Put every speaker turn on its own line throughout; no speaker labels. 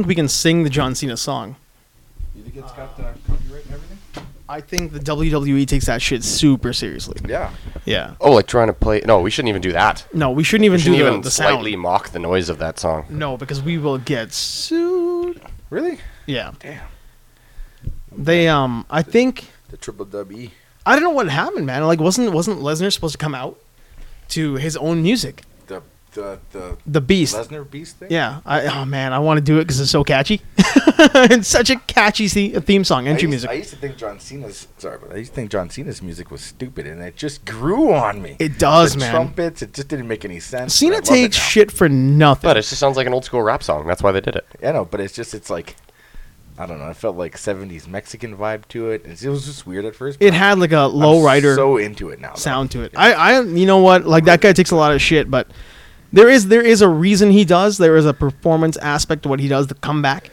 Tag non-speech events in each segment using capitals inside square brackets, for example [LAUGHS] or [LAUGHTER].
think we can sing the John Cena song.
You think it's got uh, copyright and everything?
I think the WWE takes that shit super seriously.
Yeah.
Yeah.
Oh, like trying to play. No, we shouldn't even do that.
No, we shouldn't even
We shouldn't
do the-
even
the sound.
slightly mock the noise of that song.
No, because we will get sued.
Really?
Yeah.
Damn.
They um I think
The triple E. W.
I don't know what happened, man. Like wasn't wasn't Lesnar supposed to come out to his own music?
The the the
The Beast.
Lesnar Beast thing.
yeah. I oh man, I want to do it cuz it's so catchy. [LAUGHS] it's such a catchy the- theme song,
I
entry
used,
music.
I used to think John Cena's sorry, but I used to think John Cena's music was stupid, and it just grew on me.
It does,
the
man.
Trumpets. It just didn't make any sense. but I
Cena
love it
takes
now.
shit for nothing.
But it just sounds like an old school rap song. That's why they did it.
I know, but it's just it's like I don't know. It felt like '70s Mexican vibe to it. It's- It was just weird at first.
it had like a low rider
So into it now. though.
sound to it. I, I, you know what? Like that guy takes a lot of shit, but there is there is a reason he does. There is a performance aspect to what he does. The comeback,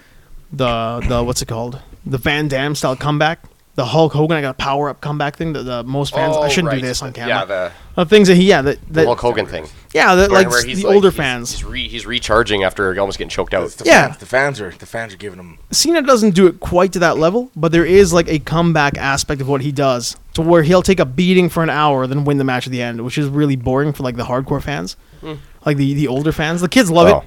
the the what's it called? The Van Damme style comeback. The Hulk Hogan, I got a power up comeback thing that the most fans. I shouldn't do this on camera.
Oh, Yeah,
Yeah,
the,
the, things that he, yeah, that, that
Hulk Hogan thing.
yeah, that,
Where-
like
where
the
he's like-
older
he's-
fans.
He's, re, he's recharging after almost getting choked out.
It's the
Yeah.
fans, the fans are the fans are giving him.
Cena doesn't do it quite to that level, but there is like a comeback aspect of what he does to where he'll take a beating for an hour, then win the match at the end, which is really boring for like the hardcore fans,
Hmm.
like the, the older fans. The kids love
Oh.
it,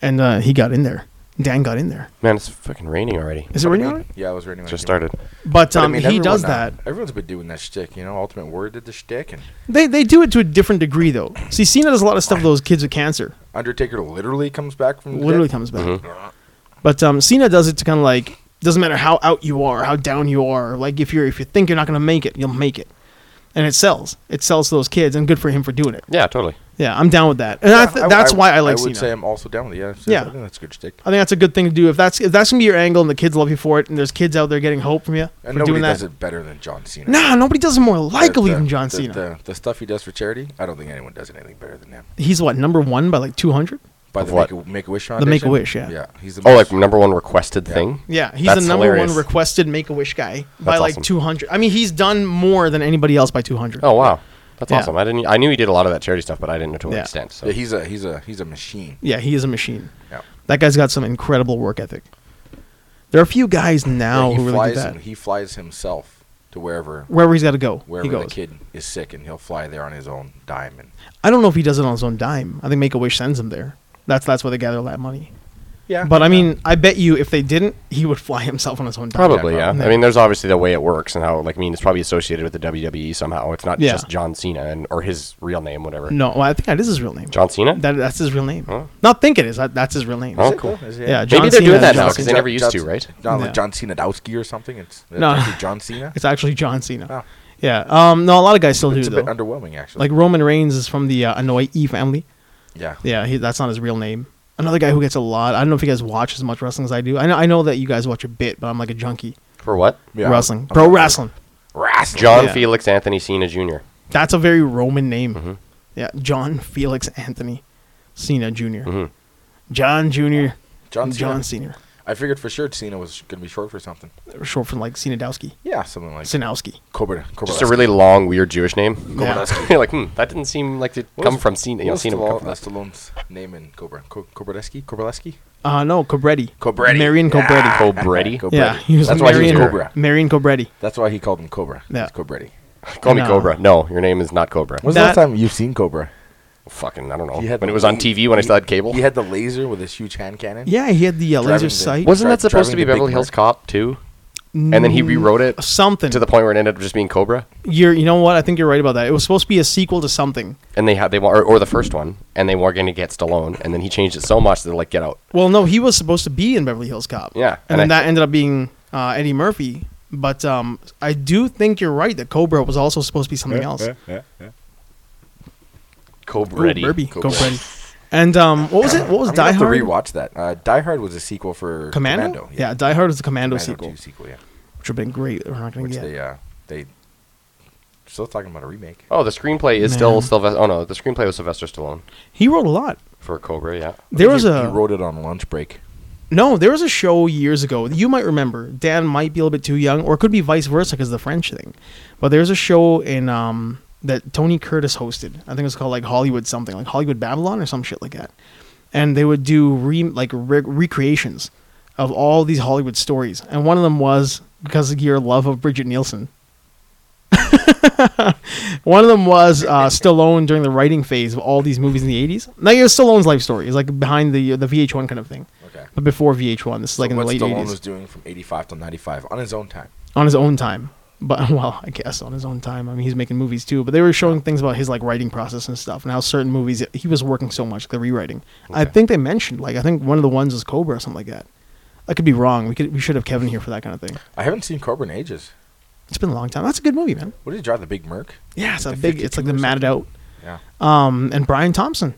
and uh, he got in there. Dan got in there.
Man, it's fucking raining already.
Is it raining? already?
Yeah, I was reading.
Just started.
But
But, I
um,
mean,
he
everyone
does
now-
that.
Everyone's been doing that shtick, you know. Ultimate Warrior did the shtick, and
They they do it to a different degree though. See, Cena does a lot of stuff with those kids with cancer.
Undertaker literally comes back from the
literally
dead.
comes back. But um, Cena does it to kind of like doesn't matter how out you are, how down you are. Like if you're if you think you're not gonna make it, you'll make it, and it sells. It sells to those kids, and good for him for doing it.
Yeah, totally.
Yeah, I'm down with that, and I th- that's why I like
I
Cena.
would say I'm also down with it. Yeah, so
Yeah.
I think that's a good shtick.
I think that's a good thing to do if that's if that's gonna be your angle, and the kids love you for it, and there's kids out there getting hope from you for
And nobody
doing that.
does it better than John Cena.
Nah, nobody does it more likely
The-
than John
the-
Cena.
The, the stuff he does for charity, I don't think anyone does anything better than him.
He's what number one by like 200.
By
Of
the
what?
Make a, Make a Wish
The
Foundation.
Make-A-Wish, yeah.
Yeah, he's the
Oh,
most-
like number one requested thing.
Yeah, he's
That's
the number
hilarious.
one requested Make a Wish guy by
That's
like
awesome.
200. I mean, he's done more than anybody else by 200.
Oh wow, that's
Yeah.
awesome. I didn't. I knew he did a lot of that charity stuff, but I didn't know to what
Yeah.
extent. So
yeah, he's a he's a he's a machine.
Yeah, he is a machine.
Yeah.
That guy's got some incredible work ethic. There are a few guys now
Yeah, he
who really
flies
do that.
him- he flies himself to wherever
Wherever he's got to go, he
wherever the
goes.
kid is sick, and he'll fly there on his own dime. And
I don't know if he does it on his own dime. I think Make a Wish sends him there. That's that's where they gather all that money.
yeah,
But I mean, I bet you if they didn't, he would [LAUGHS] fly himself on his own dime.
probably yeah.
probably.
I mean, there's obviously the way it works and how. Like, I mean, it's probably associated with the WWE somehow. It's not
Yeah.
just John Cena and or his real name, whatever.
No, well, I think that is his real name.
John Cena.
That, that's his real name.
Huh?
Not think it is. That, that's his real name.
Huh?
Is it
Oh, cool.
though? Is it-
Yeah,
Maybe
John
they're doing
Cena
that
is
now
John
because they
Cena.
never used to, right?
Not
Yeah.
like John Cena Dowski or something. It's uh,
No.
actually John Cena.
It's actually John Cena.
Oh.
Yeah. Um. No, a lot of guys still
It's a
do
bit
though.
underwhelming, actually.
Like Roman Reigns is from the uh, Anoa'i family.
yeah,
Yeah, he, that's not his real name. Another guy who gets a lot. I don't know if you guys watch as much wrestling as I do. I know, I know that you guys watch a bit, but I'm like a junkie.
For what?
Yeah.
wrestling,
Okay.
pro wrestling.
wrestling.
John
Yeah.
Felix Anthony Cena Jr.
That's a very Roman name. Yeah, John Felix Anthony Cena junior
Mhm.
John Junior.
John
John
Cena.
John Cena.
I figured for sure Cena was going to be short for something.
Short for like Cenadowski.
Yeah, something like
Sinowski.
Cobra. Cobra
Just a really long, weird Jewish name.
Yeah.
[LAUGHS] You're like, hmm, that didn't seem like it come from Cena. You know,
What's
Cena would
Stallone-
come from that.
Stallone's name in Cobra? Co- Kobraleski? Kobraleski?
Uh no, Cobretti.
Cobretti.
Marion Cobretti.
Cobretti.
Cobretti.
Yeah, he was
That's why he was
Marion,
Cobra.
Marion Cobretti.
That's why he called him Cobra.
Yeah.
He's Cobretti.
Call me
No.
Cobra. No, your name is not Cobra.
When's
the last
the
That-
last time you've seen Cobra?
Fucking, I don't know.
He had
When
the-
it was on
he-
TV, when I still had cable.
He had the laser with his huge hand cannon.
Yeah, he had the uh,
Driving
laser
the-
sight.
What-
Wasn't that
Dri-
supposed to be
driving the big
Beverly Hills
car.
Cop too? And then he rewrote it
Something.
to the point where it ended up just being Cobra.
You're, you know what? I think you're right about that. It was supposed to be a sequel to something.
And they had they wa- or, or the first one, and they were going to get Stallone, and then he changed it so much that they're like, get out.
Well, no, he was supposed to be in Beverly Hills Cop.
Yeah,
and, then
and I-
that ended up being uh, Eddie Murphy. But um, I do think you're right that Cobra was also supposed to be something else. Ooh,
Cobretti.
Burby,
Cobra.
Cobra. And um, what was it? What was
I'm
Die
gonna have to
Hard?
rewatch that. Uh, Die Hard was a sequel for
Commando. Yeah. Die Hard was the Commando,
Commando
sequel,
2 sequel, yeah.
which would have been great. We're not going
Which
to get.
they uh they still talking about a remake.
Oh, the screenplay is
Man.
still Sylvester. Oh no, the screenplay was Sylvester Stallone
He wrote a lot.
for Cobra. Yeah.
There
uh, He-
was
he
a
wrote it on lunch break.
no. There was a show years ago. that You might remember. Dan might be a little bit too young, or it could be vice versa because the French thing. But there's a show in um, that Tony Curtis hosted. I think it was called like Hollywood something, like Hollywood Babylon or some shit like that. and they would do re, like re- recreations of all these Hollywood stories. And one of them was because of your love of Bridget Nielsen. [LAUGHS] one of them was uh, Stallone during the writing phase of all these movies in the 80s. Like it was Stallone's life story. It's like behind the the VH1 kind of thing,
Okay.
but before VH1. This is like
So
in the
what
late
Stallone
80s
was doing from 85 till 95 on his own time.
on his own time. But [LAUGHS] well, I guess on his own time. I mean, he's making movies too. But they were showing things about his like writing process and stuff, and how certain movies he was working so much the rewriting. I
Okay.
think they mentioned like I think one of the ones was Cobra or something like that. I could be wrong. We could we should have Kevin here for that kind of thing.
I haven't seen Cobra in ages.
It's been a long time. That's a good movie, man.
What did he drive? The Big Merc?
Yeah, it's a
The
big. It's
52
like the
or
matted out.
Yeah.
Um, and Brian Thompson,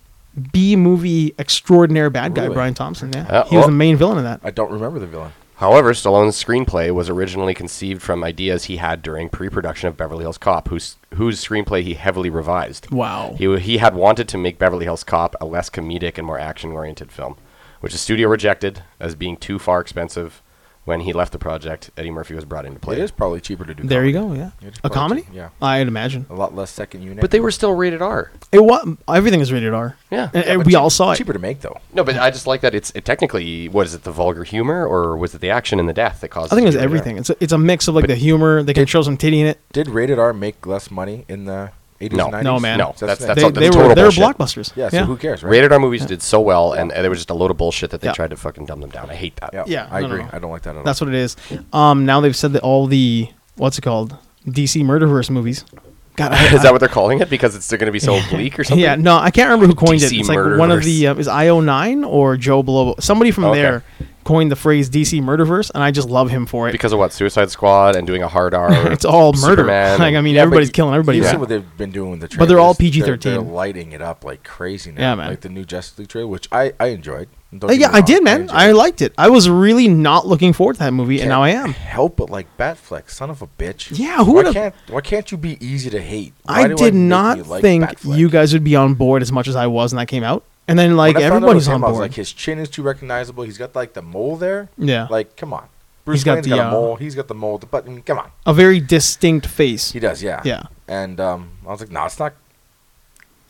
B movie extraordinaire bad guy.
Really?
Brian Thompson. Yeah,
Uh,
he was
oh.
the main villain in that.
I don't remember the villain.
However, Stallone's screenplay was originally conceived from ideas he had during pre-production of Beverly Hills Cop, whose whose screenplay he heavily revised.
Wow.
He, he had wanted to make Beverly Hills Cop a less comedic and more action oriented film, which the studio rejected as being too far expensive. When he left the project, Eddie Murphy was brought into play.
It is probably cheaper to do.
There you
comedy.
go. Yeah,
It's
a
probably-
comedy.
yeah.
I'd imagine.
A lot less second unit.
But they were still rated R.
It was everything is rated R.
Yeah.
and,
Yeah,
and
but
we
cheap-
all saw it.
Cheaper to make though.
No, but I just like that it's it technically what is it the vulgar humor or was it the action and the death that caused?
I think
it
it's
to be rated
everything. It's a, it's a mix of like the humor. They can show some titty in it.
Did rated R make less money in the 80s?
No.
90s?
No, man.
No,
the
that's-
thing.
that's
They,
all-
they
total
were they were
bullshit.
blockbusters.
yeah, so who cares,
R.
right?
Rated R movies did so well, and, and there was just a load of bullshit that they
Yeah.
tried to fucking dumb them down. I hate that.
Yeah,
I
no, no,
agree.
no.
I don't like that at all.
That's what it is. Um, now they've said that all the what's it called DC Murderverse movies. God, I,
[LAUGHS] is that what they're calling it because it's going to be so
[LAUGHS]
bleak or something?
yeah, no, I can't remember who coined it.
DC
It's like one of
Murderverse.
the uh, is IO nine or Joe Blow. Somebody from
Oh, okay.
there coined the phrase DC Murderverse, and I just love him for it.
Because of what Suicide Squad and doing a hard
[LAUGHS]
R.
it's all murder. [LAUGHS]
Superman
Like I mean,
Yeah, but
everybody's
you-
killing everybody.
You
Yeah.
see what they've been doing with the
But they're all
trailers. They're-
PG-13.
They're lighting it up like crazy now.
Yeah, man.
Like the new Justice League trailer, which I I enjoyed. Don't
Uh,
get
yeah,
me
I
wrong,
did, man.
enjoyed
I
it.
liked it. I was really not looking forward to that movie, and
Can't
now I am.
Help but like Batfleck, son of a bitch.
Yeah, who
why
would've-
can't why can't you be easy to hate? Why
I
do
did
make
not
you like
think
Batfleck?
you guys would be on board as much as I was when that came out. And then like
When I found out it was
everybody's
him,
on
I was
board.
like his chin is too recognizable. He's got like the mole there.
Yeah.
Like come on. Bruce
got
Wayne's
the,
got
uh,
a mole. He's got the mole. The button. Come on.
a very distinct face.
He does. Yeah.
Yeah.
And um, I was like, no, it's not.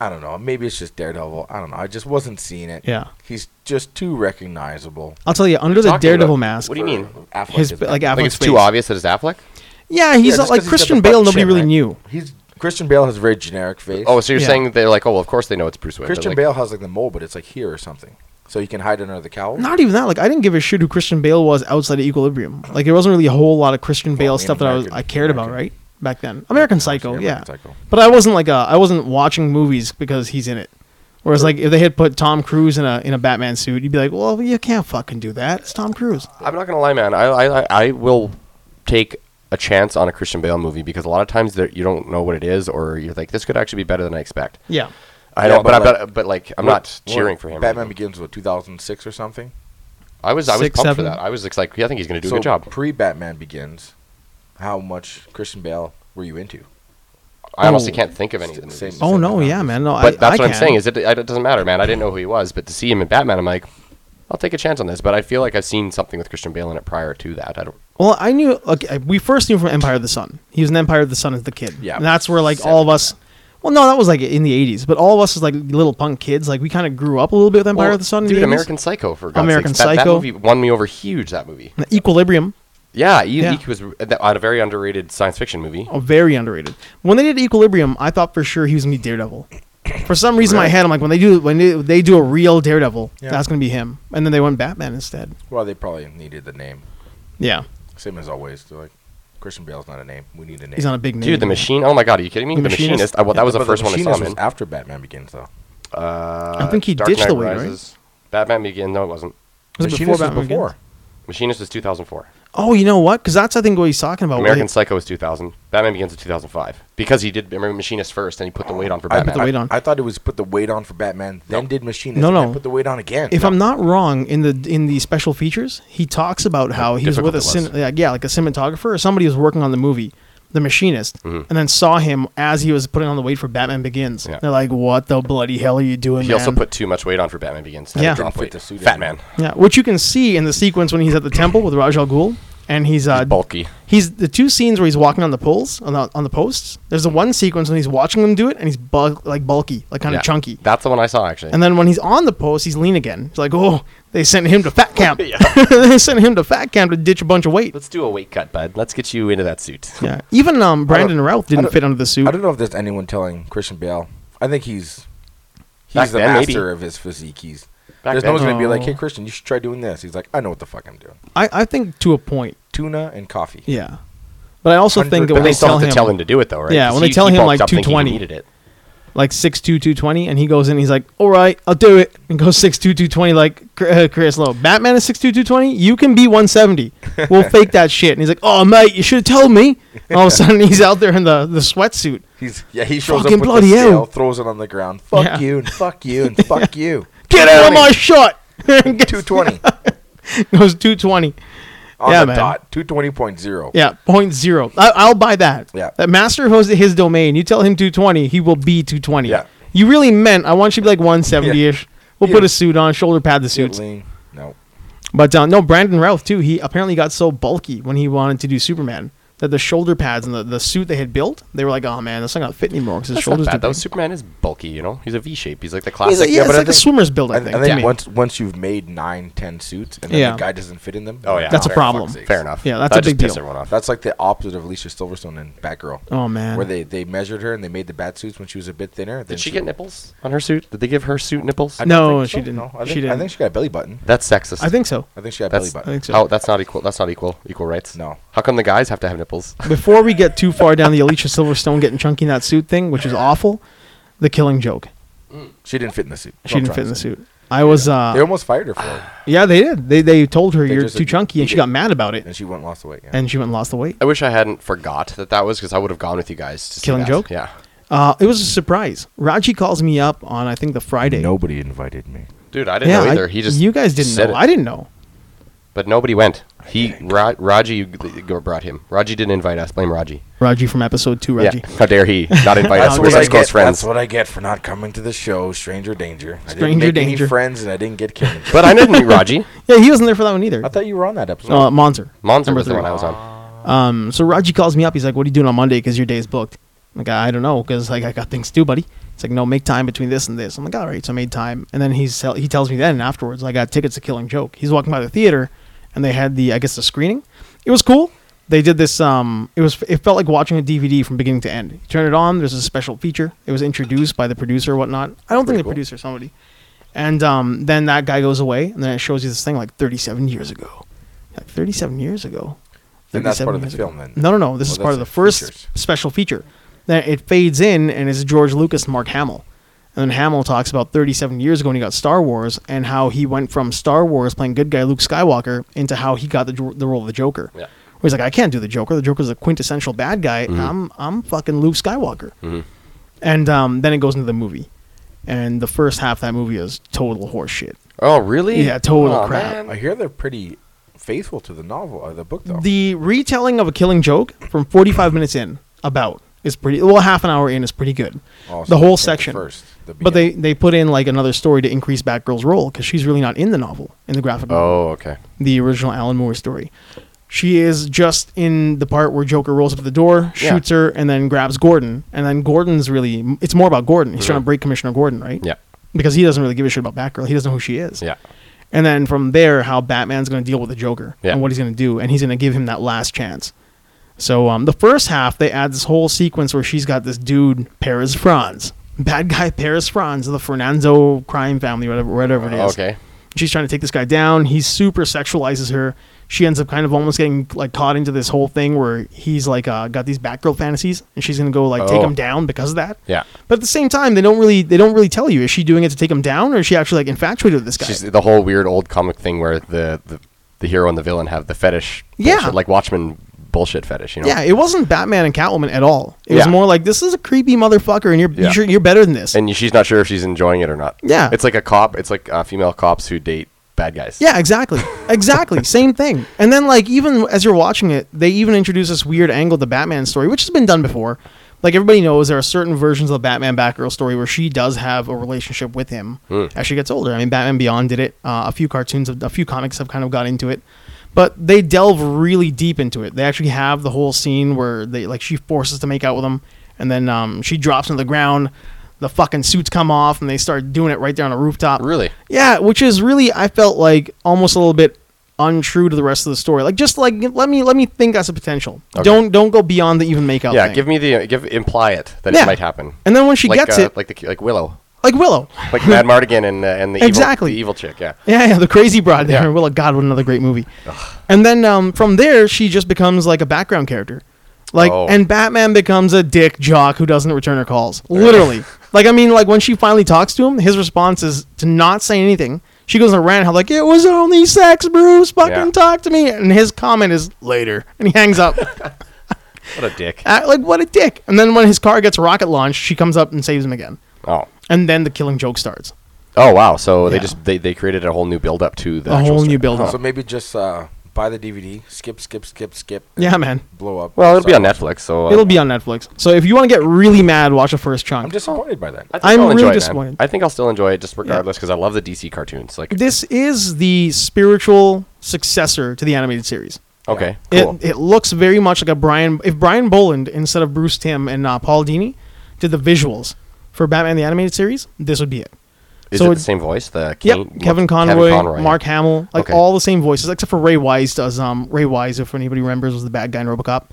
I don't know. Maybe it's just Daredevil. I don't know. I just wasn't seeing it.
Yeah.
He's just too recognizable.
I'll tell you, under the
Talking
Daredevil
about-
mask,
What do you mean?
Affleck
his
is
ba- like
Batman.
like
Affleck's
it's
face.
too obvious that it's Affleck.
Yeah, he's
Yeah,
not- like
just 'cause he's got the
Christian
butt
Bale. Nobody
chin,
really
right?
knew.
He's Christian Bale has a very generic face.
Oh, so you're
Yeah.
saying they're like, oh, well, of course they know it's Bruce Wayne. but,
Christian
like,
Bale has like the mole, but it's like here or something, so you can hide under the cowl.
Not even that. Like I didn't give a shit who Christian Bale was outside of Equilibrium. Like there wasn't really a whole lot of Christian Bale
I mean,
stuff that I was
American-
I cared about, right?
American-
Back then, American Psycho,
American
yeah.
Psycho.
But I wasn't like uh, I wasn't watching movies because he's in it. Whereas like if they had put Tom Cruise in a in a Batman suit, you'd be like, well, you can't fucking do that. It's Tom Cruise.
I'm not gonna lie, man. I I I- I will take a chance on a Christian Bale movie because a lot of times there, you don't know what it is, or you're like, this could actually be better than I expect.
Yeah.
I
Yeah,
don't,
but
but,
like-
I, but, but like, I'm
What-
not cheering
what-
for him.
Batman Begins was 2006 or something.
I was I was
Six,
pumped for
seven.
that. I was ex- like, yeah, I think he's gonna do
so
a good job.
Pre Batman Begins, how much Christian Bale were you into?
I honestly
Oh.
can't think of any of the
Same-
movies.
Oh
Same
no,
amount.
yeah, man. No, I,
but that's
I
what I'm
can.
saying is it, it doesn't matter, man. I didn't know who he was, but to see him in Batman, I'm like, I'll take a chance on this. But I feel like I've seen something with Christian Bale in it prior to that. I don't.
Well, I knew. Okay, we first knew from Empire of the Sun. He was an Empire of the Sun as the kid.
Yeah,
and that's where like all of us. Well, no, that was like in the '80s, but all of us as like little punk kids, like we kind of grew up a little bit with Empire
Well,
of the Sun. in
dude,
the 80s.
American Psycho for God's
American
sakes. That- That,
Psycho.
movie won me over huge. That movie.
And Equilibrium,
Yeah, E-
Yeah.
Eek was re- that- on a very underrated science fiction movie.
oh, very underrated. When they did Equilibrium, I thought for sure he was gonna be Daredevil. For some reason, in my
Really?
head, I'm like, when they do when they, they do a real Daredevil,
Yeah.
that's gonna be him. And then they went Batman instead.
Well, they probably needed the name.
Yeah,
Same as always. They're like, Christian Bale's not a name. We need a name.
he's not a big name.
Dude, the machine. Oh my god, are you kidding me?
The
The, machinist.
Machinist?
I- well, that was
But
the first one I
Machinist
saw him
was
in.
after Batman Begins, though.
Uh,
I think he
Dark
ditched
Knight
the weight, right?
Batman Begins. No, it wasn't.
Was it
Machinist
before Batman Begins?
Machinist was 2004.
Oh, you know what? Because that's I think what he's talking about.
American
Like,
Psycho was 2000. Batman Begins was 2005 because he did remember Machinist first, and he put the weight on for
I,
Batman.
put the weight on.
I thought it was put the weight on for Batman, then did Machinist,
No,
and
no.
then put the weight on again.
if I'm not wrong, in the in the special features, he talks about how he was with
difficult
a
it was.
cin- yeah, yeah, like a cinematographer or somebody who was working on the movie, The Machinist, and then saw him as he was putting on the weight for Batman Begins.
Mm-hmm. Yeah.
They're like, "What the bloody hell are you doing?"
He also
man?"
put too much weight on for Batman Begins. Had to
Yeah.
drop
Didn't fit
weight.
the suit
Fat
in.
man.
yeah, which you can see in the sequence when he's at the temple with Raj Al Ghul, and he's uh
He's bulky.
he's the two scenes where he's walking on the poles on the on the posts. There's the one sequence when he's watching them do it, and he's bul- like bulky, like kind of
Yeah.
chunky.
That's the one I saw actually.
And then when he's on the post, he's lean again. It's like, oh, they sent him to fat
[LAUGHS]
camp. [LAUGHS]
Yeah.
they sent him to fat camp to ditch a bunch of weight.
Let's do a weight cut, bud. Let's get you into that suit.
Yeah. Even um, Brandon Routh
I
didn't
don't-
fit under the suit.
I don't know if there's anyone telling Christian Bale. I think he's he's
Back
the
then, maybe.
master of his physique. He's
Back
there's
then.
no one's gonna be like,
Oh.
hey Christian, you should try doing this. He's like, I know what the fuck I'm doing.
I, I think to a point.
Tuna and coffee.
Yeah. But I also think that
But
when
But
they,
they still
tell
have to
him,
tell him to do it though, right?
Yeah,
'Cause
when they
he-
thinking
he
him,
bulked
like,
up thinking he
220.
needed it.
like 6'2", 220, and he goes in, he's like, all right, I'll do it. And goes 6'2", 220 like Cr- uh, Chris Lowe. Batman is 6'2", 220. You can be 170.
[LAUGHS]
We'll fake that shit. And he's like, oh, mate, you should have told me. And all of a sudden, he's out there in the, the sweatsuit.
He's yeah, he shows
Fucking
up with
bloody
the scale,
hell.
throws it on the ground. Fuck
Yeah.
you and fuck you
[LAUGHS]
and fuck you.
Get out of my shot. [LAUGHS]
Two twenty
goes 220.
on
Yeah,
the
man.
dot. Two twenty point zero.
Yeah, point zero. I, I'll buy that.
Yeah.
That master hosts his domain. You tell him 220, he will be 220.
Yeah.
You really meant, I want you to be like 170 ish. We'll
Yeah.
put a suit on, shoulder pad the suits.
Lean. No.
But uh, no, Brandon Routh, too, he apparently got so bulky when he wanted to do Superman that the shoulder pads and the, the suit they had built, they were like, oh man, that's not going to fit anymore because his
That's not
shoulders
bad
too
though.
big."
Superman is bulky, you know. He's a V shape. He's like the
He's
classic.
like, yeah,
but
it's
I
like a
think-
swimmer's build, I
I, I
think.
think
to me.
once once you've made nine, ten suits and then
Yeah.
the guy doesn't fit in them.
Oh, yeah.
That's a
for
problem.
fuck's sakes.
Fair enough.
Yeah, that's
That
a big
just pissed
deal.
everyone off.
That's like the opposite of Alicia Silverstone in Batgirl.
oh man.
Where they, they measured her and they made the bat suits when she was a bit thinner. then
Did she get nipples on her suit? Did they give her suit nipples?
I don't
No,
think
Oh, she didn't.
No, I
She
think,
didn't.
I think she got a belly button.
That's sexist.
I think
[LAUGHS]
so.
I think she got a belly
that's.
button.
I think so.
Oh, that's not equal. That's not equal. Equal rights.
No.
How come the guys have to have nipples?
Before we get too far down the Alicia Silverstone getting chunky in that suit thing, which is awful, the killing joke.
She didn't fit in the suit.
She didn't fit in the suit. I was, uh,
They almost fired her for it,
yeah, they did. They they told her
They
you're
just
too chunky, and she
agreed.
got mad about it,
and she went and lost the weight. Yeah.
and she went and lost the weight.
I wish I hadn't forgot that that was because I would have gone with you guys. To see
Killing
that.
joke?
Yeah.
Uh, it was a surprise. Raji calls me up on I think the Friday.
Nobody invited me.
Dude, I didn't know either. he just
you guys didn't
said
know.
it.
I didn't know.
But nobody went. He Ra- Raji g- g- brought him. Raji didn't invite us. Blame Raji.
Raji from episode two. Raji.
Yeah. How dare he not invite
That's
How
us? We're
what, I
dare
such
get,
close
that's
friends.
what I get for not coming to the show, Stranger Danger. I didn't
Stranger
make
Danger.
Any friends and I didn't get
[LAUGHS]
killing. joke.
But I didn't meet Raji.
Yeah, he wasn't there for that one either.
I thought you were on that episode.
Um,
uh, Monzer.
Monster
Number
was the
three.
one I was on.
Um, so Raji calls me up. He's like, "What are you doing on Monday? Because your day's booked." I'm like, I don't know, because like I got things to do, buddy. It's like, no, make time between this and this. I'm like, all right, so I made time. And then he's tell- he tells me then afterwards, I got tickets to Killing Joke. He's walking by the theater, and they had the I guess the screening. It was cool. They did this. Um, it was it felt like watching a DVD from beginning to end. You turn it on. There's a special feature. It was introduced by the producer or whatnot. I don't think the
cool.
producer somebody. And um, then that guy goes away, and then it shows you this thing like 37 years ago. Like 37 years ago.
Then that's
37
part of the
years
film, then.
No, no, no. This
Well,
is part
that's
of the
the
first
features.
special feature. Then it fades in, and it's George Lucas, and Mark Hamill, and then Hamill talks about 37 years ago when he got Star Wars and how he went from Star Wars playing good guy Luke Skywalker into how he got the jo- the role of the Joker.
Yeah.
Where he's like, I can't do the Joker. The Joker's a quintessential bad guy.
Mm-hmm.
I'm I'm fucking Luke Skywalker. And um, then it goes into the movie, and the first half of that movie is total horseshit.
Oh, really?
Yeah, total
Aw,
crap.
man.
I hear they're pretty faithful to the novel or the book, though.
The retelling of a killing joke from 45 minutes in about is pretty well half an hour in is pretty good.
Oh, so
the
they
whole
came
section.
first, the
but they
beginning.
they put in like another story to increase Batgirl's role because she's really not in the novel in the graphic novel,
Oh, okay.
the original Alan Moore story. She is just in the part where Joker rolls up at the door,
Yeah.
shoots her, and then grabs Gordon. And then Gordon's really it's more about Gordon. He's trying to break Commissioner Gordon, right?
Yeah.
Because he doesn't really give a shit about Batgirl. He doesn't know who she is.
Yeah.
And then from there, how Batman's going to deal with the Joker
Yeah.
and what he's going to do, and he's going to give him that last chance. So um, the first half, they add this whole sequence where she's got this dude Perez Franz, bad guy Perez Franz of the Fernando crime family, whatever, whatever it is.
Okay.
She's trying to take this guy down. He super sexualizes her. She ends up kind of almost getting like caught into this whole thing where he's like uh, got these Batgirl fantasies, and she's gonna go like take
Oh.
him down because of that.
Yeah.
But at the same time, they don't really they don't really tell you is she doing it to take him down or is she actually like infatuated with this guy?
It's just the whole weird old comic thing where the, the, the hero and the villain have the fetish.
Yeah.
bullshit, like Watchmen bullshit fetish, you know?
Yeah, it wasn't Batman and Catwoman at all. It was
Yeah.
more like this is a creepy motherfucker, and you're
Yeah.
you're, you're better than this.
And she's not sure if she's enjoying it or not.
Yeah.
It's like a cop. It's like uh, female cops who date bad guys.
yeah, exactly,
[LAUGHS]
exactly, same thing. And then like even as you're watching it, they even introduce this weird angle to Batman story, which has been done before. Like everybody knows, there are certain versions of the Batman Batgirl story where she does have a relationship with
Hmm.
him as she gets older. I mean, Batman Beyond did it. Uh, a few cartoons, have- a few comics have kind of got into it. But they delve really deep into it. They actually have the whole scene where they like she forces to make out with him, and then um, she drops him to the ground. The fucking suits come off, and they start doing it right there on a rooftop.
Really?
Yeah, which is really I felt like almost a little bit untrue to the rest of the story. Like just like let me let me think that's a potential.
Okay.
Don't don't go beyond the even make out.
yeah,
thing.
give me the give imply it that
Oh, Yeah.
it might happen.
And then when she
like,
gets
uh,
it, like,
like the ki- like Willow,
Willow.
like
[LAUGHS]
Mad Mardigan and uh, and the
Exactly.
evil, the evil chick. Yeah,
Yeah, yeah, the crazy broad there.
Yeah.
Willow, God, what another great movie. And then um, from there, she just becomes like a background character, like,
Oh.
and Batman becomes a dick jock who doesn't return her calls.
[LAUGHS]
Literally, like, I mean, like when she finally talks to him, his response is to not say anything. She goes on a rant, how like it was only sex, Bruce. Fucking
Yeah.
talk to me. And his comment is later, and he hangs
[LAUGHS]
up.
what a dick.
Uh, like what a dick. And then when his car gets rocket launched, she comes up and saves him again.
Oh,
And then the killing joke starts.
oh wow. So they
Yeah.
just they, they created a whole new build up to the
A
actual
whole
story.
new build up.
So maybe just uh, buy the DVD, skip, skip, skip, skip. and
Yeah, man.
Blow up.
Oh. Well, it'll be on
Sorry.
Netflix. So uh,
It'll be on Netflix. So if you want to get really mad, watch the first chunk.
I'm disappointed by that.
I think
I'm
I'll
really
enjoy it, man.
disappointed.
I think I'll still enjoy it just regardless because I love the DC cartoons. Like
this is the spiritual successor to the animated series.
okay, cool.
It, it looks very much like a Brian. If Brian Boland instead of Bruce Tim and uh, Paul Dini did the visuals for Batman the animated series, this would be it.
Is
so
it
it-
the same voice? The Kane-
Yep, Kevin Conroy,
Conroy,
Mark Hamill, like
Okay.
all the same voices, except for Ray Wise does. Um, Ray Wise, if anybody remembers, was the bad guy in RoboCop,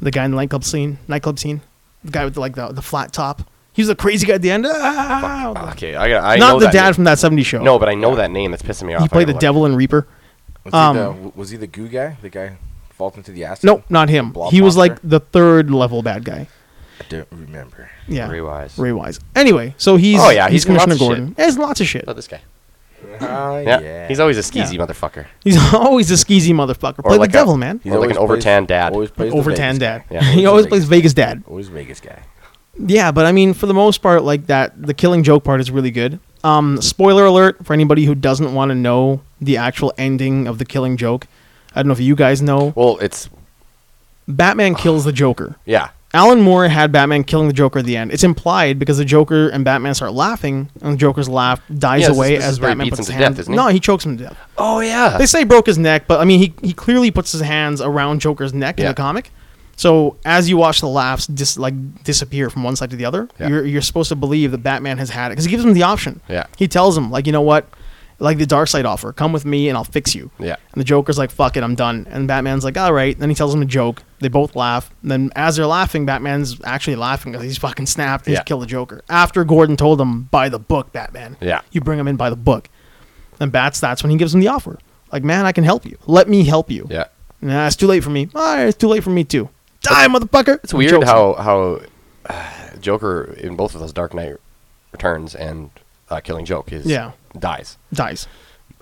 the guy in the nightclub scene, nightclub scene, the guy with the, like the, the flat top. He was the crazy guy at the end. Ah!
Okay, I, got- I know
Not the
that
dad
name.
from that '70s show.
No, but I know that name. That's pissing me off.
he
I
played
gotta
the
look.
devil in Reaper.
Was,
Um,
he the, w- was he the goo guy? The guy who falls into the acid?
Nope, not him.
Blob
he was like
monster?
the third level bad guy.
I don't remember.
Yeah,
Ray Wise.
Ray Wise. Anyway, so he's
Oh, yeah,
he's,
he's in lots
Commissioner
of
Gordon. There's lots of shit.
Oh, this guy.
Ah,
Yeah.
yeah.
he's always a skeezy
Yeah.
motherfucker.
He's [LAUGHS] always a skeezy motherfucker. Play
like a-
the devil, man.
Or like an
always
overtan dad.
always plays the
Over
Vegas
Tan
guy.
Dad.
Yeah,
he
he's
always
a
plays Vegas Dad.
Always Vegas guy.
Yeah, but I mean, for the most part, like that, the killing joke part is really good. Um, spoiler alert for anybody who doesn't want to know the actual ending of the killing joke. I don't know if you guys know.
Well, it's
Batman kills the Joker.
yeah.
Alan Moore had Batman killing the Joker at the end. It's implied because the Joker and Batman start laughing, and the Joker's laugh dies
Yeah, this is-
away
this
as
is where he
Batman
beats
puts
him
his
to death,
hands.
isn't he?
No, he chokes him to death.
Oh yeah.
They say he broke his neck, but I mean, he, he clearly puts his hands around Joker's neck in
Yeah.
the comic. So as you watch the laughs dis, like disappear from one side to the other,
Yeah.
you're you're supposed to believe that Batman has had it because he gives him the option.
Yeah.
he tells him like, you know what, like the dark side offer, come with me and I'll fix you.
Yeah.
And the Joker's like, fuck it, I'm done. And Batman's like, all right. Then he tells him a joke. They both laugh. And then as they're laughing, Batman's actually laughing because he's fucking snapped. He's
Yeah.
killed the Joker. After Gordon told him, by the book, Batman.
Yeah.
You bring him in by the book. And Bats, that's when he gives him the offer. Like, man, I can help you. Let me help you.
yeah.
Nah, it's too late for me. All right, it's too late for me too. Die, motherfucker.
It's weird how how uh, Joker in both of those Dark Knight Returns and uh, Killing Joke is
Yeah.
dies
dies.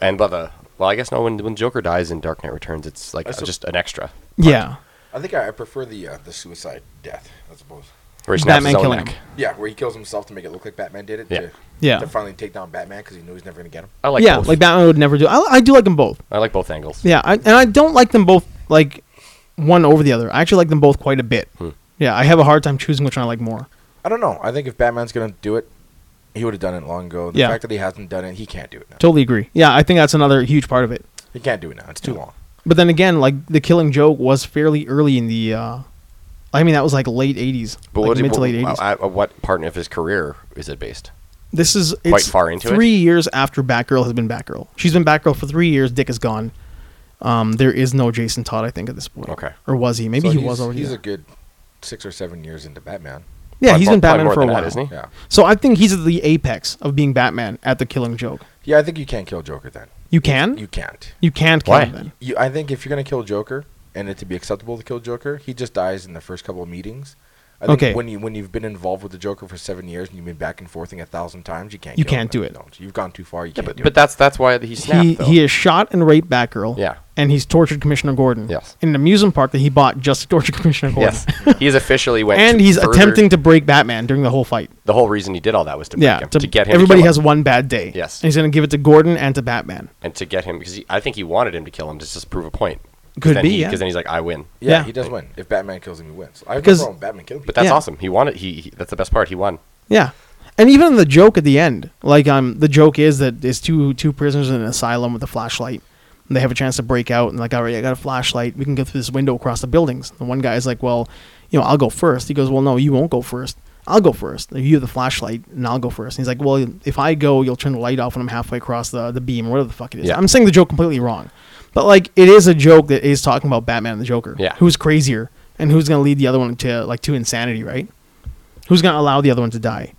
and but the well I guess no when when Joker dies in Dark Knight Returns it's like uh,
I still-
just an extra
Yeah.
I think I, I prefer the uh, the suicide death, I suppose.
where he snaps his
Batman
own
killing
neck.
him.
Yeah, where he kills himself to make it look like Batman did it.
Yeah.
To,
Yeah.
To finally take down Batman because he knew he's never gonna get him.
I like
yeah,
both.
like Batman would never do. I, I do like them both.
I like both angles.
Yeah, I, and I don't like them both like one over the other. I actually like them both quite a bit.
Hmm.
Yeah, I have a hard time choosing which one I like more.
I don't know. I think if Batman's gonna do it, he would have done it long ago. The
Yeah.
fact that he hasn't done it, he can't do it now.
Totally agree. Yeah, I think that's another huge part of it.
He can't do it now. It's too long.
But then again, like the Killing Joke was fairly early in the. uh I mean, that was like late '80s,
But
like
what,
mid to
what,
late '80s.
I- I- uh, what part of his career is it based?
this is it's
quite far into it?
three years after Batgirl has been Batgirl. She's been Batgirl for three years. Dick is gone. Um, there is no Jason Todd, I think, at this point.
Okay.
Or was he? Maybe
So
he
he's-
was already.
He's
there.
a good six or seven years into Batman.
yeah,
Probably
he's
more-
been
probably
Batman
more
for a
than that,
while,
isn't he?
Yeah.
So I think he's at the apex of being Batman at the Killing Joke.
Yeah, I think you can't kill Joker then.
You can,
You
you,
can't.
can't kill
Why?
him then.
You, I think if you're gonna kill Joker and it to be acceptable to kill Joker, he just dies in the first couple of meetings. I think
Okay.
when you when you've been involved with the Joker for seven years and you've been back and forthing a thousand times, you can't.
You
kill him
can't do
then.
it.
No, you've gone too far. You
Yeah,
can't
but,
do
but
it.
that's that's why he snapped.
he
though.
he has shot and raped Batgirl.
Yeah.
And he's tortured Commissioner Gordon.
Yes.
In an amusement park that he bought just to torture [LAUGHS] Commissioner Gordon.
Yes, he's officially went.
and
to
he's
further-
attempting to break Batman during the whole fight.
The whole reason he did all that was to break
Yeah.
him,
to-
to get him. to
Everybody
kill
has
him,
one bad day.
Yes.
And he's gonna give it to Gordon and to Batman.
and to get him because he, I think he wanted him to kill him just to prove a point. 'Cause
Could
then
be,
he-
yeah.
Because then he's like, I win.
yeah,
yeah.
he does win. If Batman kills him, he wins. I have no
Because-
problem. with Batman killing
But
people.
that's
Yeah.
awesome. He wanted. He, he that's the best part. He won.
Yeah. And even the joke at the end, like um, the joke is that it's two two prisoners in an asylum with a flashlight, And they have a chance to break out and like, all right, I got a flashlight. We can go through this window across the buildings. The one guy's like, well, you know, I'll go first. He goes, well, no, you won't go first. I'll go first. You have the flashlight, and I'll go first. And he's like, well, if I go, you'll turn the light off when I'm halfway across the, the beam, or whatever the fuck it is.
Yeah.
I'm saying the joke completely wrong, but like it is a joke that is talking about Batman and the Joker.
Yeah.
Who's crazier, and who's gonna lead the other one to like to insanity, right? Who's gonna allow the other one to die?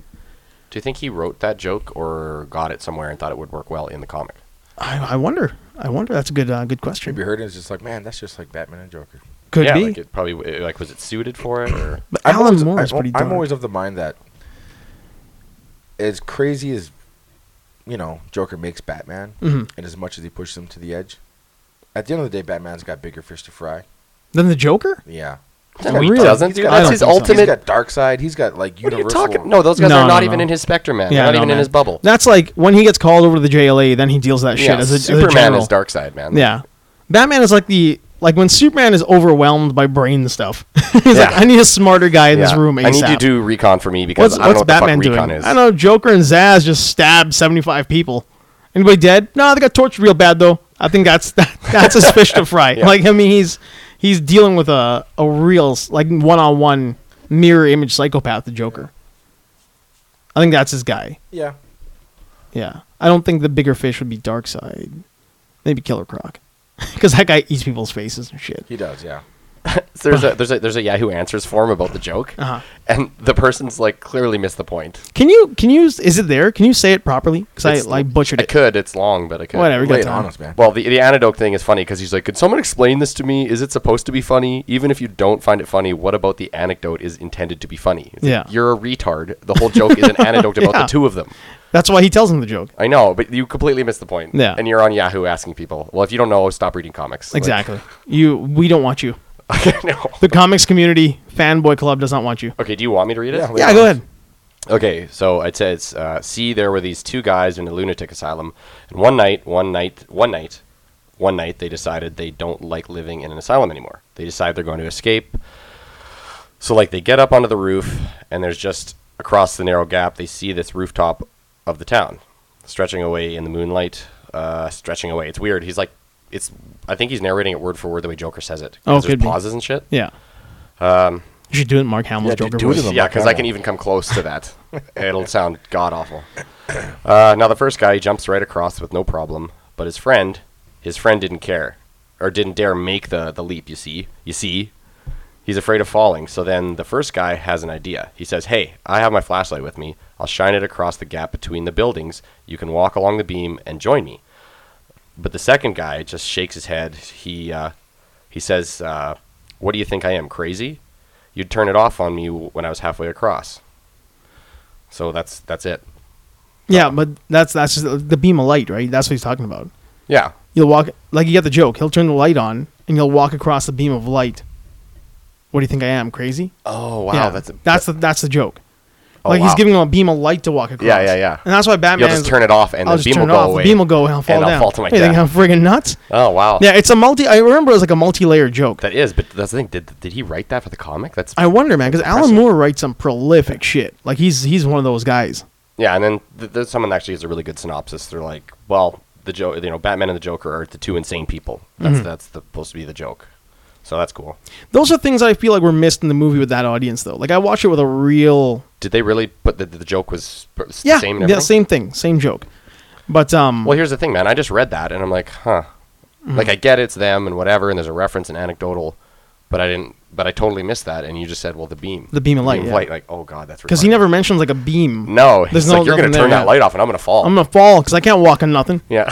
Do you think he wrote that joke or got it somewhere and thought it would work well in the comic?
I, I wonder. I wonder. That's a good uh, good
Should be
question.
heard and it's just like, man, that's just like Batman and Joker.
Could
yeah,
be.
like it probably w- like was it suited for it or
but
I'm
Alan
always-
Moore is
I'm-
pretty.
I'm
dark.
always of the mind that as crazy as you know, Joker makes Batman,
Mhm.
and as much as he pushes him to the edge, at the end of the day, Batman's got bigger fish to fry.
Then the Joker.
Yeah,
No, he
Really?
doesn't,
He's
dude.
got-
I
That's
don't
his
think so.
he's
ultimate.
got Dark Side. He's got like
what are you
universal.
talking? No, those guys
No,
are not
no,
even
no.
in his spectrum, man.
Yeah,
They're not
no,
even
man.
in his bubble.
That's like when he gets called over to the JLA, then he deals with that shit
yeah,
as a, as a
Superman
general.
is dark side, man.
Yeah. Batman is like the like when Superman is overwhelmed by brain stuff. [LAUGHS] He's like,
Yeah.
I need a smarter guy in this
Yeah.
room ASAP.
I need you to do recon for me because
what's
I don't know
what's
what
Batman
the fuck
doing?
recon is.
I don't know. Joker and Zaz just stabbed seventy five people. Anybody dead? No, they got tortured real bad though. I think that's [LAUGHS] that, that's his fish
[LAUGHS]
to fry.
Yeah.
Like I mean, he's he's dealing with a a real s- like one on one mirror image psychopath, the Joker. I think that's his guy.
Yeah,
Yeah. I don't think the bigger fish would be Darkseid. Maybe Killer Croc. [LAUGHS] Because that guy eats people's faces and shit.
he does. Yeah,
So there's a there's a there's a Yahoo Answers form about the joke,
Uh-huh.
and the person's like clearly missed the point.
Can you, can you, is it there? Can you say it properly? Because I
It's-
like butchered
I
it.
could. It's long, but I could.
Whatever. We got
lay it
time.
on us, man.
Well, the, the antidote thing is funny because he's like, could someone explain this to me? Is it supposed to be funny? Even if you don't find it funny, what about the anecdote is intended to be funny? It's like,
Yeah.
You're a retard. The whole joke is an anecdote
[LAUGHS]
about
Yeah.
the two of them.
That's why he tells him the joke.
I know, but you completely missed the point.
Yeah.
And you're on Yahoo asking people, well, if you don't know, stop reading comics. Like,
Exactly. [LAUGHS] You, we don't want you.
[LAUGHS] I know.
The comics community fanboy club does not want you.
Okay, do you want me to read it?
Yeah,
Yeah, go ahead.
Okay, so it says, uh, see, there were these two guys in a lunatic asylum, and one night, one night, one night, one night, they decided they don't like living in an asylum anymore. They decide they're going to escape. So, like, they get up onto the roof, and there's just across the narrow gap, they see this rooftop of the town stretching away in the moonlight, uh, stretching away. It's weird. He's like, it's. I think he's narrating it word for word the way Joker says it. 'cause
Oh,
there's
could be.
pauses and shit.
Yeah. Um, you should do it in Mark Hamill's
Yeah, dude,
Joker
do it
voice.
in
Um, Yeah,
Mark
because I
Hamill.
can even come close to that. It'll [LAUGHS] sound god awful. Uh, now the first guy he jumps right across with no problem, but his friend, his friend didn't care or didn't dare make the the leap. You see, you see, he's afraid of falling. So then the first guy has an idea. He says, "Hey, I have my flashlight with me. I'll shine it across the gap between the buildings. You can walk along the beam and join me." But the second guy just shakes his head. He uh, he says, uh, "What do you think I am, crazy? You'd turn it off on me w- when I was halfway across." So that's that's it.
Yeah, but that's, that's just the beam of light, right? That's what he's talking about.
Yeah,
You'll walk, like you got the joke. He'll turn the light on and you'll walk across the beam of light. What do you think I am? Crazy?
Oh wow,
yeah,
that's a,
that's the that's the joke.
Oh,
like he's
wow.
giving him a beam of light to walk across.
Yeah, yeah, yeah.
And that's why Batman.
You'll just
is-
turn it off, and
I'll
the
just
beam will
turn it
go
off.
away.
The beam will go, and I'll fall
And I'll
down.
fall to my
You think I'm
death.
friggin' nuts?
Oh wow,
Yeah, it's a multi. I remember it was like a multi-layer joke.
that is. But that's the thing. Did did he write that for the comic? That's
I wonder, man, because Alan
Impressive.
Moore writes some prolific shit. Like he's he's one of those guys.
yeah. And then th- there's someone that actually has a really good synopsis. They're like, well, the jo- you know, Batman and the Joker are the two insane people. That's
Mm-hmm.
that's the, supposed to be the joke. So that's cool.
Those are things I feel like were missed in the movie with that audience, though. Like I watched it with a real
Did they really put the, the joke was pr- s- the
yeah,
same? and
yeah,
everything?
same thing, same joke. But um,
Well, here's the thing, man. I just read that and I'm like, huh.
Mm-hmm.
Like I get it's them and whatever, and there's a reference and anecdotal, but I didn't. But I totally missed that. And you just said, well, the beam,
The beam of light, yeah.
Like, oh god, that's
because he
retarded.
never mentions like a beam.
No,
There's
he's
no
like, you're gonna
nothing there,
turn
yeah.
that light off, and I'm gonna fall.
I'm gonna fall because I can't walk on nothing. [LAUGHS]
yeah,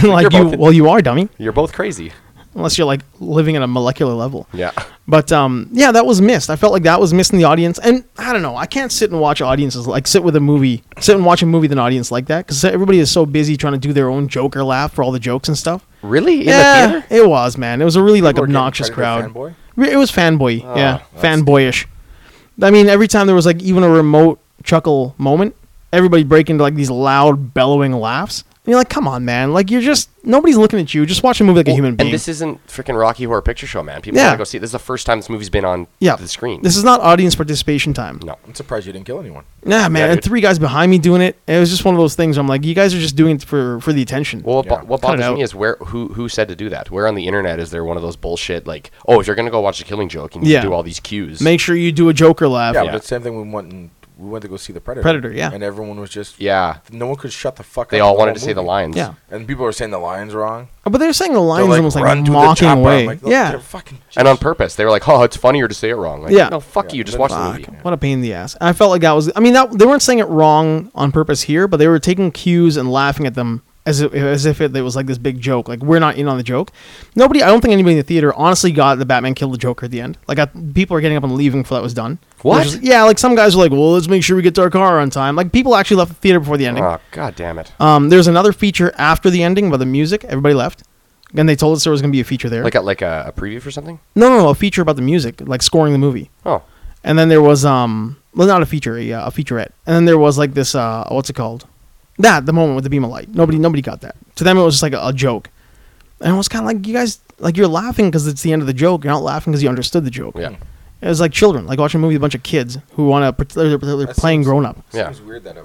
[LAUGHS]
like
You're
you,
both-
well, you are dummy.
you're both crazy.
unless you're like living at a molecular level.
Yeah,
But um, yeah, that was missed. I felt like that was missed in the audience, and I don't know. I can't sit and watch audiences like sit with a movie, sit and watch a movie with an audience like that because everybody is so busy trying to do their own Joker laugh for all the jokes and stuff.
really? In the
yeah,
theater?
it was man. It was a really like
People are getting
obnoxious crowd.
credited fanboy?
Re- It was fanboy,
Oh,
yeah,
that's-
fanboyish. I mean, every time there was like even a remote chuckle moment, everybody break into like these loud bellowing laughs, And you're like, come on, man. Like you're just nobody's looking at you. Just watch a movie like a
Well,
human being.
And this isn't freaking Rocky Horror Picture Show, man. People
Yeah.
gotta go see. It. This is the first time this movie's been on
yeah,
the screen.
This is not audience participation time.
no,
I'm surprised you didn't kill anyone.
Nah, man. and
dude.
three guys behind me doing it. It was just one of those things. I'm like, you guys are just doing it for for the attention.
Well, what, bo-
Yeah.
what
Cut it
bothers
out.
me is where who who said to do that? Where on the internet is there one of those bullshit like, oh, if you're gonna go watch The Killing Joke, you need
Yeah.
to do all these cues.
make sure you do a Joker laugh.
Yeah,
Oh, Yeah.
but it's the same thing. We went and we went to go see the Predator.
Predator, yeah.
And everyone was just
yeah,
No one could shut the fuck
they
up.
all
the
wanted
whole
to say the
movie.
lines.
Yeah.
And people were saying the lines wrong.
But they're saying the lines
They're like,
almost
"Run
like
to the
mocking
chopper." I'm
away.
like,
yeah.
they're fucking
And on
Jesus.
purpose, they were like, oh, it's funnier to say it wrong. Like,
Yeah.
No, fuck
Yeah,
you. Just
that's
watch
Fuck.
the movie.
What a pain in the ass. I felt like that was. I mean, that, they weren't saying it wrong on purpose here, but they were taking cues and laughing at them as if, as if it, it was like this big joke. Like we're not in on the joke. Nobody. I don't think anybody in the theater honestly got the Batman killed the Joker at the end. Like I, people are getting up and leaving before that was done.
What?
Which is- yeah, like some guys were like, "Well, let's make sure we get to our car on time." Like people actually left the theater before the ending.
Oh, god damn it.
Um, there's another feature after the ending, but the music, everybody left. And they told us there was going to be a feature there.
Like a, like a, a preview for something?
no, no, no, a feature about the music, like scoring the movie.
Oh,
And then there was um, well, not a feature, a, uh, a featurette. And then there was like this, uh, what's it called? That the moment with the beam of light. Nobody, nobody got that. To them, it was just like a, a joke. And it was kind of like you guys, like you're laughing because it's the end of the joke. You're not laughing because you understood the joke.
yeah.
It was like children, like watching a movie with a bunch of kids who want to, they're, they're
That
playing
seems-
grown up.
Yeah.
Seems weird that uh,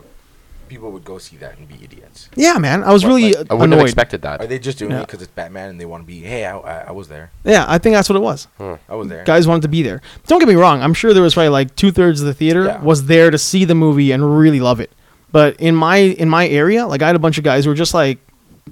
people would go see that and be idiots.
Yeah, man, I was
What,
really
like,
I wouldn't have
annoyed.
expected that.
Are they just doing it
Yeah.
'cause it because it's Batman and they want to be? Hey, I, I, I was there.
yeah, I think that's what it was.
Hmm.
I was there.
guys wanted to be there. Don't get me wrong. I'm sure there was probably like two thirds of the theater
Yeah.
was there to see the movie and really love it. But in my in my area, like I had a bunch of guys who were just like,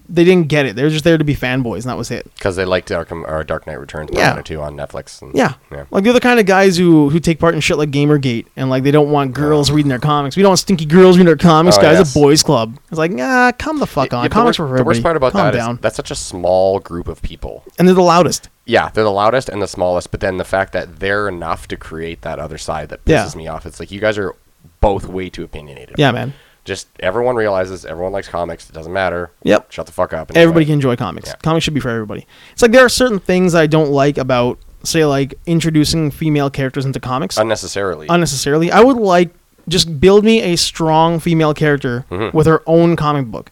they didn't get it. They were just there to be fanboys, and that was it.
Because they liked Dark, or Dark Knight Returns
Yeah.
Batman 2 on Netflix. And,
Yeah.
yeah.
like they're the kind of guys who who take part in shit like GamerGate, and like they don't want girls reading their comics. We don't want stinky girls reading their comics,
Oh,
guys.
yes.
A boys' club. It's like, nah, come the fuck
Yeah,
on.
but the
comics
wor-
were for
the worst
everybody.
part about
Calm
that is
down.
that's such a small group of people.
and they're the loudest.
Yeah, they're the loudest and the smallest, but then the fact that they're enough to create that other side that
Yeah.
pisses me off. It's like you guys are both way too opinionated.
Yeah, man.
Just everyone realizes everyone likes comics. It doesn't matter.
Yep.
Shut the fuck up. and
everybody
enjoy
can
it.
enjoy comics.
Yeah.
Comics should be for everybody. It's like there are certain things I don't like about, say, like introducing female characters into comics
unnecessarily.
unnecessarily. I would like just build me a strong female character with her own comic book.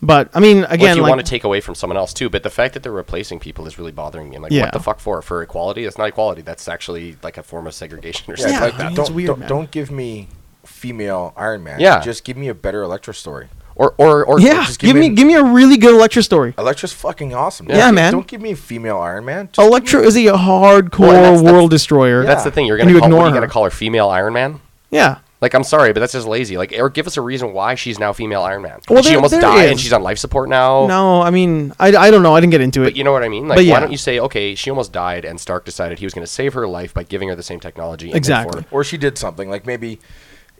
But I mean,
Mm-hmm. Well,
again,
if you
like
want to take away from someone else too, but the fact that they're replacing people is really bothering me. I'm like,
Yeah.
what the fuck for? For equality? That's not equality. That's actually like a form of segregation or
Yeah,
something
Yeah,
like
I mean,
that.
it's
don't,
weird,
don't,
man.
don't give me female Iron Man.
Yeah.
Just give me a better Electra story.
Or or or
yeah,
just
give
give
me
me-
give me a really good Electra story.
Electra's fucking awesome.
Yeah,
Don't-
man.
Don't give me female Iron Man. Just give
Electra
me-
is a hardcore
that's- that's-
world destroyer.
that's the thing. You're
And
gonna
you
call, what,
ignore
are you gonna
her.
call her female Iron Man?
yeah.
Like I'm sorry, but that's just lazy. Like, or give us a reason why she's now female Iron Man.
Well,
Did she
there-
almost
there
died
is.
and she's on life support now.
No, I mean, I, I don't know. I didn't get into it.
Oh. But you know what I mean? Like,
But yeah.
why don't you say, okay, she almost died, and Stark decided he was going to save her life by giving her the same technology. and then
Exactly.
forward.
or she did something like maybe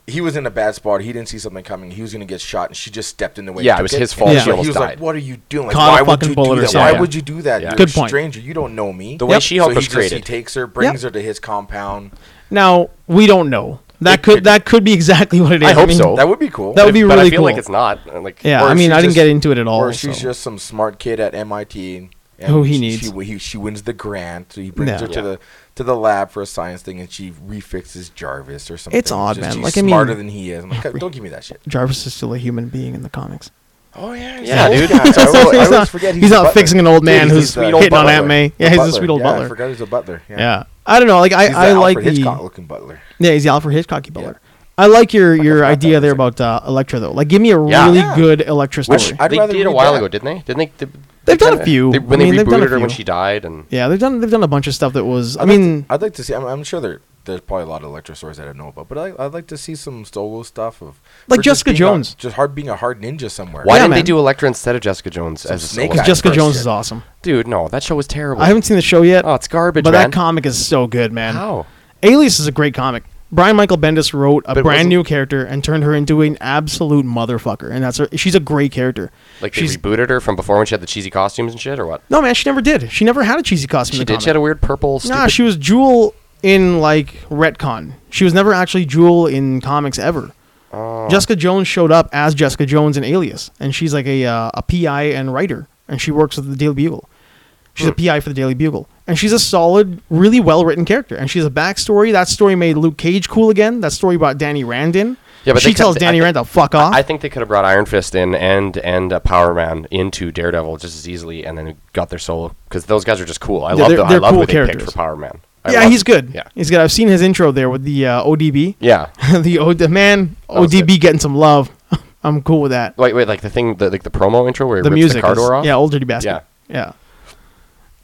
he was in a bad spot. He didn't see something coming. He was going to get shot, and she just stepped in the way.
Yeah,
and
it
took
was his fault.
Yeah.
But
She
he
almost
was
died.
like, "What are you doing? Like,
Caught a
why would
fucking
you
bullet
do
or
that?
something.
Why
Yeah.
would you do that?
Yeah.
You're
Good
a
point.
stranger. You don't know me."
The way
Yep.
She-Hulk
so
was
he just, he
created.
takes her, brings her to his compound.
now we don't know. That
It
could
could-
that could be [LAUGHS] exactly what it is.
I hope
mean,
so.
That would be cool.
That would be
but
really
I feel like
cool.
it's not. uh, Like,
Yeah,
Or
I mean,
she
I didn't
just-
get into it at all.
or she's
so.
just some smart kid at MIT. And
Who he
she-
needs.
She, wi- he- she wins the grant. So he brings
Yeah.
her to
Yeah.
the to the lab for a science thing, and she refixes Jarvis or something.
odd,
Just-
man.
She's
Like, I mean-
smarter than he is. I'm like, don't give me that shit.
Jarvis is still a human being in the comics.
Oh yeah,
Yeah,
an old
dude.
guy.
[LAUGHS]
I always- I always
He's not-
forget
he's not
a butler.
fixing an old man
he's a
who's
sweet
hitting on
butler.
Aunt May.
The
Yeah, he's a
butler.
sweet old
Yeah,
butler.
I forgot he's a butler. Yeah,
Yeah. I don't know. Like
He's the
I, I like
Alfred
the
Hitchcock looking butler.
yeah, he's the Alfred Hitchcock butler. I like your your
forgot
idea
that
there
was
about uh, Electra though. Like, give me a
Yeah.
really
Yeah.
good Electra story.
which
I'd
they
rather
did a
read
while
that.
ago, didn't they? Didn't they? they
They've done a
kinda-
few.
they- when
I mean,
they
they've done a
rebooted her when
few.
she died, and
yeah, they've done they've done a bunch of stuff that was. I
I'd like
mean,
to- I'd like to see. I'm, I'm sure there there's probably a lot of Electra stories that I know about, but I, I'd like to see some solo stuff of
Like
her just
Jessica
being a-
Jones.
just hard being a hard ninja somewhere.
why
Yeah,
didn't
man.
they do Elektra instead of Jessica Jones as a
snake
solo?
because
guy
Jessica
first
Jones
did.
is awesome.
Dude, no, that show was terrible.
I haven't seen the show yet.
Oh, it's garbage,
but
man.
that comic is so good, man.
How?
Alias is a great comic. Brian Michael Bendis wrote a
But it
brand
wasn't-
new character and turned her into an absolute motherfucker, and that's her. She's a great character.
like they
she's
rebooted her from before when she had the cheesy costumes and shit, or what?
no man. She never did. She never had a cheesy costume. in
She
the
did.
comic.
She had a weird purple. Stupid,
Nah, she was Jewel in like retcon. She was never actually Jewel in comics ever.
Oh.
Jessica Jones showed up as Jessica Jones in Alias, and she's like a uh, a PI and writer, and she works with the Daily Bugle.
Hmm.
She's a PI for the Daily Bugle, and she's a solid, really well written character. And she has a backstory. That story made Luke Cage cool again. That story brought Danny Rand in.
Yeah, but they
she
could-
tells
I
Danny
think-
Rand to fuck off.
I think they could have brought Iron Fist in and and uh, Power Man into Daredevil just as easily, and then got their solo because those guys are just cool. I
Yeah,
love
they're-
the, I
they're
love
cool
who they picked
characters.
for Power Man. I
yeah,
love-
he's good.
Yeah,
he's good. I've seen his intro there with the uh, ODB,
yeah.
[LAUGHS] the O the man
That was
ODB getting some love. [LAUGHS] I'm cool with that.
Wait, wait, like the thing, the, like the promo intro where he
the
rips
music,
the car
is-
door off.
yeah, old dirty bastard, yeah,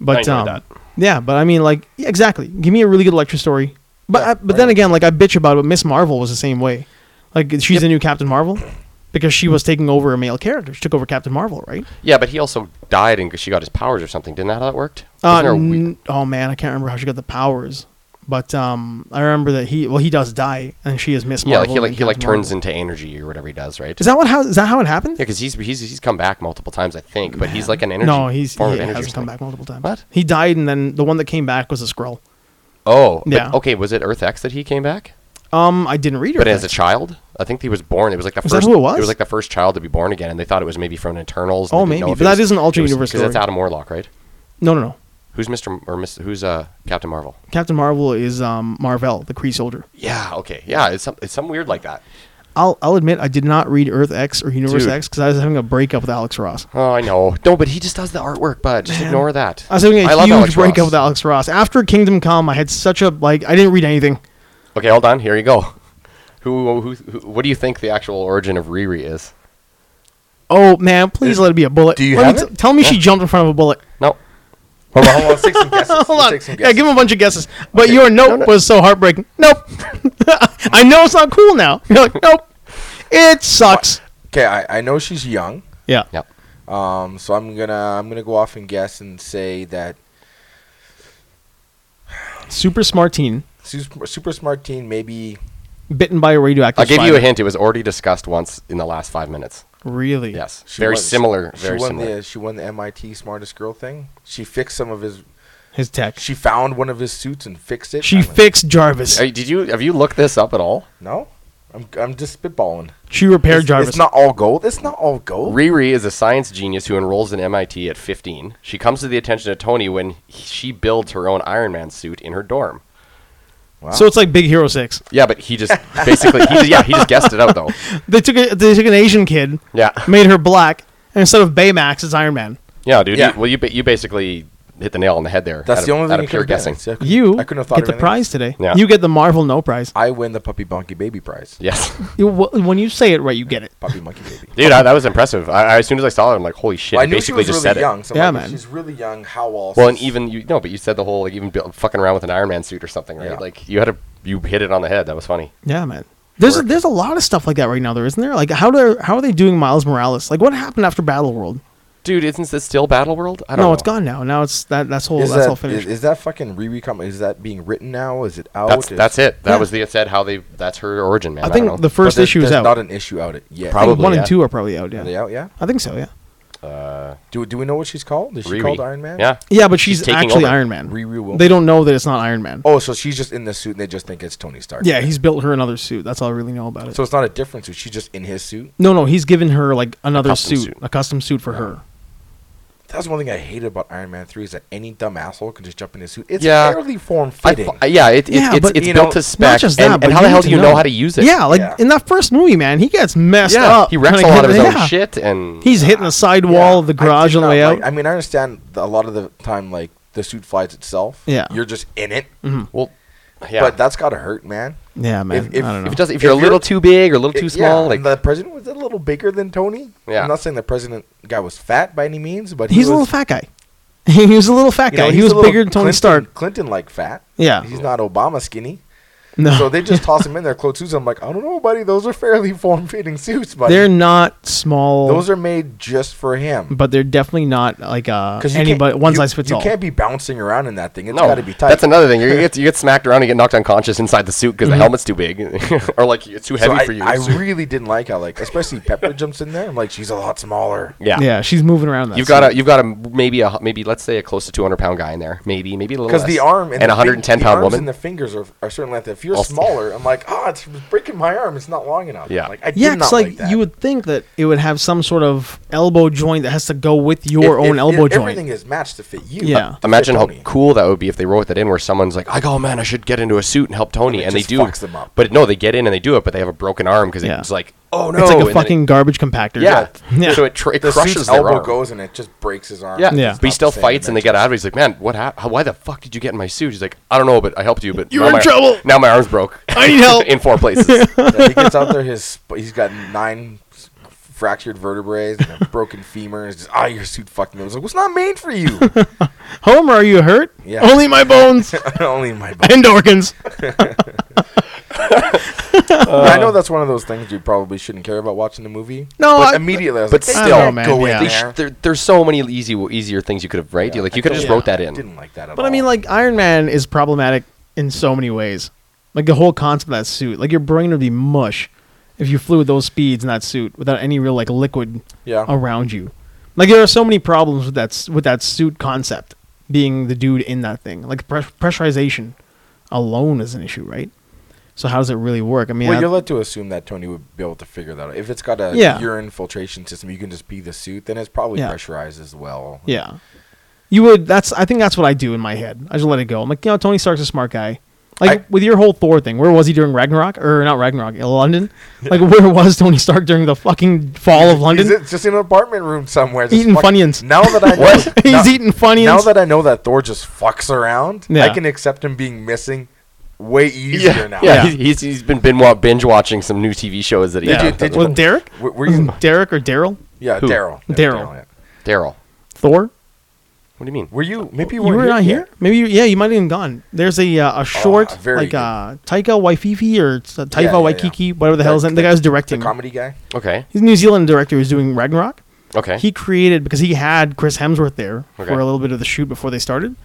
But
enjoyed
um,
that.
yeah, but I mean, like, yeah, exactly. Give me a really good Electra story. But
Yeah,
I, but then
right.
again, like I bitch about it. But Miss Marvel was the same way. Like she's the new Captain Marvel because she was taking over a male character. She took over Captain Marvel, right?
yeah, but he also died and she got his powers or something. Didn't that how that worked?
Uh,
Wasn't there a we-
n- oh man, I can't remember how she got the powers. But um, I remember that he well he does die and she is Miss
yeah,
Marvel.
like he like
and
he like
Captain
turns
Marvel.
into energy or whatever he does, right?
Is that what how is that how it happened?
Yeah, because he's he's he's come back multiple times, I think. But he's like an energy.
no, he's
form of
he
energy or
has come
something.
back multiple times.
What?
He died and then the one that came back was a Skrull.
Oh, but-
Yeah.
okay, was it Earth X that he came back?
Um, I didn't read her.
But as a child, I think he was born. It was like the
Was that
first.
who it was?
like the first child to be born again, and they thought it was maybe from Eternals. and
Oh,
they didn't
maybe,
know if
but
it
that
was-
is an alternate
it was-
universe
that's
story.
Adam Warlock, right?
no, no, no.
Who's Mister M- or Miss? Who's uh Captain Marvel?
Captain Marvel is um Marvel, the Kree soldier.
Yeah. Okay. Yeah. It's some. It's some weird like that.
I'll I'll admit I did not read Earth X or Universe
Dude.
X because I was having a breakup with Alex Ross.
Oh, I know. No, but he just does the artwork. But just ignore that.
I was having a
love
huge
Alex
breakup
Ross.
with Alex Ross after Kingdom Come. I had such a like I didn't read anything.
Okay, hold on. Here you go. Who, who, who? What do you think the actual origin of Riri is?
Oh man, please let it be a bullet.
do you
Let me
have
t- tell me she jumped in front of a bullet.
No.
Hold on, hold on.
[LAUGHS]
Let's take some guesses.
Hold
Let's
on,
take some
yeah,
guesses.
give him a bunch of guesses. But your nope
no.
was so heartbreaking. Nope. [LAUGHS] I know it's not cool now. You're like nope. It sucks.
okay, I, I know she's young.
Yeah.
Yep.
Um, so I'm gonna I'm gonna go off and guess and say that
Super smart teen
super, super smart teen maybe
bitten by a radioactive.
I'll give
spider.
you a hint. It was already discussed once in the last five minutes.
Really?
Yes.
she
very
won-
similar.
She
Very
won
similar.
the she won the MIT smartest girl thing. She fixed some of his.
His tech. She,
She found one of his suits and fixed it. I'm like,
fixed Jarvis.
Hey, did you have you looked this up at all?
no, I'm I'm just spitballing.
She repaired
It's,
Jarvis.
it's not all gold. It's not all gold.
Riri is a science genius who enrolls in MIT at 15. She comes to the attention of Tony when he- she builds her own Iron Man suit in her dorm.
Wow.
So it's like Big Hero Six.
Yeah, but he just basically, he just, yeah, he just guessed it out
[LAUGHS]
though.
They took a, they took an Asian kid,
Yeah,
made her black, and instead of Baymax, it's Iron Man.
yeah, dude.
Yeah.
You, well, you ba- you basically hit the nail on the head there.
that's
out
the
of-
only
out
thing
of
I
pure
could
guessing.
You
I couldn't have thought
get
of
the
anything Ah.
prize today.
Yeah.
You get the Marvel No Prize.
I win the puppy monkey baby prize.
[LAUGHS] Yes,
You- wh- when you say it right, you get it.
Puppy monkey
[LAUGHS]
baby.
dude, I, that was impressive. I, I, as soon as I saw it, I'm like, holy shit!
Well, I
he
knew she
basically
was
just
really
said
young.
it.
So
Yeah,
yeah, man.
man.
She's really young. How else?
Well, and
is-
even you no, but you said the whole like even build, fucking around with an Iron Man suit or something, right?
Yeah.
Like you had a you hit it on the head. That was funny.
Yeah, man. There's a, there's a lot of stuff like that right now, there isn't there? Like how do how are they doing Miles Morales? Like what happened after Battle World?
Dude, isn't this still Battle World? I don't
No,
know.
it's gone now. Now it's that that's whole
is
that's
that,
all finished.
Is, is that fucking Riri coming? Is that being written now? Is it out?
That's
Is-
that's it. That
Yeah.
was the it said how they that's her origin, man.
I
I,
think
don't know.
the first
but there's-
issue is
there's
out.
Not an issue out it
I
yet.
think
Probably,
one
yeah.
and two are probably out. Yeah,
Are they out? Yeah.
I think so. Yeah,
Do do we know what she's called? Is she
Riri.
called Iron Man?
Yeah.
yeah, but she's,
taking
actually
over.
Iron Man.
Riri Wilson.
They don't know that it's not Iron Man.
Oh, so she's just in the suit and they just think it's Tony Stark.
Yeah, he's built her another suit. That's all I really know about it.
So it's not a different suit. She's just in his suit.
no, no, he's given her like another
custom
suit,
suit.
a custom suit for her.
That's one thing I hated about Iron Man three is that any dumb asshole can just jump in his suit. It's
Yeah.
fairly form
I,
fitting.
I- yeah, it, it,
Yeah,
it's,
but,
it's
you
built
know,
to
not
spec.
Not just
and-
that,
and,
but
how the
need
hell
to
do you know. how to use it?
Yeah, like
Yeah.
in that first movie, man, he gets messed
yeah.
up.
he wrecks a
when it
lot of his
comes-
own
yeah.
shit, and
He's hitting the side wall of the garage on the way out.
I mean, I understand the, a lot of the time like the suit flies itself.
Yeah. Mm-hmm.
You're just in it.
well, yeah.
But that's gotta hurt, man.
yeah, man.
if-
I don't know.
if it does, if you're a
if
little
you're-
too big or a little
It-
too
yeah,
small, like
and the president was a little bigger than Tony.
Yeah.
I'm not saying the president guy was fat by any means, but he
he's
was,
a little fat guy. [LAUGHS] he was a little fat
you
guy.
know,
he
he's
was
a little
bigger than Tony
Clinton-
[LAUGHS]
Stark.
Clinton like fat.
Yeah.
He's not Obama skinny.
No,
So
[LAUGHS]
they just toss him in their clothes suits. I'm like, I don't know, buddy. Those are fairly [LAUGHS] form fitting suits, buddy.
they're not small.
Those are made just for him.
but they're definitely not like uh
you can't-
anybody one
you-
size fits
you
all.
can't be bouncing around in that thing. It's
no,
got to be tight.
that's another thing. You get you get smacked around and get knocked unconscious inside the suit because the helmet's too big, [LAUGHS] or like it's too
So
heavy
I,
for you.
I really didn't like how, like, especially Pepper jumps in there. I'm like, she's a lot smaller.
yeah,
Yeah, she's moving around. That
You've
suit.
got a, you've got a maybe a maybe let's say a close to 200 pound guy in there, maybe maybe a little
Because
less.
the arm and,
and
the
a
fin-
110
the
pound
arms
woman.
and the fingers are, are certainly at the if you're
I'll-
smaller, I'm like, oh, it's breaking my arm. It's not long enough.
Yeah.
Like I
Yeah,
did
it's
not
like,
like, that.
you would think that it would have some sort of elbow joint that has to go with your
If-
own
if-
elbow
if
joint.
Everything is matched to fit you.
Yeah.
to fit
Imagine how
Tony.
cool that would be if they wrote that in where someone's like, like, oh man, I should get into a suit and help Tony.
And it
And, they
just
do.
fucks them up.
But no, they get in and they do it, but they have a broken arm because
Yeah.
it's like, oh
It's
no. and
like
then
a
it-
fucking garbage compactor.
[LAUGHS] yeah.
yeah.
So it, tr- it
the
crushes
crushes
their
elbow
arm.
goes and it just breaks his arm.
Yeah.
Yeah.
[LAUGHS]
But he still fights and they get out of it. He's like, man, what happened? Why the fuck did you get in my suit? He's like, I don't know, but I helped you. But
You
now
were in
my-
trouble.
Now my arm's broke.
I need help.
[LAUGHS] in
[LAUGHS]
four places.
get. he gets out there. His sp- he's got nine s- fractured vertebrae, and
[LAUGHS]
a broken femur. It's just, ah, your suit fucked me. I was like, what's not made
[LAUGHS]
for you?
[LAUGHS]
[LAUGHS]
Homer, are you hurt?
Yeah.
Only my
[LAUGHS]
bones
Only in my.
and organs.
I know that's one of those things you probably shouldn't care about watching the movie.
No,
but
I-
immediately I was
but
like,
still,
"Ah,
man,
go in
yeah.
They
there.
sh- there, there's so many easy, easier things you could have, right?
Yeah,
You're like
I
you could have
don't-
just wrote that in.
Didn't like that at
But
all.
I mean, like Iron Man is problematic in so many ways. Like the whole concept of that suit, like your brain would be mush if you flew at those speeds in that suit without any real like liquid
Yeah.
around you. Like there are so many problems with that s- with that suit concept being the dude in that thing. Like pres- pressurization alone is an issue, right? So how does it really work? I mean,
well,
I-
you're led to assume that Tony would be able to figure that out. If it's got a
Yeah.
urine filtration system, you can just be the suit. Then it's probably
Yeah.
pressurized as well.
yeah, you would. That's I think that's what I do in my head. I just let it go. I'm like, you know, Tony Stark's a smart guy. Like
I-
with your whole Thor thing, where was he during Ragnarok or not Ragnarok? In
[LAUGHS]
London. Like where was Tony Stark during the fucking fall of London?
Is it just in an apartment room somewhere? just
Eating
fucking-
Funyuns.
Now
[LAUGHS]
that I know,
He's
now,
eating Funyuns.
Now that I know that Thor just fucks around, I
Yeah.
can accept him being missing way easier
Yeah,
now.
yeah.
Yeah.
He's, he's been bin- wa- binge watching some new TV shows that he
yeah.
did you-
with Derek,
Were, were you?
Derek or Daryl,
Yeah,
Who?
Daryl. Yeah,
Daryl.
yeah.
Daryl.
Thor.
What do you mean?
Were you? Maybe you,
you
weren't
were
here
not
yet.
here. Maybe you, yeah, you might have even gone. There's a uh, a short
Oh, very
like
good.
uh, Taika Waititi or s- Taika
yeah, yeah.
Waikiki, whatever the hell's
The-
name. The guy's
The
directing.
comedy guy.
Okay.
He's a New Zealand director who's doing Ragnarok.
Okay.
He created because he had Chris Hemsworth there
Okay.
for a little bit of the shoot before they started,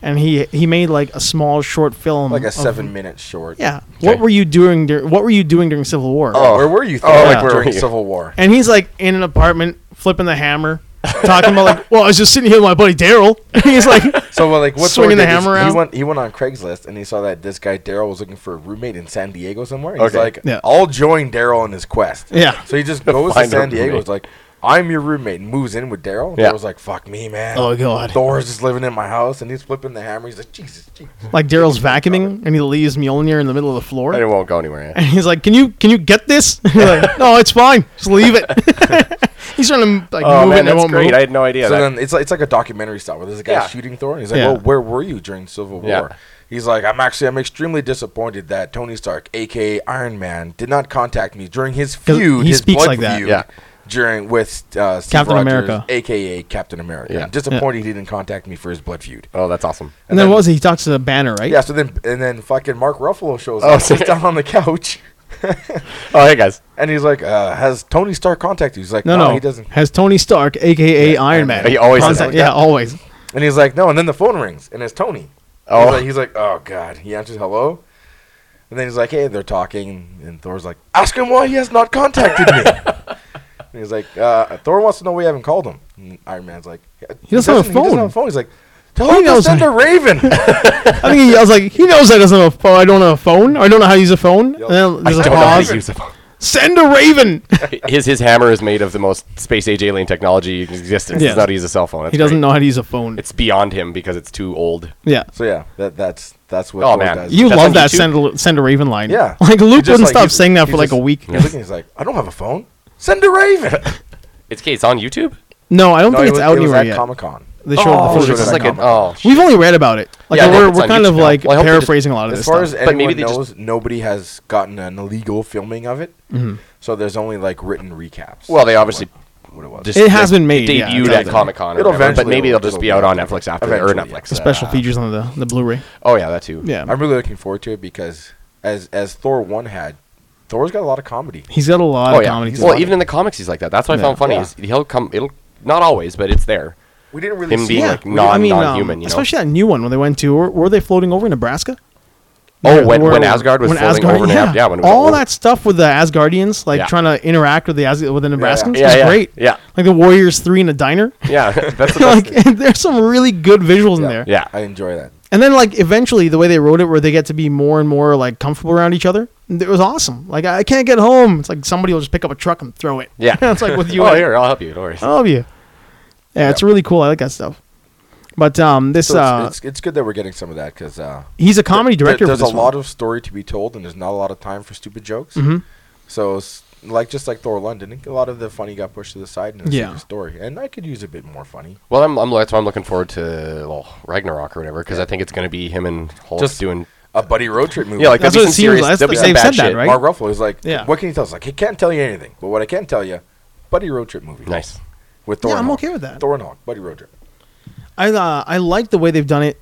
and he he made like a small short film,
like a
of-
seven-minute short.
Oh. Yeah.
Okay.
What were you doing? Dur- what were you doing during Civil War?
Oh, where were you?
Oh,
like
yeah.
we're during
Yeah.
Civil War.
And he's like in an apartment flipping the hammer, talking about like, well, I was just sitting here with my buddy Daryl. [LAUGHS] he's like,
So well, like what's
Swinging
Thor
the
did is
hammer
He
out.
went he went on Craigslist and he saw that this guy Daryl was looking for a roommate in San Diego somewhere. He's
Okay.
like,
Yeah.
I'll join Daryl in his quest.
Yeah.
So he just goes to
Find a
San Diego.
roommate.
He's like, I'm your roommate and moves in with Daryl.
Yeah.
Daryl's like, fuck me, man.
oh god,
Thor's just living in my house and he's flipping the hammer. He's like, Jesus, Jesus.
like Daryl's vacuuming and he leaves Mjolnir in the middle of the floor.
And it won't go anywhere.
And he's like, "Can you can you get this?" [LAUGHS] And you're like, "No, it's fine. Just leave it." [LAUGHS] he's trying to like
oh
move
man,
it. And it
that's
won't
great.
move.
I had no idea.
so
that-
then it's like, it's like a documentary style where there's a guy
Yeah.
shooting Thor. And he's like,
Yeah.
well, where were you during Civil War?
Yeah.
He's like, I'm actually, I'm extremely disappointed that Tony Stark, aka Iron Man, did not contact me during his
'Cause
feud.
he
his
speaks
blood
like that.
feud
Yeah.
During with uh, Steve
Captain
Rogers,
America.
aka Captain America.
Yeah.
I'm disappointed he didn't contact me for his blood feud.
oh, that's awesome.
and then what was it? He talks to the banner, right?
Yeah. So then, and then fucking Mark Ruffalo shows
Oh,
up, sits down on the couch,
Oh, hey guys.
and he's like, uh, "Has Tony Stark contacted you?" He's like,
No,
"No,
no.
he doesn't."
Has Tony Stark, aka
Yeah,
Iron Man.
He always says
Constant-
that.
yeah, always.
And he's like, no. And then the phone rings, and it's Tony.
Oh.
He's like, he's like, oh god. He answers, hello. And then he's like, hey, they're talking, and Thor's like, ask him why he has not contacted me.
[LAUGHS]
and he's like, uh, Thor wants to know why you haven't called him. And Iron Man's like, he
doesn't have a
He doesn't
phone."
have a phone. He's like, tell
He
him to
knows
send
I-
a raven.
[LAUGHS] I think he yells like, "He knows I doesn't have a phone. I don't have a phone. Or I don't know how to use a phone." And then there's a
Don't know how to
pause.
use a phone. [LAUGHS]
Send a raven.
His his hammer is made of the most space age alien technology in existence.
Yeah.
It's not to use a cell phone. That's
he doesn't
great.
know how to use a phone.
It's beyond him because it's too old.
yeah.
so yeah, that that's that's what.
Oh,
Thor
man.
does.
You
That's on
love that
YouTube.
send a, send a raven line.
yeah.
[LAUGHS] Like
He
Luke
just,
wouldn't
like,
stop
he's-
saying that
he
for like
just-
a week.
He's looking. He's like, I don't have a phone. Send
[LAUGHS]
a raven.
It's okay. It's on YouTube.
No, I don't
No,
think
it
it's
was-
out
it was
anywhere
at
yet.
Comic Con.
They showed the
Oh,
full
so
it's
it's
like
like
an
an-
oh. shit.
We've only read about it. Like
Yeah, I know
we're,
it's
we're
on
kind
YouTube
of
now.
like
Well, I hope they just-
paraphrasing a lot of
as
this
far
stuff.
as
But
anyone
maybe they
knows, nobody has gotten an illegal filming of it. So there's only like written recaps.
Mm-hmm. Well, they obviously
What- what it was.
just,
It has been made, yeah,
Debuted
it's out
at
there.
Comic Con.
It'll
But
eventually-
maybe they'll just
it'll
be out on
be-
Netflix after or
eventually, yeah.
Netflix.
the special
uh,
features on the, the Blu-ray.
Oh yeah, that too.
Yeah,
I'm really looking forward to it because as as Thor one had, Thor's got a lot of comedy.
he's got a lot
Oh
of
yeah.
comedy.
well,
too.
even in the comics, he's like that. That's what I
Yeah.
found funny.
Yeah.
Is he'll come. It'll not always, but it's there.
We didn't really
Him
see
being
it.
like non non-human.
um,
you know?
especially that new one when they went to were, were they floating over Nebraska?
Oh,
Where-
when,
where-
when Asgard was
when
floating
Asgard-
over and
yeah,
up, yeah, when it was
all
over-
that stuff with the Asgardians, like
Yeah.
trying to interact with the As- with the Nebraskans,
yeah,
was
yeah,
great.
yeah.
like the Warriors three in a diner. [LAUGHS]
yeah, [LAUGHS] that's the best.
like, there's some really good visuals in there.
Yeah.
I enjoy that.
And then like eventually the way they wrote it, where they get to be more and more like comfortable around each other, it was awesome. Like I I can't get home. It's like somebody will just pick up a truck and throw it.
Yeah.
[LAUGHS] it's like with you.
[LAUGHS] oh,
and- Uh.
here, I'll help you. Don't worry.
I love you. Yeah, it's really cool. I like that stuff. But um, this
So
uh,
it's, it's, it's good that we're getting some of that because uh,
he's a comedy
there-
director.
there's
for this
a lot of story to be told, and there's not a lot of time for stupid jokes.
Mhm.
So, it's like just like Thor London, a lot of the funny got pushed to the side in the
Yeah.
stupid story, and I could use a bit more funny.
Well, I'm, I'm that's why I'm looking forward to well, Ragnarok or whatever because I think it's going to be him and Hulk
Just-
doing
A buddy road trip movie.
yeah, like
That's
there'll
what
be
it
some
seems
serious,
like. That's
there'll be
what
some
they've
bad
said that,
shit.
right?
Mark Ruffalo is like,
Yeah.
what can he tell us? Like, he can't tell you anything, but what I can tell you, buddy road trip movie.
Nice.
With Thor.
Yeah,
and
I'm
Hulk.
okay with that.
Thor and Hulk, buddy road trip.
I uh, I like the way they've done it.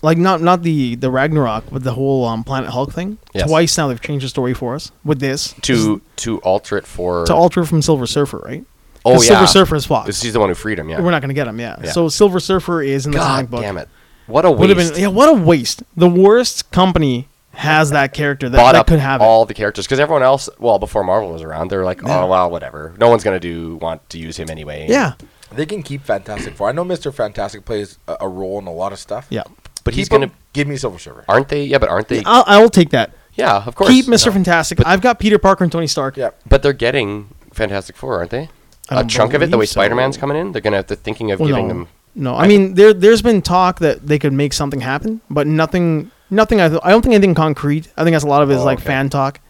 Like not not the the Ragnarok, but the whole um, Planet Hulk thing.
Yes.
Twice now they've changed the story for us with this
To to alter it for
to alter from Silver Surfer, right?
oh
'Cause
yeah
Silver Surfer is Fox.
She's the one who freed him. Yeah.
We're not going to get him, yeah.
Yeah.
So Silver Surfer is in the comic
God
book.
damn it! What a
Would
waste.
have been yeah. What a waste. The worst company has that character that,
bought
that
up
could have it.
all the characters because everyone else, well, before Marvel was around, they were like,
Yeah.
oh well, whatever. No one's gonna do want to use him anyway.
Yeah,
They can keep Fantastic Four. I know Mr. Fantastic plays a, a role in a lot of stuff.
yeah.
but he's
Keep him.
gonna.
give me Silver Surfer.
Aren't they? Yeah, but aren't they?
I'll, I'll take that.
yeah, of course.
Keep Mr.
No.
Fantastic. I've got Peter Parker and Tony Stark.
Yeah.
But they're getting Fantastic Four, aren't they?
I
A
don't
chunk of it, the way
believe so.
Spider Man's coming in, they're gonna have to thinking of
Well,
giving
no.
them.
No, I mean there. There's been talk that they could make something happen, but nothing. Nothing. I, th- I don't think anything concrete. I think that's a lot of it is
Oh,
like
okay.
fan talk.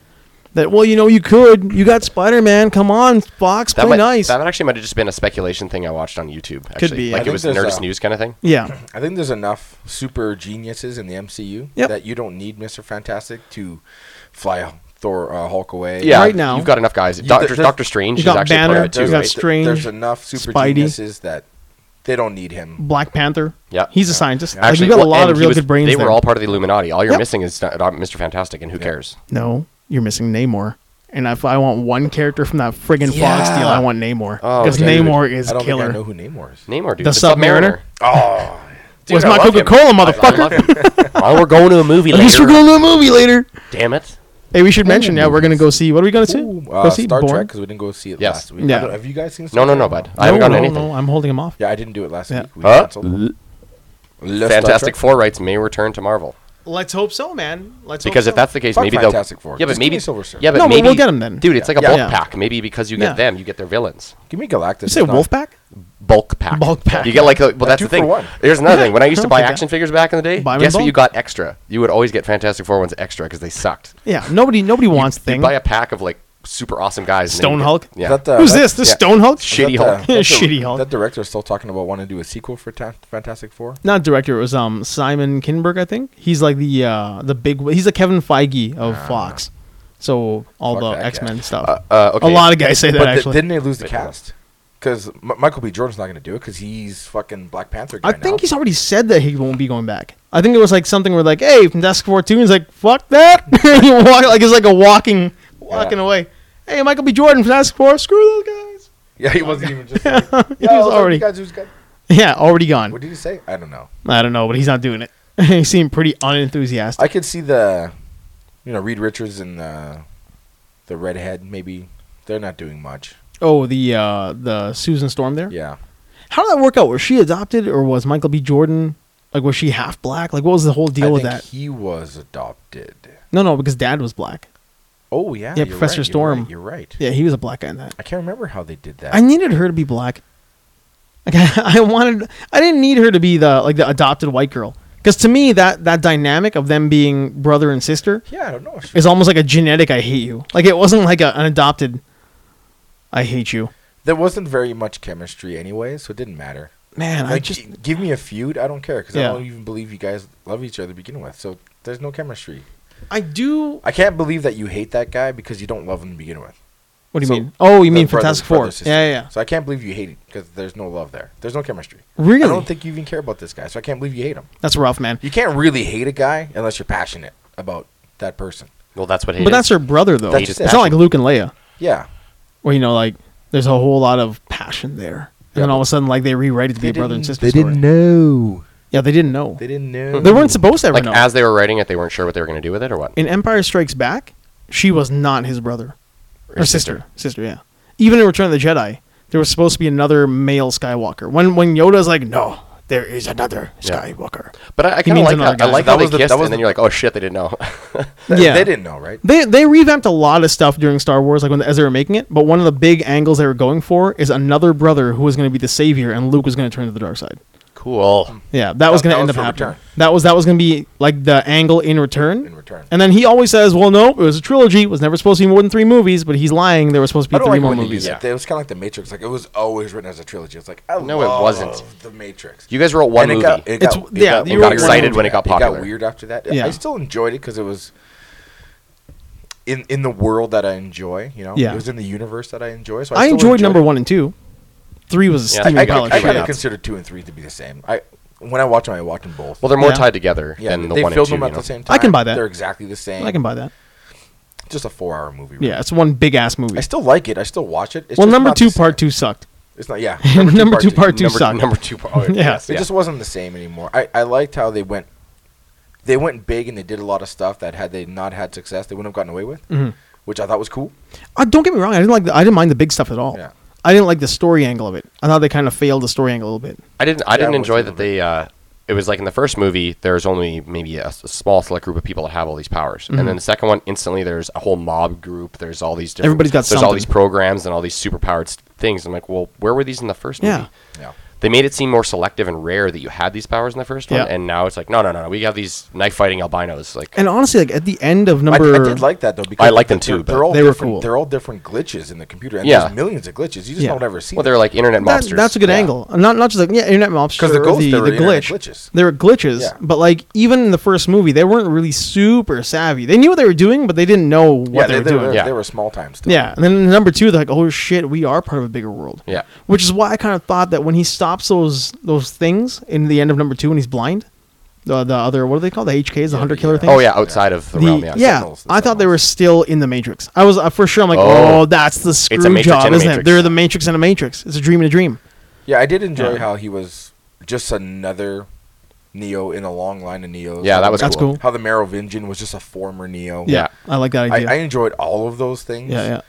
That well, you know, you could. You got Spider Man. Come on, Fox,
That
play
might,
nice.
That actually might have just been a speculation thing I watched on YouTube. Actually.
be. I
Like it
think
was
there's uh,
Nerdist
a-
News kind of thing.
yeah,
I think there's enough super geniuses in the MCU
Yep.
that you don't need Mr. Fantastic to fly Thor uh, Hulk away.
Yeah,
Right now-
you've got enough guys.
You-
Doctor
there's-
Doctor Strange
you
is
got
actually
Banner,
part of it
you
too.
got
Right?
Strange.
There's enough super
Spidey.
geniuses that they don't need him.
Black Panther.
Yeah.
he's a scientist. Like,
Actually,
we got
well,
a lot
and
of
he
real
was-
good brains.
They
there.
were all part of the Illuminati. All you're
Yep.
missing is uh, Mr. Fantastic, and who cares?
No, you're missing Namor. And if I want one character from that friggin' Fox
Yeah.
deal, I want Namor
Oh,
because
dude.
Namor is
I don't
killer.
think I know who Namor is.
Namor, dude.
The Submariner?
Oh,
Dude,
Was
I
my
love him.
Coca-Cola,
I- I
motherfucker.
love him.
[LAUGHS]
well, we're going to a movie
At least
later.
we're going to a movie later.
Damn it.
Hey, we should mention. Yeah, we're gonna go see. What are we gonna see?
Ooh,
go
uh,
see
Star Trek 'cause
Bourne?
Trek because we didn't go see it
Yes.
last week. I
Yeah.
don't- Have you guys seen? Star
No, no,
Trek?
no, bud. I haven't
no,
gotten
no,
anything.
no, I'm holding him off.
Yeah, I didn't do it last
Yeah.
week. We
Huh?
canceled. Love Star
Fantastic
Trek.
Four rights may return to Marvel
Let's hope so, man. Let's
because if that's the case,
Fuck
maybe they'll.
Fantastic Four.
Yeah, but
Just give
maybe
me Silver Surfer.
Yeah, but
No, but
maybe
we'll get 'em then.
dude. It's like a
Yeah.
bulk
Yeah.
pack. Maybe because you get
Yeah.
them, you get their villains.
Give me Galactus.
you say
It's not-
Wolfpack,
Bulk pack.
Bulk pack.
You get like the, well, that's
two
the thing.
for one.
Here's another thing. When I
[LAUGHS]
used to
I'll
buy
take
action figures back in the day,
Buy 'em in
guess what?
bulk.
You got extra. You would always get Fantastic Four ones extra because they sucked.
yeah. Nobody, nobody wants
You
thing.
buy a pack of like super awesome guys. and then
Stone
you get-
Hulk?
Yeah.
That, uh,
Who's
that-
this? This
yeah.
Stone Hulk?
Shit. Shitty
that, uh,
Hulk.
that
[LAUGHS]
dir-
Shitty Hulk.
That director's still talking about wanting to do a sequel for Ta- Fantastic Four.
Not director. It was um Simon Kinberg, I think. He's like the uh the big. He's the Kevin Feige of
Ah.
Fox. So all
Fuck that
the
guy.
X Men stuff.
uh, okay.
A lot of guys say that
but th-
actually.
didn't they lose the
Wait,
cast? Because Michael B. Jordan's not going to do it because he's fucking Black Panther. Guy
I think
now.
he's already said that he won't be going back. I think it was like something where like, hey, Fantastic Four two, and he's like, fuck that. [LAUGHS] he walk, like it's like a walking, walking
Yeah.
away. Hey, Michael B. Jordan, Fantastic Four, screw those guys.
[LAUGHS]
[LAUGHS]
Yeah,
Oh,
he wasn't even just. Like,
He
"Yeah,
was
those are
already-
the Guys who's got,
[LAUGHS] Yeah, already
what
gone.
did he say? I don't know.
I don't know, but he's not doing it. [LAUGHS] he seemed pretty unenthusiastic.
I could see the, you know, Reed Richards and the, the redhead. Maybe they're not doing much.
oh, the uh the Susan Storm there.
Yeah,
How did that work out? Was she adopted, or was Michael B. Jordan like was she half black? Like, what was the whole deal
I
with
think
that?
He was adopted.
No, no, because Dad was black.
Oh yeah,
Yeah,
you're
Professor
right,
Storm.
You're right. You're right.
Yeah, he was a black guy in that.
I can't remember how they did that.
I needed her to be black. Like [LAUGHS] I, I wanted, I didn't need her to be the like the adopted white girl. Because to me, that that dynamic of them being brother and sister
yeah, I don't know.
is almost like a genetic "I hate you." Like it wasn't like a, an adopted "I hate you."
There wasn't very much chemistry anyway, so it didn't matter.
Man, I
Like,
just
g- give me a feud. I don't care because
Yeah.
I don't even believe you guys love each other to begin with. So there's no chemistry.
I do.
I can't believe that you hate that guy because you don't love him to begin with.
What do you
So,
mean? Oh, you
The
mean
brother-
Fantastic
brother,
Four?
sister.
Yeah, yeah, yeah.
So I can't believe you hate it because there's no love there. There's no chemistry.
Really?
I don't think you even care about this guy, so I can't believe you hate him.
That's rough, man.
You can't really hate a guy unless you're passionate about that person.
Well, that's what. Hate
But
is.
that's her brother, though.
That's
it's
just
not like
passion.
Luke and Leia,
Yeah.
where you know, like there's a whole lot of passion there, and then all of a sudden, like they rewrite it to be a brother and sister. story.
know.
Yeah, they didn't know.
They didn't know.
They weren't supposed to ever
like
know.
as they were writing it, they weren't sure what they were going to do with it or what.
in Empire Strikes Back, she was not his brother
Or
or sister.
sister.
sister. yeah. Even in Return of the Jedi, there was supposed to be another male Skywalker. When when Yoda's like, "No, there is another
Yeah.
Skywalker.
But I, I kind
means
of like
another
that. I
guy.
like
That
how they
was the-
kissed,
that was
and then
the-
you're like, oh shit, they didn't know. [LAUGHS]
Th-
Yeah.
They didn't know, right?
They they revamped a lot of stuff during Star Wars, like when as they were making it. But one of the big angles they were going for is another brother who was going to be the savior, and Luke was going to turn to the dark side.
cool.
Yeah, that was
That-
going to
that
end
was
up
for
happening.
Return.
That was that was going to be like the angle in return.
In Return.
And then he always says, "Well, no, it was a trilogy. It was never supposed to be more than three movies." But he's lying. There were supposed to
I
be
don't
three
like
more
when you
movies.
use it. It was kind of like The Matrix. Like it was always written as a trilogy. It's like I
No, it
love
wasn't.
The Matrix.
You guys wrote one
And it
movie.
got- it
It's-
got- it
yeah,
got-
you
it
wrote
got
one
excited
movie.
when it got popular.
It got
weird after that.
Yeah.
I still enjoyed it because it was in in the world that I enjoy. You know,
Yeah.
it was in the universe that I enjoy. So I,
I
still
enjoyed number
it.
one and two. Three was a
Yeah,
steaming
I,
pile of
I, I kind
shit.
of consider two and three to be the same. I when I watch them, I watch them both.
well, they're more
Yeah.
tied together
yeah,
than the
they
one and
filmed
two.
them
you
at
know.
the same time.
I can buy that.
They're exactly the same.
I can buy that.
Just a four-hour movie. really.
Yeah, it's one big ass movie.
I still like it. I still watch it. It's
well,
just
number
not the
two, part
same.
two sucked.
It's
[LAUGHS]
not. Yeah,
Number two, [LAUGHS] part two
number,
sucked.
Number two. part-
[LAUGHS]
Oh,
Yeah.
yes,
It
yeah.
just wasn't the same anymore. I, I liked how they went. They went big and they did a lot of stuff that had they not had success, they wouldn't have gotten away with,
Mm-hmm.
which I thought was cool.
Uh, don't get me wrong. I didn't like. The, I didn't mind the big stuff at all.
Yeah.
I didn't like the story angle of it. I thought they kind of failed the story angle a little bit.
I didn't. I
Yeah, it
didn't
was a
enjoy
little
that they. Uh, it was like in the first movie, there's only maybe a, s- a small select group of people that have all these powers, and
Mm-hmm.
then the second one, instantly there's a whole mob group. There's all these. Different,
Everybody's got
There's all these
something.
programs and all these superpowered s- things. I'm like, well, where were these in the first
Yeah.
movie?
Yeah.
They made it seem more selective and rare that you had these powers in the first one,
Yeah.
and now it's like, no, no, no, no, we have these knife fighting albinos. Like,
And honestly, like at the end of
I,
number,
I did like that though because
I like them
they're-
too,
They're,
but-
all
They were
different,
cool.
They're all different glitches in the computer, and
Yeah.
there's millions of glitches. You just
Yeah.
don't ever see.
well, they're like internet
that-
monsters.
that's a good angle. Not not just like yeah, internet mobsters.
'Cause the
or
ghosts,
the,
they were
the
internet
glitch.
glitches.
They were glitches,
Yeah.
but like even in the first movie, they weren't really super savvy. They knew what they were doing, but they didn't know what
yeah,
they,
they,
were
they
doing.
were,
Yeah.
they were small time stuff.
Yeah, and then in number two, they're like, "Oh shit, we are part of a bigger world."
Yeah.
which is why I kind of thought that when he stops those those things in the end of number two, when he's blind, the the other what are they called? The HKs, the hunter killer
yeah.
things.
Oh yeah, outside of the,
The-
realm. Yeah.
yeah,
Sentinels, the
I thought they
Sentinels.
were still in the Matrix. I was uh, for sure. I'm like,
Oh.
oh, that's the screw
Matrix
job,
and a
isn't it?
Matrix.
They're the Matrix and a Matrix. It's a dream and a dream.
yeah. I did enjoy
Yeah.
how he was just another Neo in a long line of Neos.
Yeah, that was
That's cool.
how the Merovingian was just a former Neo.
Yeah, I like that
I,
idea.
I enjoyed all of those things.
yeah, yeah.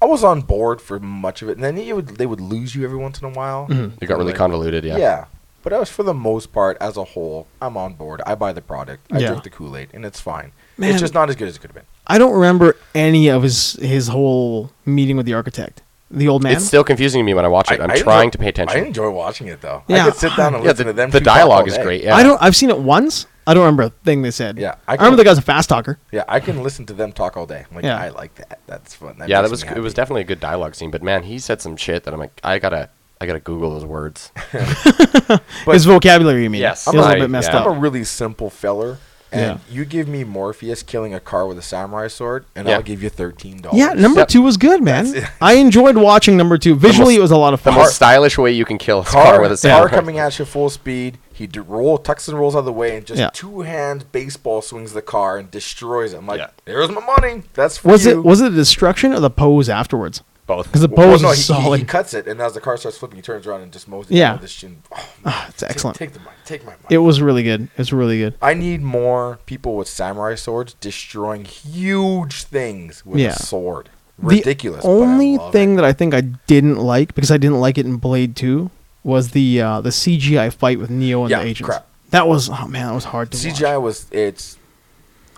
I was on board for much of it, and then you would they would lose you every once in a while.
It got really
Like,
convoluted.
Yeah. but I was for the most part, as a whole, I'm on board. I buy the product. I
Yeah.
drink the Kool Aid, and it's fine.
Man.
It's just not as good as it could have been.
I don't remember any of his his whole meeting with the architect, the old man.
It's still confusing to me when I watch it. I'm
I enjoy-
trying to pay
I
attention.
enjoy watching it though.
Yeah.
I could sit down and
[SIGHS] Yeah,
listen
the,
to them.
the
two talk all
dialogue is
day.
great. Yeah.
I don't. I've seen it once. I don't remember a thing they said.
Yeah,
I,
I
remember the
can-
guy's a fast talker.
Yeah, I can listen to them talk all day. I'm like,
Yeah.
I like that. That's fun. That
yeah, that
makes
was
me
it was
happy.
definitely a good dialogue scene, but man, he said some shit that I'm like I got to I got to google those words.
But-
His vocabulary, you mean?
Yes.
it was a
I'm
little
a-
bit messed
yeah.
I'm a
up.
really simple feller, and you give me Morpheus killing a car with a samurai sword, and
Yeah.
I'll give you thirteen dollars.
Yeah, number
Yep.
two was good, man.
Oh, That's it.
I enjoyed watching number two. Visually, it was a lot of
The
fun.
most stylish way you can kill a
car,
car with a
car
samurai.
coming at you full speed. He d- roll Texan rolls out of the way and just
Yeah.
two hand baseball swings the car and destroys it. I'm like,
Yeah.
there's my money. That's for
was
you.
it was it the destruction or the pose afterwards?
both.
Because the
Well,
pose
no,
is
he- he,
solid.
he cuts it, and as the car starts flipping, he turns around and just mows it.
Yeah.
down with his shin. Oh, man.
Ah, it's excellent.
Take, take the money. Take my money.
it was really good. It was really good.
I need more people with samurai swords destroying huge things with
Yeah.
a sword. Ridiculous.
The
but I
only
love
thing
it.
that I think I didn't like because I didn't like it in Blade Two was the uh, the CGI fight with Neo and
Yeah,
the agents.
crap.
That was oh man, that was hard to watch.
CGI was it's.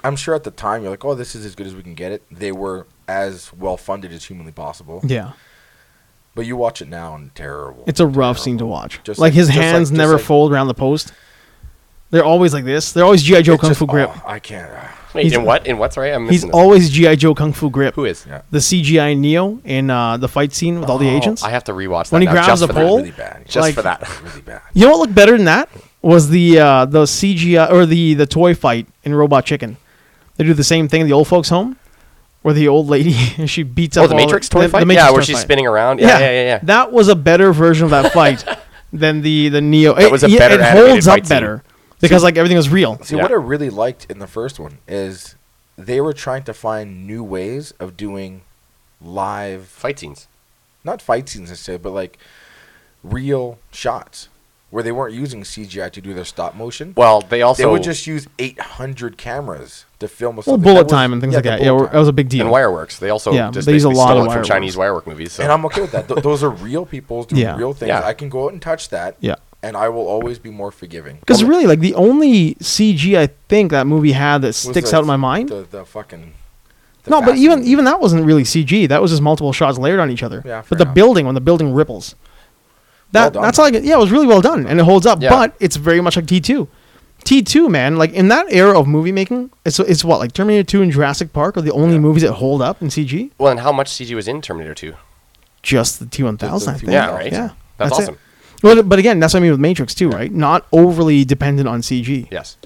I'm sure at the time you're like, oh, this is as good as we can get it. They were as well funded as humanly possible.
Yeah,
But you watch it now and terrible.
it's a rough scene to watch.
Just
like,
like-
his
just like-
hands
just
never
like-
fold around the post. They're always like this. They're always GI Joe
It's
Kung
just-
Fu grip.
oh, I can't. ah.
Wait,
he's-
in what? In what? Sorry, I'm
He's
missing this.
always GI Joe Kung Fu grip.
Who is?
Yeah.
the CGI Neo in uh, the fight scene with all the
Oh,
agents?
I have to rewatch that
When he
now,
grabs
just
a
for that.
pole?
Really bad.
Just
Like-
for that.
[LAUGHS] really bad.
You know what looked better than that was the uh, the CGI or the the toy fight in Robot Chicken. They do the same thing in the old folks' home, where the old lady [LAUGHS] she beats
Oh,
up
the
all-
Matrix toy
the- the
fight.
Matrix
yeah, where
toy
she's
fight.
spinning around. Yeah, yeah, yeah, yeah.
That was a better version of
[LAUGHS]
that fight than the the Neo.
That was a
It-
better
It
animated
holds up
fight scene.
better because like everything was real.
See,
Yeah.
what I really liked in the first one is they were trying to find new ways of doing live,
Fight scenes.
not fight scenes necessarily, but like real shots where they weren't using CGI to do their stop motion.
Well, they also
they would just use 800 cameras to film a
Well,
something.
bullet
That was-
time and things
yeah,
like
the
that. Yeah,
bullet
that
time.
was a big deal.
and Wireworks. They also
Yeah,
just
they use a
basically
lot
stole
of
it from
Wireworks.
Chinese Wirework movies. So.
And I'm okay with that. Th- those are real people doing
Yeah.
real things.
Yeah.
I can go out and touch that.
Yeah.
and I will always be more forgiving.
Because really, like the only CG I think that movie had that
Was
sticks
the-
out in my mind.
The, the fucking. the
no, but
fast
even
one.
even that wasn't really CG. That was just multiple shots layered on each other.
Yeah, fair
but the
enough.
building when the building ripples,
Well
that
done.
that's like yeah, it was really well done and it holds up.
Yeah.
But it's very much like T two, T two man. Like in that era of movie making, it's it's what like Terminator two and Jurassic Park are the only movies that hold up in CG.
Well, and how much CG was in Terminator 2?
Just the T one thousand, I
Just the
think.
Yeah, right?
Yeah,
That's,
it.
awesome.
Well, but again, that's what I mean with Matrix too, right? Not overly dependent on CG.
Yes.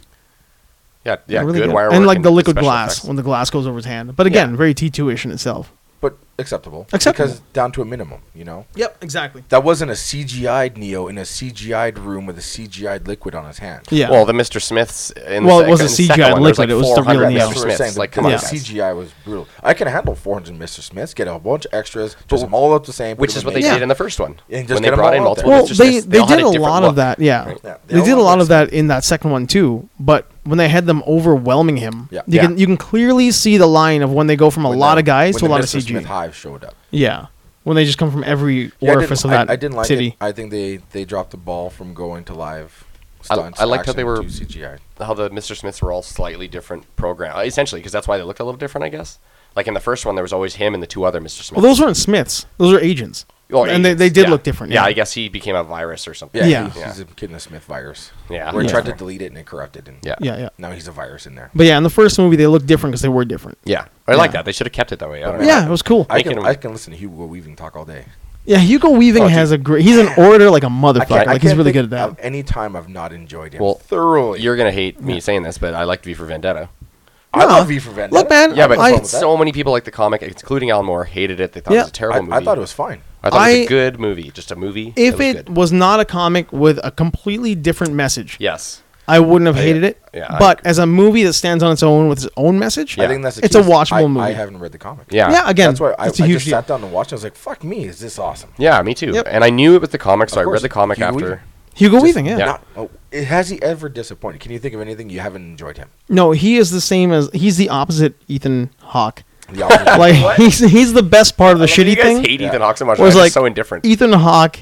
Yeah, yeah,
Really
good, wire work.
and like the liquid
special
glass
effects.
when the glass goes over his hand. But again,
Yeah.
very T two ish in itself.
But acceptable.
Acceptable.
Because down to a minimum, you know?
Yep, exactly.
That wasn't a CGI'd Neo in a CGI'd room with a CGI'd liquid on his hand.
Yeah.
Well, the Mr. Smiths in
Well,
the
it wasn't
second- second
CGI
one, there was
liquid,
like
it was the real
400
Neo.
Mr.
That's what I'm saying.
Smiths. Like,
the,
come on,
the
Yeah.
guys.
CGI was brutal. I can handle 400 Mr. Smiths, get a bunch of extras, just them all up the same.
Which
put
is
them
what they
in.
Yeah.
did in the first one.
And just get
when they
'em
brought
all
in
out
multiple
there.
Well,
Mr.
they,
Smiths,
they
all had
did a
different
lot
look.
of that, yeah.
Right.
Yeah,
they
all
did a
look
lot of
the same.
that in that second one too. But when they had them overwhelming him,
Yeah.
you can
Yeah.
you can clearly see the line of when they go from a
When
lot
the-
of guys
when
to a
the
lot of
Mr.
CG.
Smith Hive showed up.
Yeah, when they just come from every
Yeah, I
orifice
didn't-
of that
I, I didn't like
city.
It. I think they, they dropped the ball from going to live
I-
stunts.
I liked how they
action
were-
to CGI.
how the Mr. Smiths were all slightly different program, uh, essentially, because that's why they looked a little different, I guess. Like in the first one, there was always him and the two other Mr. Smiths.
Well, those weren't Smiths; those were agents.
Oh,
and they,
agents,
they did
yeah.
look different.
Yeah. I guess he became a virus or something.
Yeah,
Yeah.
He's, he's a kid in a Smith virus.
Yeah.
Where he
Yeah.
tried to delete it and it corrupted. And
Yeah.
Yeah, yeah.
Now he's a virus in there.
But yeah, in the first movie, they looked different because they were different.
Yeah. I like
Yeah.
that. They should have kept it that way. I don't know.
Yeah, it was cool.
I
Making
can,
him-
I can listen to Hugo Weaving talk all day.
Yeah, Hugo Weaving
Oh, dude.
has a great. He's an orator like a motherfucker.
I
Like he's
can't
really
think
good at that.
Of any time I've not enjoyed him
Well,
thoroughly.
You're going to hate me saying this, but I liked V for Vendetta.
I
No.
love V for Vendetta.
Look, man,
Yeah, but
I-
I,
so many people like the comic, including Alan Moore, hated it. They thought it was
Yeah.
a terrible movie.
I, I thought it was fine.
I thought it was
I-
a good movie, just a movie.
if
was
it
good.
was not a comic with a completely different message,
yes,
I wouldn't have hated it.
yeah, I
but as a movie that stands on its own with its own message,
I think that's the
it's a
key. I,
watchable movie.
I haven't read the comic.
yeah,
yeah, again,
that's why I,
it's a
I
huge
just
deal.
sat down and watched. it. I was like, "Fuck me, is this awesome?"
yeah, me too.
Yep.
And I knew it was the comic, so
Of
I
course,
read the comic
Huey.
after.
Hugo
Just
Weaving, yeah.
not- oh, it- has he ever disappointed? Can you think of anything you haven't enjoyed him?
No, he is the same as he's the opposite Ethan Hawke. [LAUGHS]
The opposite.
Like he's he's the best part of the
I love that
shitty
you guys
thing.
hate Ethan Hawke so much.
was
I'm
like
so indifferent.
Ethan Hawke,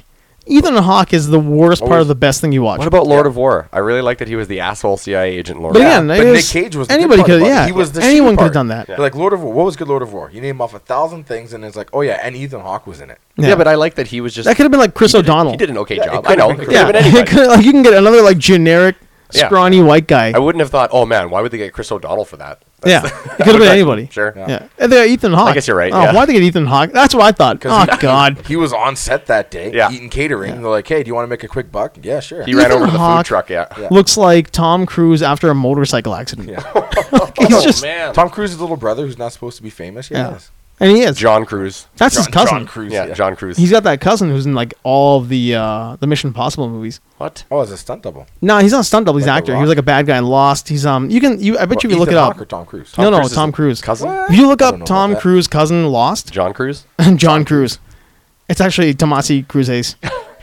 Ethan Hawke is the worst part of
was-
the best thing you watch.
What about Lord of War? I really liked that he was the asshole CIA agent Lord.
But
of War.
again,
but
it
Nick
is-
Cage was the good
anybody
part
could
about it.
yeah
He was the
anyone
shitty
could have
part.
done that.
Yeah.
Like Lord of War, what was good Lord of War? You name off a thousand things, and it's like, oh yeah, and Ethan Hawke was in it.
yeah. but I like that he was just
That could have been like Chris
he did-
O'Donnell.
He did an okay
Yeah, it
job.
could
I know.
have been
It could
yeah, [LAUGHS]
have been
it
anybody.
could- like you can get another like generic
Yeah.
scrawny white guy.
I wouldn't have thought. Oh man, why would they get Chris O'Donnell for that?
[LAUGHS]
yeah, it could have been anybody.
Sure.
Yeah, and they got Ethan Hawke.
guess you're right,
Oh,
yeah.
why'd they get Ethan Hawke? That's what I
[LAUGHS]
thought. Oh
he-
God,
He was on set that day,
Yeah.
eating catering. They're like, "Hey, do you want to make a quick buck?" Yeah, sure.
He ran
Ethan
over to the food
Hawke-
truck. Yeah.
Yeah.
looks like Tom Cruise after a motorcycle accident. [LAUGHS]
Yeah. [LAUGHS] Oh,
He's just
man.
Tom Cruise's little brother, who's not supposed to be famous. Yeah,
Yeah.
he is.
and he is.
John Cruise.
That's his cousin.
John Cruise.
Yeah, John Cruise.
He's got that cousin who's in like all of the uh, the Mission Impossible movies.
what?
Oh, as a stunt double.
No, he's not a stunt double. He's an
Like
actor.
The
He
Rock.
was like a bad guy in Lost. He's um. You can you. I bet you if you look it up.
Or Tom Cruise.
no, no,
Cruise is
Tom
a
Cruise.
cousin? What?
If you look
I don't
up
know
Tom
about that.
Cruise cousin Lost
John Cruise.
and [LAUGHS] John Cruise, it's actually Tomasi Cruises.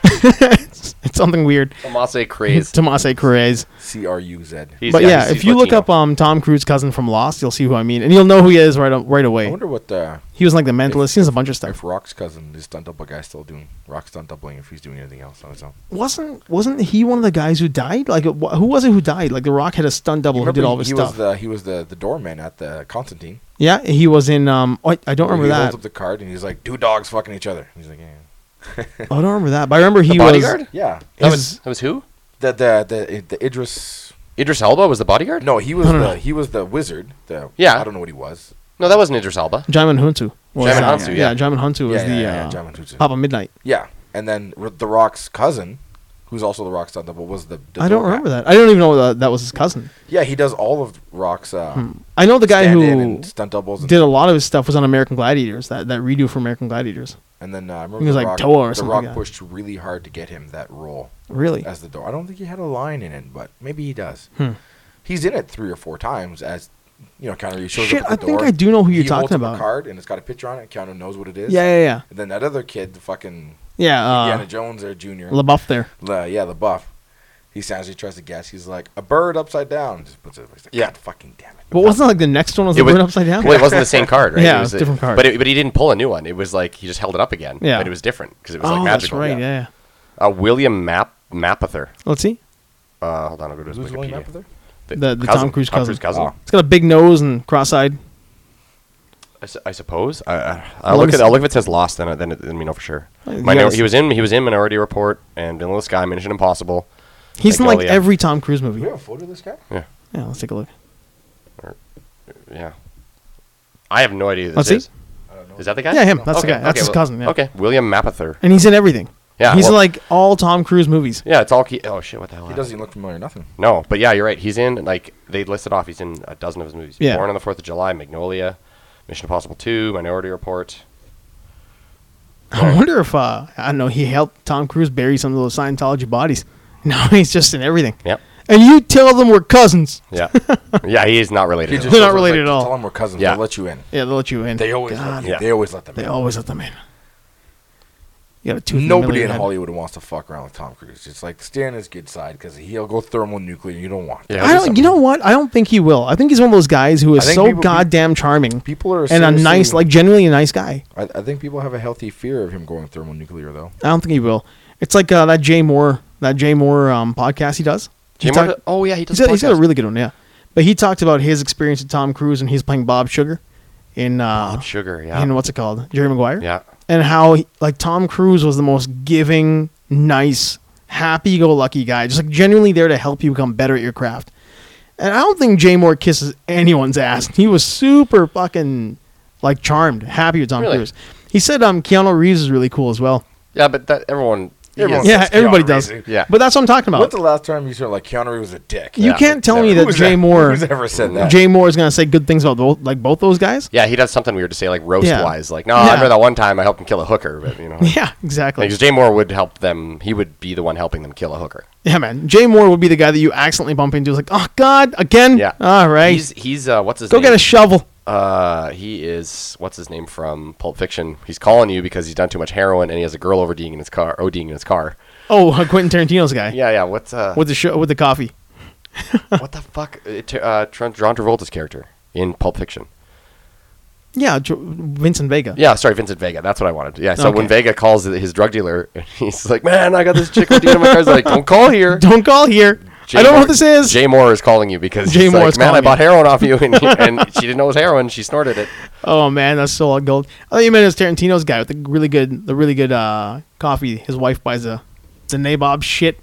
it's, [LAUGHS] it's something weird.
Tomase Cruise.
Tomase Cruise.
C R U Z.
He's-
But
yeah,
yeah,
he's-
if
he's
you look
Latino.
up um Tom Cruise cousin from Lost, you'll see who I mean, and you'll know who he is right uh, right
I
away.
wonder what the
He was in, like the mentalist. He was a bunch of
if
stuff.
Rock's cousin, his stunt double guy's still doing Rock stunt doubling. If he's doing anything else on his own.
Wasn't wasn't he one of the guys who died? Like wh- who was it who died? Like The Rock had a stunt double who
Remember
did all
he,
this
he
stuff.
was the he was the the doorman at the Constantine.
yeah, he was in. Um, oh, I, I don't remember
he holds
that.
up the card and he's like, two dogs fucking each other. He's like, yeah,
I don't remember that. But I remember he
The bodyguard.
yeah.
That
was.
was
His,
that was who?
The the the the Idris.
Idris Elba was the bodyguard.
No, he was
No, no,
the
no.
he was the wizard. The
Yeah.
I don't know what he was.
No, that wasn't Idris Elba.
Jaimin Hunsu. was,
Jaimin
uh,
Hunsu,
Yeah,
yeah.
Jaimin Hunsu was
Yeah, yeah,
the
yeah,
uh,
Jaimin Hunsu.
Papa Midnight.
Yeah, and then R- the Rock's cousin, who's also the Rock's stunt double, was the. the
I don't
door guy.
remember that. I don't even know that Hmm. that was his cousin.
Yeah, he does all of Rock's uh,
I know the guy
stand-in
who
and stunt doubles. And,
did a lot of his stuff was on American Gladiators. That that redo for American Gladiators.
and then uh, I remember
He was
the
like
Rock,
Toa or
the
something
Rock
like that.
pushed really hard to get him that role
Really?
as the door. I don't think he had a line in it, but maybe he does.
Hmm.
He's in it three or four times as. You know, Keanu Reeves shows
Shit,
up at the
I think
door,
I do know who you're
he holds
talking
up
about.
A card and it's got a picture on it. Keanu knows what it is.
Yeah, yeah, yeah.
And then that other kid, the fucking
Yeah,
Indiana
uh,
Jones, there, junior,
LaBeouf there.
Le- yeah, the buff. He sounds. He tries to guess. He's like a bird upside down. Just puts it. He's like,
Yeah.
God fucking damn it.
But wasn't like the next one was
It
the
was-
bird upside down?
Well, it wasn't the same card, right?
[LAUGHS] Yeah, it was a
a-
different card.
But it, but he didn't pull a new one. It was like he just held it up again.
Yeah.
But it was different because it was
oh,
like
that's
magical.
right. Yeah.
Uh, William Map Mapother.
Let's see.
Uh, hold on, I'll go to his
Who's William
Wikipedia.
Apather?
The- the Tom Cruise cousin. Oh.
cousin.
Oh.
It's got a big nose and cross-eyed.
I, su- I suppose. I, I,
Well,
I'll
let
look
me Uh,
at.
see.
I'll look if it says lost. Then, I- then, it- then we know for sure.
Well, you
Minor-
gotta
he was in. He was in Minority Report and Vanilla Sky, Mission Impossible.
He's in
Like,
like
oh, yeah.
every Tom Cruise
Do
movie.
we have a photo of this guy?
Yeah,
Yeah, let's take a look.
yeah. I have no idea who this
Let's Oh, see.
is.
I don't know.
Is that the guy?
Yeah, him. That's the
Okay,
guy. That's his
well-
cousin, yeah.
Okay, William Mapother.
And he's in everything.
Yeah,
he's
well-
in like all Tom Cruise movies.
Yeah, it's all. Key- oh shit! What the hell?
He
happened?
doesn't even look familiar. Nothing.
No, but yeah, you're right. He's in like they listed off. He's in a dozen of his movies.
Yeah.
Born on the Fourth of July, Magnolia, Mission Impossible Two, Minority Report.
I wonder if uh, I don't know. He helped Tom Cruise bury some of those Scientology bodies. [LAUGHS] Now he's just in everything.
Yep.
And you tell them we're cousins.
Yeah. [LAUGHS] yeah, he is not related. at
They're
all.
shows
not
up,
related
like,
at all.
Tell them we're cousins.
Yeah.
They'll let you in.
Yeah, they'll let you in.
They always
God,
let
Yeah.
you. They always let them
They
in.
always let them in. You got a tooth.
Nobody
a
in
million head.
Hollywood wants to fuck around with Tom Cruise. It's like stay on his good side because he'll go thermonuclear. You don't want. that.
Yeah,
I don't. You know what? I don't think he will. I think he's one of those guys who
I
is
think
so
people-
goddamn charming
People are
and a nice,
seriously-
like genuinely a nice guy.
I, I think people have a healthy fear of him going thermonuclear, though.
I don't think he will. It's like uh, that Jay Moore, that Jay Moore um, podcast he does. He
Jim Moore
talk-
does- oh yeah, he does.
he's got, he's got a
podcasts.
really good one, yeah. But he talked about his experience with Tom Cruise and he's playing Bob Sugar in uh,
Bob Sugar. Yeah.
in what's it called, Jerry Maguire.
yeah.
and how he- like Tom Cruise was the most giving, nice, happy-go-lucky guy, just like genuinely there to help you become better at your craft. And I don't think Jay Moore kisses anyone's ass. He was super fucking like charmed, happy with Tom
Really?
Cruise. He said um, Keanu Reeves is really cool as well.
Yeah, but that everyone. he
Everyone
is-
says
Yeah, everybody
Keanu
does.
Reeves.
Yeah.
But that's what I'm talking
When's
about.
the last time you said like Keanu Reeves was a dick?
you
Yeah.
can't tell me
Never.
that
Who's
Jay
that-
Moore,
Who's ever said that?
Jay Moore is gonna say good things about both, like both those guys.
Yeah, he does something weird to say like roast
Yeah.
wise. Like, no,
Yeah.
I remember that one time I helped him kill a hooker, but you know.
[LAUGHS] Yeah, [LAUGHS] exactly.
Like, Jay Moore would help them. He would be the one helping them kill a hooker.
yeah, man. Jay Moore would be the guy that you accidentally bump into. It's like, oh God, again.
Yeah.
All right.
He's he's uh, what's his
Go
name?
get a shovel.
Uh, he is what's his name from Pulp Fiction. He's calling you because he's done too much heroin and he has a girl overdoing in his car, ODing in his car.
Oh, [LAUGHS] uh, Quentin Tarantino's guy
Yeah, yeah. What's uh,
with the show with the coffee.
what the fuck? It, t- uh, Tr- John Travolta's character in Pulp Fiction.
Yeah, Jo- Vincent Vega.
Yeah, sorry, Vincent Vega. That's what I wanted. Yeah. So when
Okay.
Vega calls his drug dealer, [LAUGHS] he's like, "Man, I got this chick ODing in my car." He's like, "Don't call here."
Don't call here.
Jay
I don't know
Moore-
what this is.
Jay Moore is calling you because
Jay
he's
Moore
like,
is
man, I
calling
bought
you."
heroin off you, and,
[LAUGHS]
and she didn't know it was heroin. She snorted it.
oh man, that's so gold. I thought you meant it was Tarantino's guy with the really good, the really good uh, coffee. His wife buys a, the nabob shit.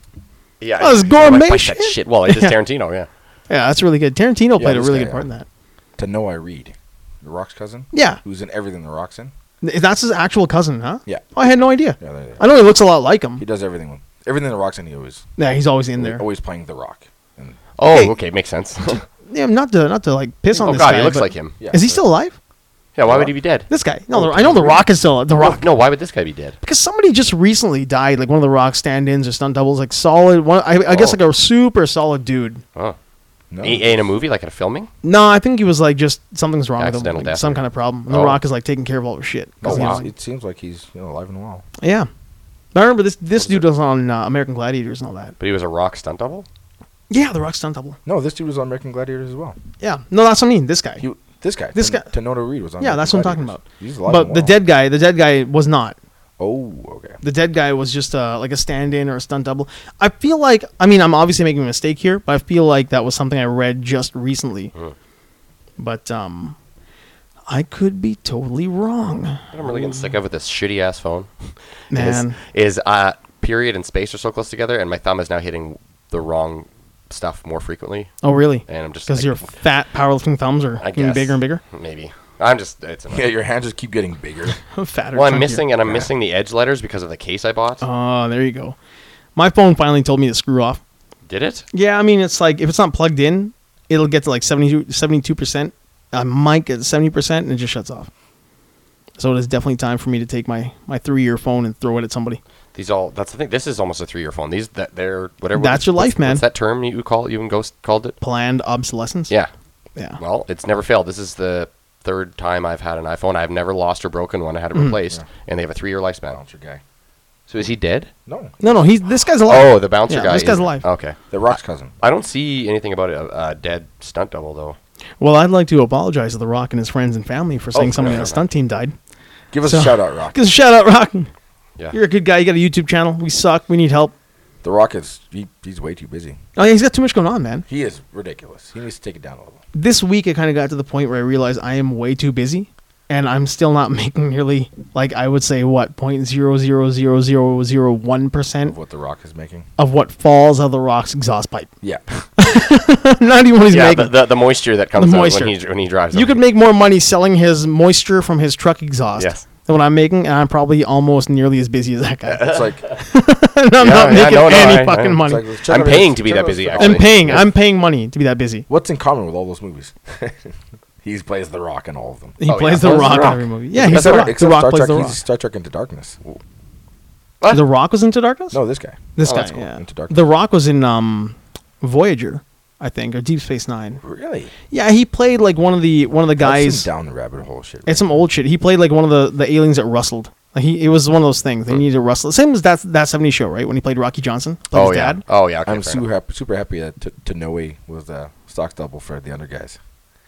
Yeah,
Oh, it's
you know, I
gourmet
bite
shit.
That shit. Well, it is
Yeah.
Tarantino. Yeah,
Yeah, that's really good. Tarantino played a
this
really
guy,
good part in
yeah.
that.
to know I read. The Rock's cousin.
Yeah.
Who's in everything The Rock's in?
Th- That's his actual cousin, huh?
Yeah.
Oh, I had no idea.
Yeah, there they are.
I know he looks a lot like him.
He does everything. with- Everything The Rock's in. He always
Yeah, he's always in there.
always playing The Rock. And
Oh,
Hey.
okay,
[LAUGHS]
makes sense. oh
Yeah, not to not to like piss on
God,
this guy.
he looks
but-
like him. Oh,
Yeah.
Is he still alive?
Yeah, why would he be dead?
This guy? No, the- I know the Rock is still the
No,
Rock.
No, why would this guy be dead?
because somebody just recently died, like one of the Rock stand-ins or stunt doubles, like solid one. I, I guess
Oh.
like a super solid dude.
Oh,
no.
A- in a movie like in a filming?
No, I think he was like just something's wrong with him,
Accidental
like,
death.
some kind of problem. And The
Oh.
Rock is like taking care of all the shit.
Oh,
'Cause he
wow.
was-
It seems like he's you know, alive and well.
yeah, I remember this. This dude was on uh, American Gladiators and all that.
But he was a rock stunt double?
Yeah, the Rock stunt double.
No, this dude was on American Gladiator as well.
Yeah, no, that's what I mean. This guy.
He, this guy.
This
Ten-
guy-
Tenora Reed was on.
yeah, that's what I'm talking
American
about.
Gladiators. He's alive
But
and
the
well.
dead guy, the dead guy was not.
Oh,
[LAUGHS]
okay.
The dead guy was just uh, like a stand-in or a stunt double. I feel like, I mean, I'm obviously making a mistake here, but I feel like that was something I read just recently. But um, I could be totally wrong,
What I'm really getting sick of with this shitty ass phone
man.
is, is uh, period and space are so close together, and my thumb is now hitting the wrong stuff more frequently.
oh, really?
And I'm just
Because
like-
your fat, powerlifting thumbs are
I
getting
guess.
bigger and bigger. [LAUGHS]
Maybe. I'm just, it's annoying.
Yeah, your hands just keep getting bigger.
Fatter.
Well, I'm
chunkier.
missing, and I'm missing the edge letters because of the case I bought.
Oh, there you go. My phone finally told me to screw off.
Did it?
Yeah, I mean, it's like if it's not plugged in, it'll get to like 72 percent. I might get seventy percent, and it just shuts off. So it is definitely time for me to take my my three year phone and throw it at somebody.
These all that's the thing. This is almost a three year phone. These that they're whatever.
That's your
what's-
life, man.
What's that term you call you and Ghost called it?
Planned obsolescence.
Yeah.
yeah.
Well, it's never failed. This is the third time I've had an iPhone. I've never lost or broken one. I
Mm-hmm.
had it replaced, and they have a three year lifespan.
Bouncer guy.
So is he dead?
No,
no, no, he's this guy's alive.
Oh, the bouncer
Yeah,
guy.
this guy's
is-
alive.
Okay.
the Rock's cousin.
I don't see anything about a, a dead stunt double though.
Well, I'd like to apologize to The Rock and his friends and family for saying
no,
somebody on
no,
the
no.
stunt team died.
Give us
So-
a shout out,
[LAUGHS]
Rock.
Because shout out, Rock.
Yeah.
You're a good guy. You got a YouTube channel. We suck. We need help.
The Rockets, he, he's way too busy.
Oh yeah, he's got too much going on, man.
He is ridiculous. He needs to take it down a little.
This week, I kind of got to the point where I realized I am way too busy, and I'm still not [LAUGHS] making nearly like I would say what point zero zero zero zero zero one
Of
percent
what The Rock is making.
of what falls out of the rock's exhaust pipe. [LAUGHS]
[LAUGHS]
Yeah.
not even what he's
yeah,
making.
the, the, the moisture that comes
The
out
moisture.
when he when he drives.
you
them.
could make more money selling his moisture from his truck exhaust
Yes.
than what I'm making, and I'm probably almost nearly as busy as that guy.
It's like,
[LAUGHS]
it's
and I'm
Yeah,
not
yeah,
making
no, no,
any
I- I
fucking
know.
money.
like check
I'm
out
paying
his-
to be
check
that
out his
busy,
filmography.
actually.
I'm paying. I'm paying money to be that busy.
What's in common with all those movies? [LAUGHS] he plays The Rock in all of them.
He
Oh,
plays
yeah.
the
Plays The
Rock in
Rock.
every movie. Yeah, he's the
Except-
Rock.
except
The Rock
Star
plays
Trek,
the
he's
Rock.
Star Trek Into Darkness.
The Rock was into Darkness.
No, this guy.
this
Oh,
guy.
that's cool.
Yeah.
Into Darkness.
The Rock was in um, Voyager, I think, or Deep Space Nine.
Really?
Yeah, he played like one of the one of the
That's
guys.
some down the rabbit hole shit.
It's some old shit. He played like one of the, the aliens that rustled. Like he, it was one of those things. They needed to rustle. Same as that that seventy show, right? When he played Rocky Johnson, played
Oh
his
yeah.
dad.
Oh yeah. Okay,
I'm
fair
super
enough.
happy, super happy that T- Tanoe was uh, Stock's double for the other guys,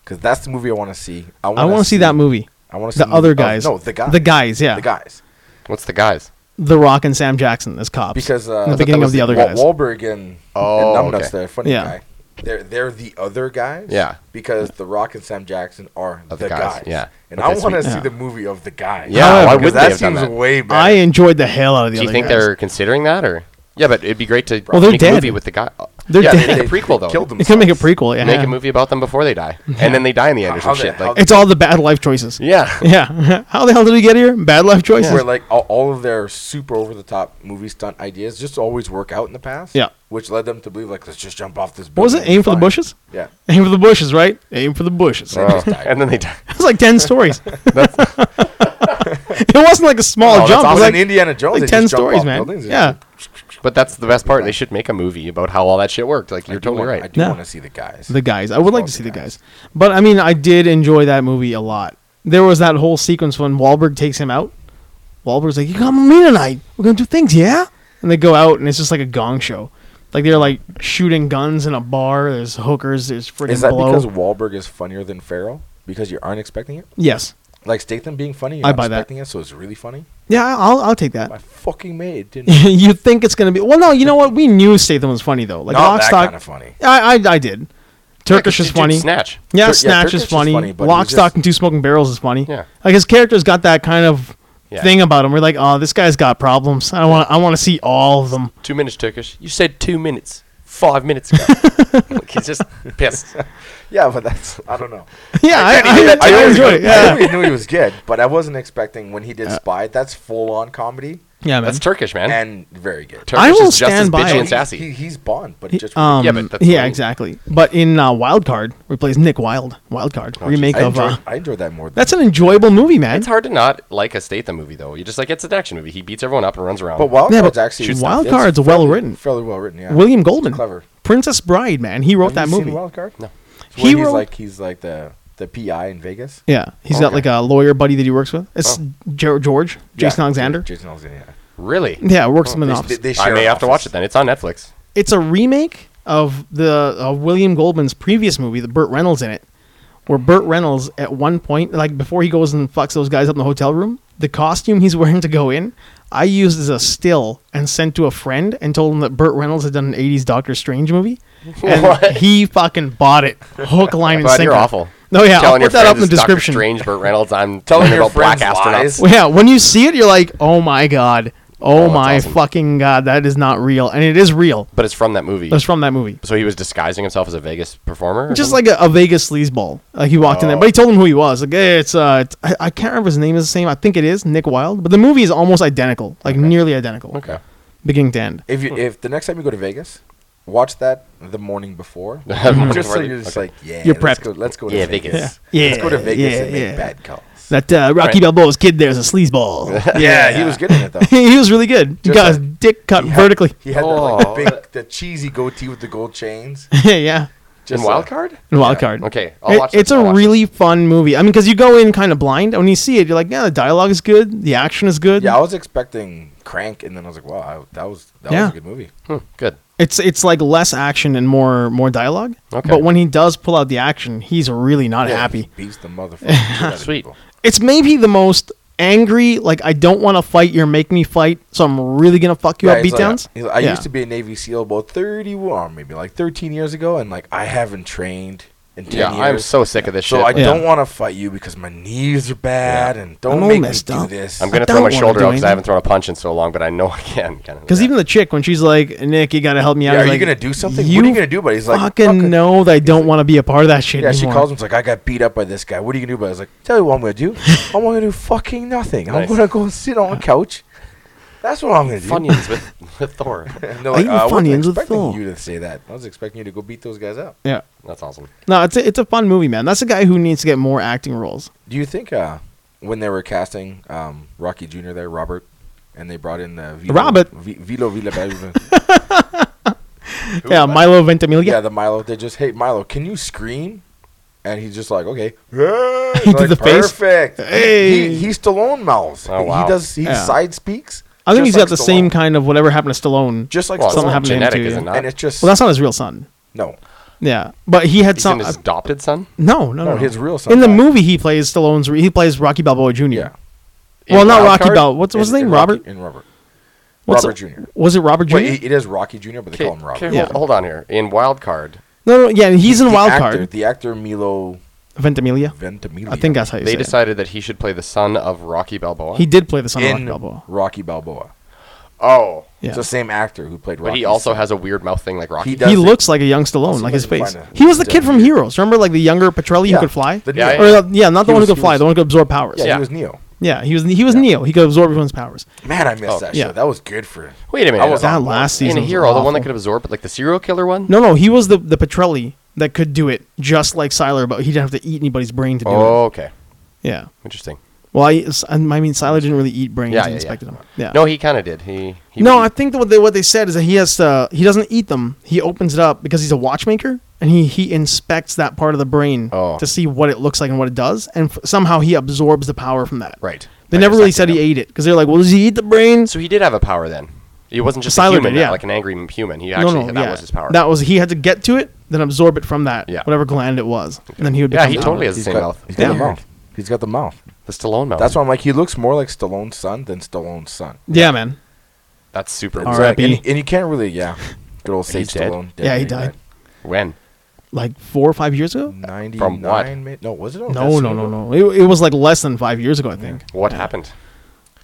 because that's the movie I want to see.
I want to see that movie.
I want to see
The
movie-
other
oh,
guys.
no, the guys.
The guys. Yeah.
The guys.
What's the guys?
The Rock and Sam Jackson as cops.
Because uh,
in the beginning of the other
Wa-
guys.
Wahlberg and
Oh,
and Numbnuts,
okay.
the funny
Yeah.
guy. They're they're the other guys.
Yeah.
Because The Rock and Sam Jackson are the,
Other guys,
guys.
yeah.
And
Okay,
I want to
sweet.
see
Yeah.
the movie of the guys.
Yeah, why
Because
wouldn't
that
they have done
seems
that?
way better.
I enjoyed the hell out of the
Do
other.
you think
guys.
they're considering that or? Yeah, but it'd be great to
Well, they're
make a
dead.
movie with the guy.
They're
yeah,
dead.
make
They-
a prequel
they
though.
killed
You can make a prequel. Yeah.
Make a movie about them before they die, and then they die in the end or
How
some
the
shit.
hell-
Like,
It's all the bad life choices.
yeah,
[LAUGHS] Yeah. How the hell did we get here? Bad life choices.
Where like all, all of their super over the top movie stunt ideas just always work out in the past.
Yeah.
Which led them to believe like let's just jump off this.
What was
building,
it? Aim
it's
for the
fine.
bushes?
Yeah.
Aim for the bushes, right? Aim for the [LAUGHS] bushes.
They just died.
Uh, [LAUGHS] and then they die.
It's like ten stories. [LAUGHS] it wasn't like a small
Oh, that's
jump. It
awesome.
was
in
like,
Indiana Jones,
like
they
ten
just jump
stories,
off
man.
buildings and
Yeah.
But that's the best part. They should make a movie about how all that shit worked. Like
I
you're
do
totally
want- I
right.
do
Yeah.
want to see the guys.
The guys. I would like
Love
to see
the
the guys.
guys.
But I mean, I did enjoy that movie a lot. There was that whole sequence when Wahlberg takes him out. Wahlberg's like, "You come with me tonight. We're gonna do things, yeah." And they go out, and it's just like a gong show. Like they're like shooting guns in a bar. There's hookers. There's
is
freaking
that
blow.
because Wahlberg is funnier than Farrell? Because you aren't expecting it?
yes.
Like Statham being funny, you're
I
not
buy that.
expecting it, so it's really funny.
Yeah, I- I'll I'll take that.
I fucking made it, [LAUGHS] didn't I?
[LAUGHS] you think it's gonna be? Well, no. You know what? We knew Statham was funny though. Like
Not Oh, that
Lockstock.
kind of funny.
I, I I did. [LAUGHS] Turkish
Yeah, 'cause
is
you did
funny.
Snatch.
Yeah,
Tur- yeah,
Snatch
Turkish
is
is
funny.
funny, but
Lock,
he's
Stock,
just-
and Two Smoking Barrels is funny.
Yeah.
Like his character's got that kind of
Yeah.
thing about him. We're like, oh, this guy's got problems. I want I want to see all of them.
Two minutes, Turkish. You said two minutes. Five minutes ago.
[LAUGHS]
like, he's just pissed.
Yeah, but that's I [LAUGHS] don't know.
yeah, [LAUGHS] I, I,
even that
I,
two years
enjoy
ago.
it.
I
Yeah,
already knew he was good, but I wasn't expecting when he did Spy. That's full on comedy
yeah, man.
That's Turkish, man.
and very good.
Turkish
I will
is just as
stand by
bitchy
it.
and sassy.
He, he's Bond, but just
Um,
Yeah,
yeah,
but that's funny.
exactly. But in uh, Wild Card, we plays Nick Wild. Wild Card remake
I
of.
enjoyed,
Uh,
I enjoyed that more. Than
that's an enjoyable movie, man.
it's hard to not like a Statham movie, though. You just like it's an action movlie. He beats everyone up and runs around.
but Wild
Yeah,
Card's
but
actually
shoots Wild
it's
Card's
fairly-
well-written.
fairly well written. Yeah,
William Goldman,
clever.
Princess Bride, man. He wrote
Have
that
you seen
movie.
Wild Card.
No.
It's when
He
he's
wrote-
like he's like the the PI in Vegas.
Yeah, he's got
Okay. Oh.
like a lawyer buddy that he works with. It's Ger- George, Jason
Yeah,
Alexander.
Jason Alexander. Yeah.
really,
Yeah, works
oh,
him in the office.
I may
an
have to watch
office.
it then. It's on Netflix.
it's a remake of the of William Goldman's previous movie, the Burt Reynolds in it, where Burt Reynolds at one point, like before he goes and fucks those guys up in the hotel room, the costume he's [LAUGHS] wearing to go in, I used as a still and sent to a friend and told him that Burt Reynolds had done an '80s Doctor Strange movie, and
[LAUGHS] What?
he fucking bought it, hook,
[LAUGHS]
line, and
Glad
sinker.
you're awful.
No, yeah, I'll
Telling your
put that up in
friends
the
it's Doctor
description.
Strange, Burt
[LAUGHS]
Reynolds.
Telling
I'm [LAUGHS] telling
your
about black
friends
astronauts.
lies.
Well, yeah, when you see it, you're like, oh my god, oh,
Oh, that's
my
awesome.
fucking god, that is not real, and it is real.
But it's from that movie.
That's from that movie.
So he was disguising himself as a Vegas performer. or
Just
something?
like a, a Vegas sleazeball. Like he walked in there, but
Oh.
he told him who he was. Like, hey, it's uh, it's, I, I can't remember his name is the same. I think it is Nick Wilde, but the movie is almost identical, like nearly identical,
okay.
beginning to end.
If you, if the next time you go to Vegas, watch that the morning
[LAUGHS]
before,
Morning
just so
before.
you're just like, yeah,
You're
let's
prepped.
go, let's go to
Yeah,
Vegas.
Vegas.
Yeah.
[LAUGHS] let's go to
Yeah,
Vegas
yeah,
and make
yeah.
bad calls.
That uh, Rocky
Right.
Balboa's kid there's a sleazeball.
[LAUGHS] yeah, he was good in it though.
[LAUGHS] he was really good. He
Just
got his
like-
dick cut
He had-
vertically. [LAUGHS]
he had that,
Oh.
like, big, the cheesy goatee with the gold chains.
yeah,
Just
in Wild
uh,
Card.
and wild card.
Okay, I'll
It-
watch
it's
this, I'll
a
watch
really fun movie. I mean, because you go in kind of blind, and when you see it, you're like, yeah, the dialogue is good, the action is good.
Yeah, I was expecting Crank, and then I was like, wow, I, that was that
Yeah.
was a good movie.
Hmm, good.
It's it's like less action and more more dialogue.
Okay.
But when he does pull out the action, he's really not
Yeah, he
happy. [LAUGHS]
beats the motherfucker.
Sweet.
It's maybe the most angry, like I don't want to fight. You're making me fight, so I'm really gonna fuck you
Yeah,
up
he's like,
beatdowns.
he's like, I
Yeah.
used to be a Navy SEAL about 31, or maybe like 13 years ago, and like I haven't trained in 10
Yeah,
years.
I'm so sick of this
So
shit.
I
Yeah.
don't want to fight you because my knees are bad, and don't
I'm all
make me
messed
do
up.
this.
I'm gonna
I don't
throw my
wanna
shoulder
do
out because I
anything.
haven't thrown a punch in so long, but I know I can.
[LAUGHS]
Kind of.
Because even the chick, when she's like, "Nick, you gotta help me out,"
Yeah,
I
are
was
you
like,
gonna do something? What are you gonna do?" But he's like,
"Fucking
"Fuck it."
know that I don't want to be a part of that shit."
yeah, she
anymore."
calls him. It's like I got beat up by this guy. What are you gonna do? But I was like, tell you what I'm
[LAUGHS]
gonna do. I'm gonna do fucking nothing. I'm
Nice.
gonna go and sit on a couch. That's what I'm gonna do.
[LAUGHS] Funyuns with, with Thor.
And they're
I
like,
eat
"Uh, I wasn't
Funyuns with
expecting
Thor."
you to say that. I was expecting you to go beat those guys up.
Yeah,
That's awesome.
no, it's a, it's a fun movie, man. That's a guy who needs to get more acting roles.
Do you think uh, when they were casting um, Rocky Jr. there, Robert, and they brought in uh, Vilo,
Robert.
v-
[LAUGHS]
Vilo Villabelva-
[LAUGHS] yeah, Milo Ventimiglia.
yeah, the Milo. They just, hey, Milo, can you scream? And he's just like, okay. He's
[LAUGHS] He
like,
did the face.
Perfect.
Hey.
He, he's Stallone mouths.
Oh, wow.
He does. He
Yeah.
side speaks.
I think
just
he's
like
got the
Stallone.
same kind of whatever happened to Stallone.
Just like
Well,
something
something
Stallone.
happened to him
genetic,
too,
is
yeah.
it not?
And it's just
well, that's not his real son.
no.
Yeah, but he had
He's
some. uh,
in his adopted son.
no, no,
No,
no,
his real son
In the
died.
movie, he plays Stallone's. He plays Rocky Balboa Jr.
Yeah.
In
well, not
Wild
Rocky
Card?
Balboa. What's, what's his
In- in
name?
Rocky-
Robert.
In Robert.
What's
Robert
the-
Jr.
Was it Robert Jr.?
Wait, it- it is Rocky Jr., but they call him Robert.
Okay,
Yeah.
hold, hold on here. In Wild Card,
no, no, yeah, he's in
The
Wild
actor-
Card.
The actor Milo
Ventimiglia.
Ventimiglia.
I think that's how you
they
say it.
decided that he should play the son of Rocky Balboa.
He did play the son of Rocky
in
Balboa.
Rocky Balboa.
oh,
Yeah.
It's the same actor who played Rocky.
but he also has a weird mouth thing like Rocky.
He does.
he
it.
looks like a young Stallone,
see
like
if I
his
can
face.
find a-
He was the kid from
Yeah.
Heroes. Remember, like the younger Petrelli
Yeah.
who could fly.
The
Yeah,
Neo.
or uh, yeah, not the
He
one
was-
who could
he
fly,
was-
the one who could absorb powers.
Yeah,
Yeah,
Yeah.
he was Neo.
he was he was Neo. He could absorb everyone's powers.
Man, I
Oh.
missed that
yeah.
show. That was good for.
Wait a minute.
I was
That
on board.
last
in
season
a
was
hero, the one that
awful.
could absorb it, like the serial killer one.
No, no, he was the the Petrelli that could do it just like Siler, but he didn't have to eat anybody's brain to do
Oh,
it.
okay.
Yeah.
Interesting.
Well, I, s- I mean, Siler didn't really eat brains
Yeah,
and
yeah,
inspected
yeah.
them. Yeah.
No, he kind of did. He. he
no,
would-
I think that what they what they said is that he has to he doesn't eat them. He opens it up because he's a watchmaker and he he inspects that part of the brain
Oh.
to see what it looks like and what it does, and f- somehow he absorbs the power from that.
Right.
They
I
never really said
dissected
he
him.
ate it because they're like, well, does he eat the brain?
So he did have a power then. He wasn't just a
Siler
human,
did, yeah.
like an angry m- human. He actually that was his power.
That was he had to get to it, then absorb it from that
Yeah.
whatever gland it was, and then he would.
yeah,
Become
he
the
totally
power.
has the
He's
same
got,
mouth.
He's got the
Yeah.
mouth. He's got the mouth.
The Stallone mouth.
That's why I'm like, he looks more like Stallone's son than Stallone's son.
Yeah, man.
That's super.
All
It's
right.
like-
R.I.P..
and, and you can't really, yeah. Good old Sage
He's dead?
Stallone.
Yeah, he died.
When?
Like four or five years ago.
From what?
99 mi- No, was it? on
No,
that
no,
soon
no,
ago?
no. It, it was like less than five years ago, I think.
What happened?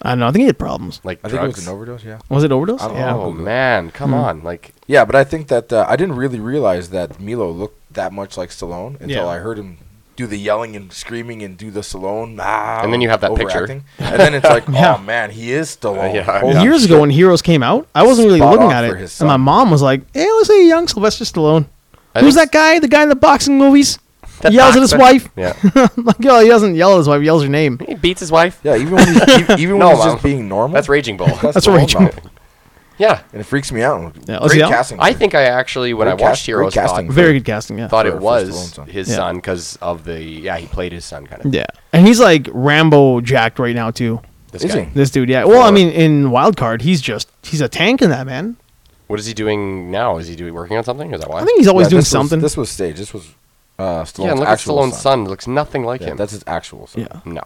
I don't know. I think he had problems.
Like
I think it
drugs.
was an overdose, yeah.
Was it overdose?
I don't
yeah.
know.
Oh man, come
Hmm.
on! Like
Yeah, but I think that uh, I didn't really realize that Milo looked that much like Stallone until
Yeah.
I heard him do the yelling and screaming and do the Stallone. Ah,
And then you have that picture. Uh,
overacting. And then it's
[LAUGHS]
like,
Yeah.
oh man, he is Stallone.
Yeah,
Holy
yeah.
years ago when Heroes came out, I wasn't really
Spot
looking
on
at
for
it,
his
and my
son.
mom was like, "Hey, let's say young Sylvester Stallone.
I
Who's that
think-
guy? The guy in the boxing
[LAUGHS]
movies? yells at his
boxer?
wife. [LAUGHS]
Yeah,
I'm like, yo, he doesn't yell at his wife. He yells her name.
[LAUGHS] he beats his wife.
Yeah, even
[LAUGHS]
when he's, e- even
No,
when he's
Mom.
just being normal.
That's
[LAUGHS]
Raging Bull.
That's
Stallone
raging.
mouth. [LAUGHS]
yeah,
And it freaks me out.
Yeah, let's
Great
yell.
casting.
I think I actually when
Great
I watched
cast-
Heroes
great
thought,
[LAUGHS]
casting.
Very good casting. Yeah.
thought
For-
it
for
was
Stallone's son.
his
Yeah.
son because of the yeah he played his son kind of.
Yeah, and he's like Rambo jacked right now too.
This
Is
guy.
he?
This dude, yeah. Well, I
Or-
mean, in Wild Card, he's just he's a tank in that man.
What is he doing now? Is he doing working on something? Is that why?
I think he's always
Yeah,
doing
this was-
something.
this was stage. This was uh, Stallone's
yeah, and look at
actual
Stallone's
son.
son. Looks nothing like
Yeah,
him.
that's his actual son.
yeah.
no,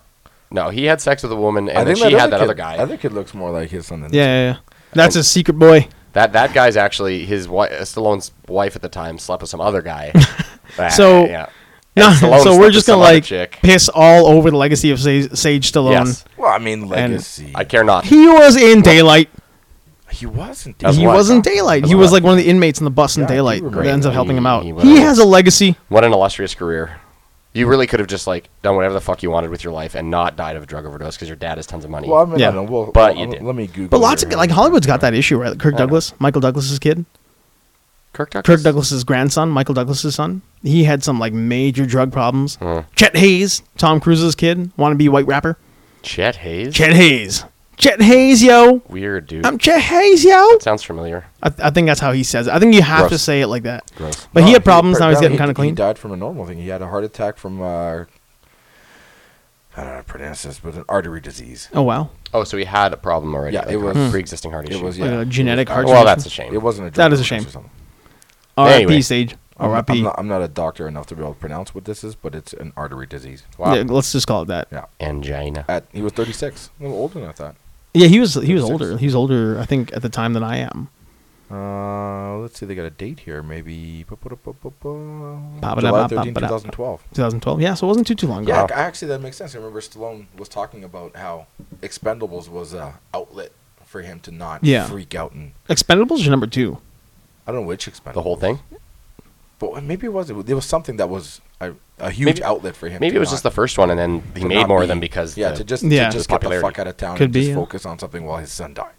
no. He had sex with a woman, and
I
then
think
she had that
kid,
other guy.
I think it looks more like his son than
yeah, yeah, yeah. That's a secret boy.
That that guy's actually his wife. Stallone's wife at the time slept with some
[LAUGHS]
other guy. Ah,
So-
And
[LAUGHS] No,
Stallone
so
slept
we're
with
just
some
gonna
other
like
chick.
piss all over the legacy of Sage, Sage Stallone.
Yes,
Well, I mean, legacy.
I care not.
He was in Daylight.
He wasn't.
That's
he
what-
was in Daylight.
that's
He
what-
was like one of the inmates in the bus in
Yeah, I do
Daylight that
remember
ends up
that.
helping him
He-
out.
he
He
was.
has a legacy.
What an illustrious career. You really could have just like done whatever the fuck you wanted with your life and not died of a drug overdose because your dad has tons of money.
Well, I mean,
Yeah.
I don't know. Well,
But
well,
you did.
Let me Google.
But lots
here.
of like Hollywood's got that issue, right? Kirk
I know.
Douglas, Michael Douglas's kid,
Kirk Douglas.
Kirk Douglas's grandson, Michael Douglas's son. He had some like major drug problems. Chet Hayes, Tom Cruise's kid, wannabe white rapper.
Chet Hayes.
Chet Hayes. Chet Hayes, yo.
Weird dude.
I'm Chet Hayes, yo.
Sounds familiar.
I, th- I think that's how he says it. I think you have to
Gross.
say it like that.
Gross.
But he
No,
had problems. now he's
apparently
getting
he-
kind of
He
clean.
died from a normal thing. He had a heart attack from. Uh, I don't know how to pronounce this, but an artery disease.
Oh wow,
Oh, so he had a problem already.
Yeah,
like
it
a
was-
pre-existing heart
it
issue.
was-
Hmm. like
yeah.
a genetic heart.
well, that's a
condition.
shame.
It wasn't a.
That
drug
is a
overdose
shame.
or something.
R.I.P.
Anyway.
Sage.
I'm,
R.I.P.
I'm, not, I'm not a doctor enough to be able to pronounce what this is, but it's an artery disease.
Wow.
Yeah, let's just call it that.
Yeah.
Angina.
At he was 36, a little older than I thought.
Yeah, he was he was
36.
older. He was older, I think, at the time than I am.
Uh, let's see. They got a date here. Maybe July 13,
Ba-ba-da-ba-ba-ba-da.
2012.
2012. Yeah, so it wasn't too too long ago.
Yeah, ac- actually, that makes sense. I remember Stallone was talking about how Expendables was a outlet for him to not
Yeah.
freak out and
Expendables are number two.
I don't know which Expendables.
The whole thing?
but maybe it was. There was something that was a, a huge
Maybe-
outlet for him.
Maybe
to
it was
not-
just the first one, and then he
to
made
not
more
be-
of them because
yeah,
the-
to just
Yeah.
to just
the
get the
popularity.
fuck out of town
Could
and
be,
just
yeah.
focus on something while his son died.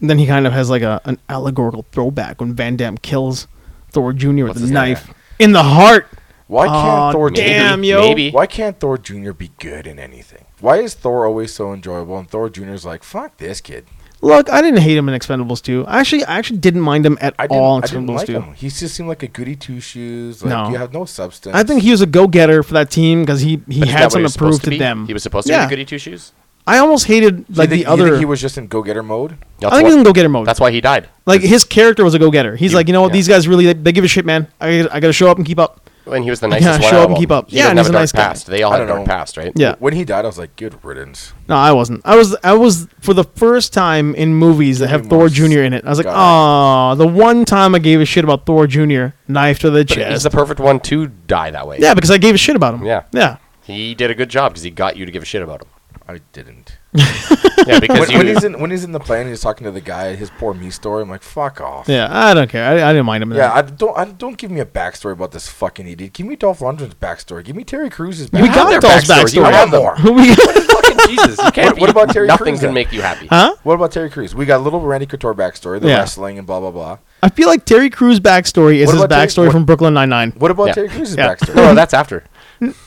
Then he kind of has like a an allegorical throwback when Van Damme kills Thor Jr. with
What's
a
his
knife
name?
in the heart.
Why can't
Aw,
Thor?
maybe,
Damn,
Jr.
yo.
maybe.
Why can't Thor Jr. be good in anything? Why is Thor always so enjoyable and Thor Jr. is like, fuck this kid.
Look, I didn't hate him in Expendables 2. I actually I actually didn't mind him at
I didn't,
all in
I didn't
Expendables
like
2.
him. He just seemed like a goody two shoes. Like
No.
you have no substance.
I think he was a go getter for that team because he, he
But isn't that
had
what he
something
was
to prove
supposed
to,
be?
them.
He was supposed to
yeah.
be e- goody two shoes.
I almost hated
You
like
think-
the
you think
other.
he was just in go getter mode.
I think he was in go getter mode.
That's why he died.
Like his character was a go getter. He's
He-
like, you know what,
yeah.
these guys really they, they give a shit, man. I I gotta show up and keep up.
And he was the
Yeah,
nicest one.
show
out
up
of
and
all
keep
of
up.
them. He
Yeah, and
doesn't have
he's a
a dark
nice guy.
past. They all
I
have a
don't
dark
know.
past, right?
Yeah.
When he died, I was like, good riddance.
No, I wasn't. I was I was for the first time in movies that
Give
have
me
Thor
more
Jr. in it. I was like,
sky.
oh, the one time I gave a shit about Thor Jr. knife to the
But he's
chest.
the perfect one to die that way.
yeah, because I gave a shit about him.
Yeah.
yeah.
He did a good job because he got you to give a
[LAUGHS]
shit about him.
I
[LAUGHS]
didn't.
Yeah, because
When, when
you.
he's in when he's in the plane, he's talking to the guy. His poor me story. I'm like, fuck off.
Yeah, I don't care. I, I didn't mind him. in
Yeah,
that.
I don't. I don't give me a backstory about this fucking idiot. Give me Dolph Lundgren's backstory. Give me Terry Cruz's backstory.
we
have
got
their
Dolph's
backstories. You
backstory.
have more.
[LAUGHS] We-
fucking Jesus. You can't
What- what
be-
about Terry
Nothing
Crews
can
then?
make you happy.
huh?
What about Terry Crews? We got a little Randy Couture backstory, the
Yeah.
wrestling and blah blah blah.
I feel like Terry Crews' backstory is
What
his
about Terry-
backstory
what-
from Brooklyn Nine Nine.
What about
Yeah.
Terry Crews'
Yeah. [LAUGHS]
backstory?
No, no, that's after.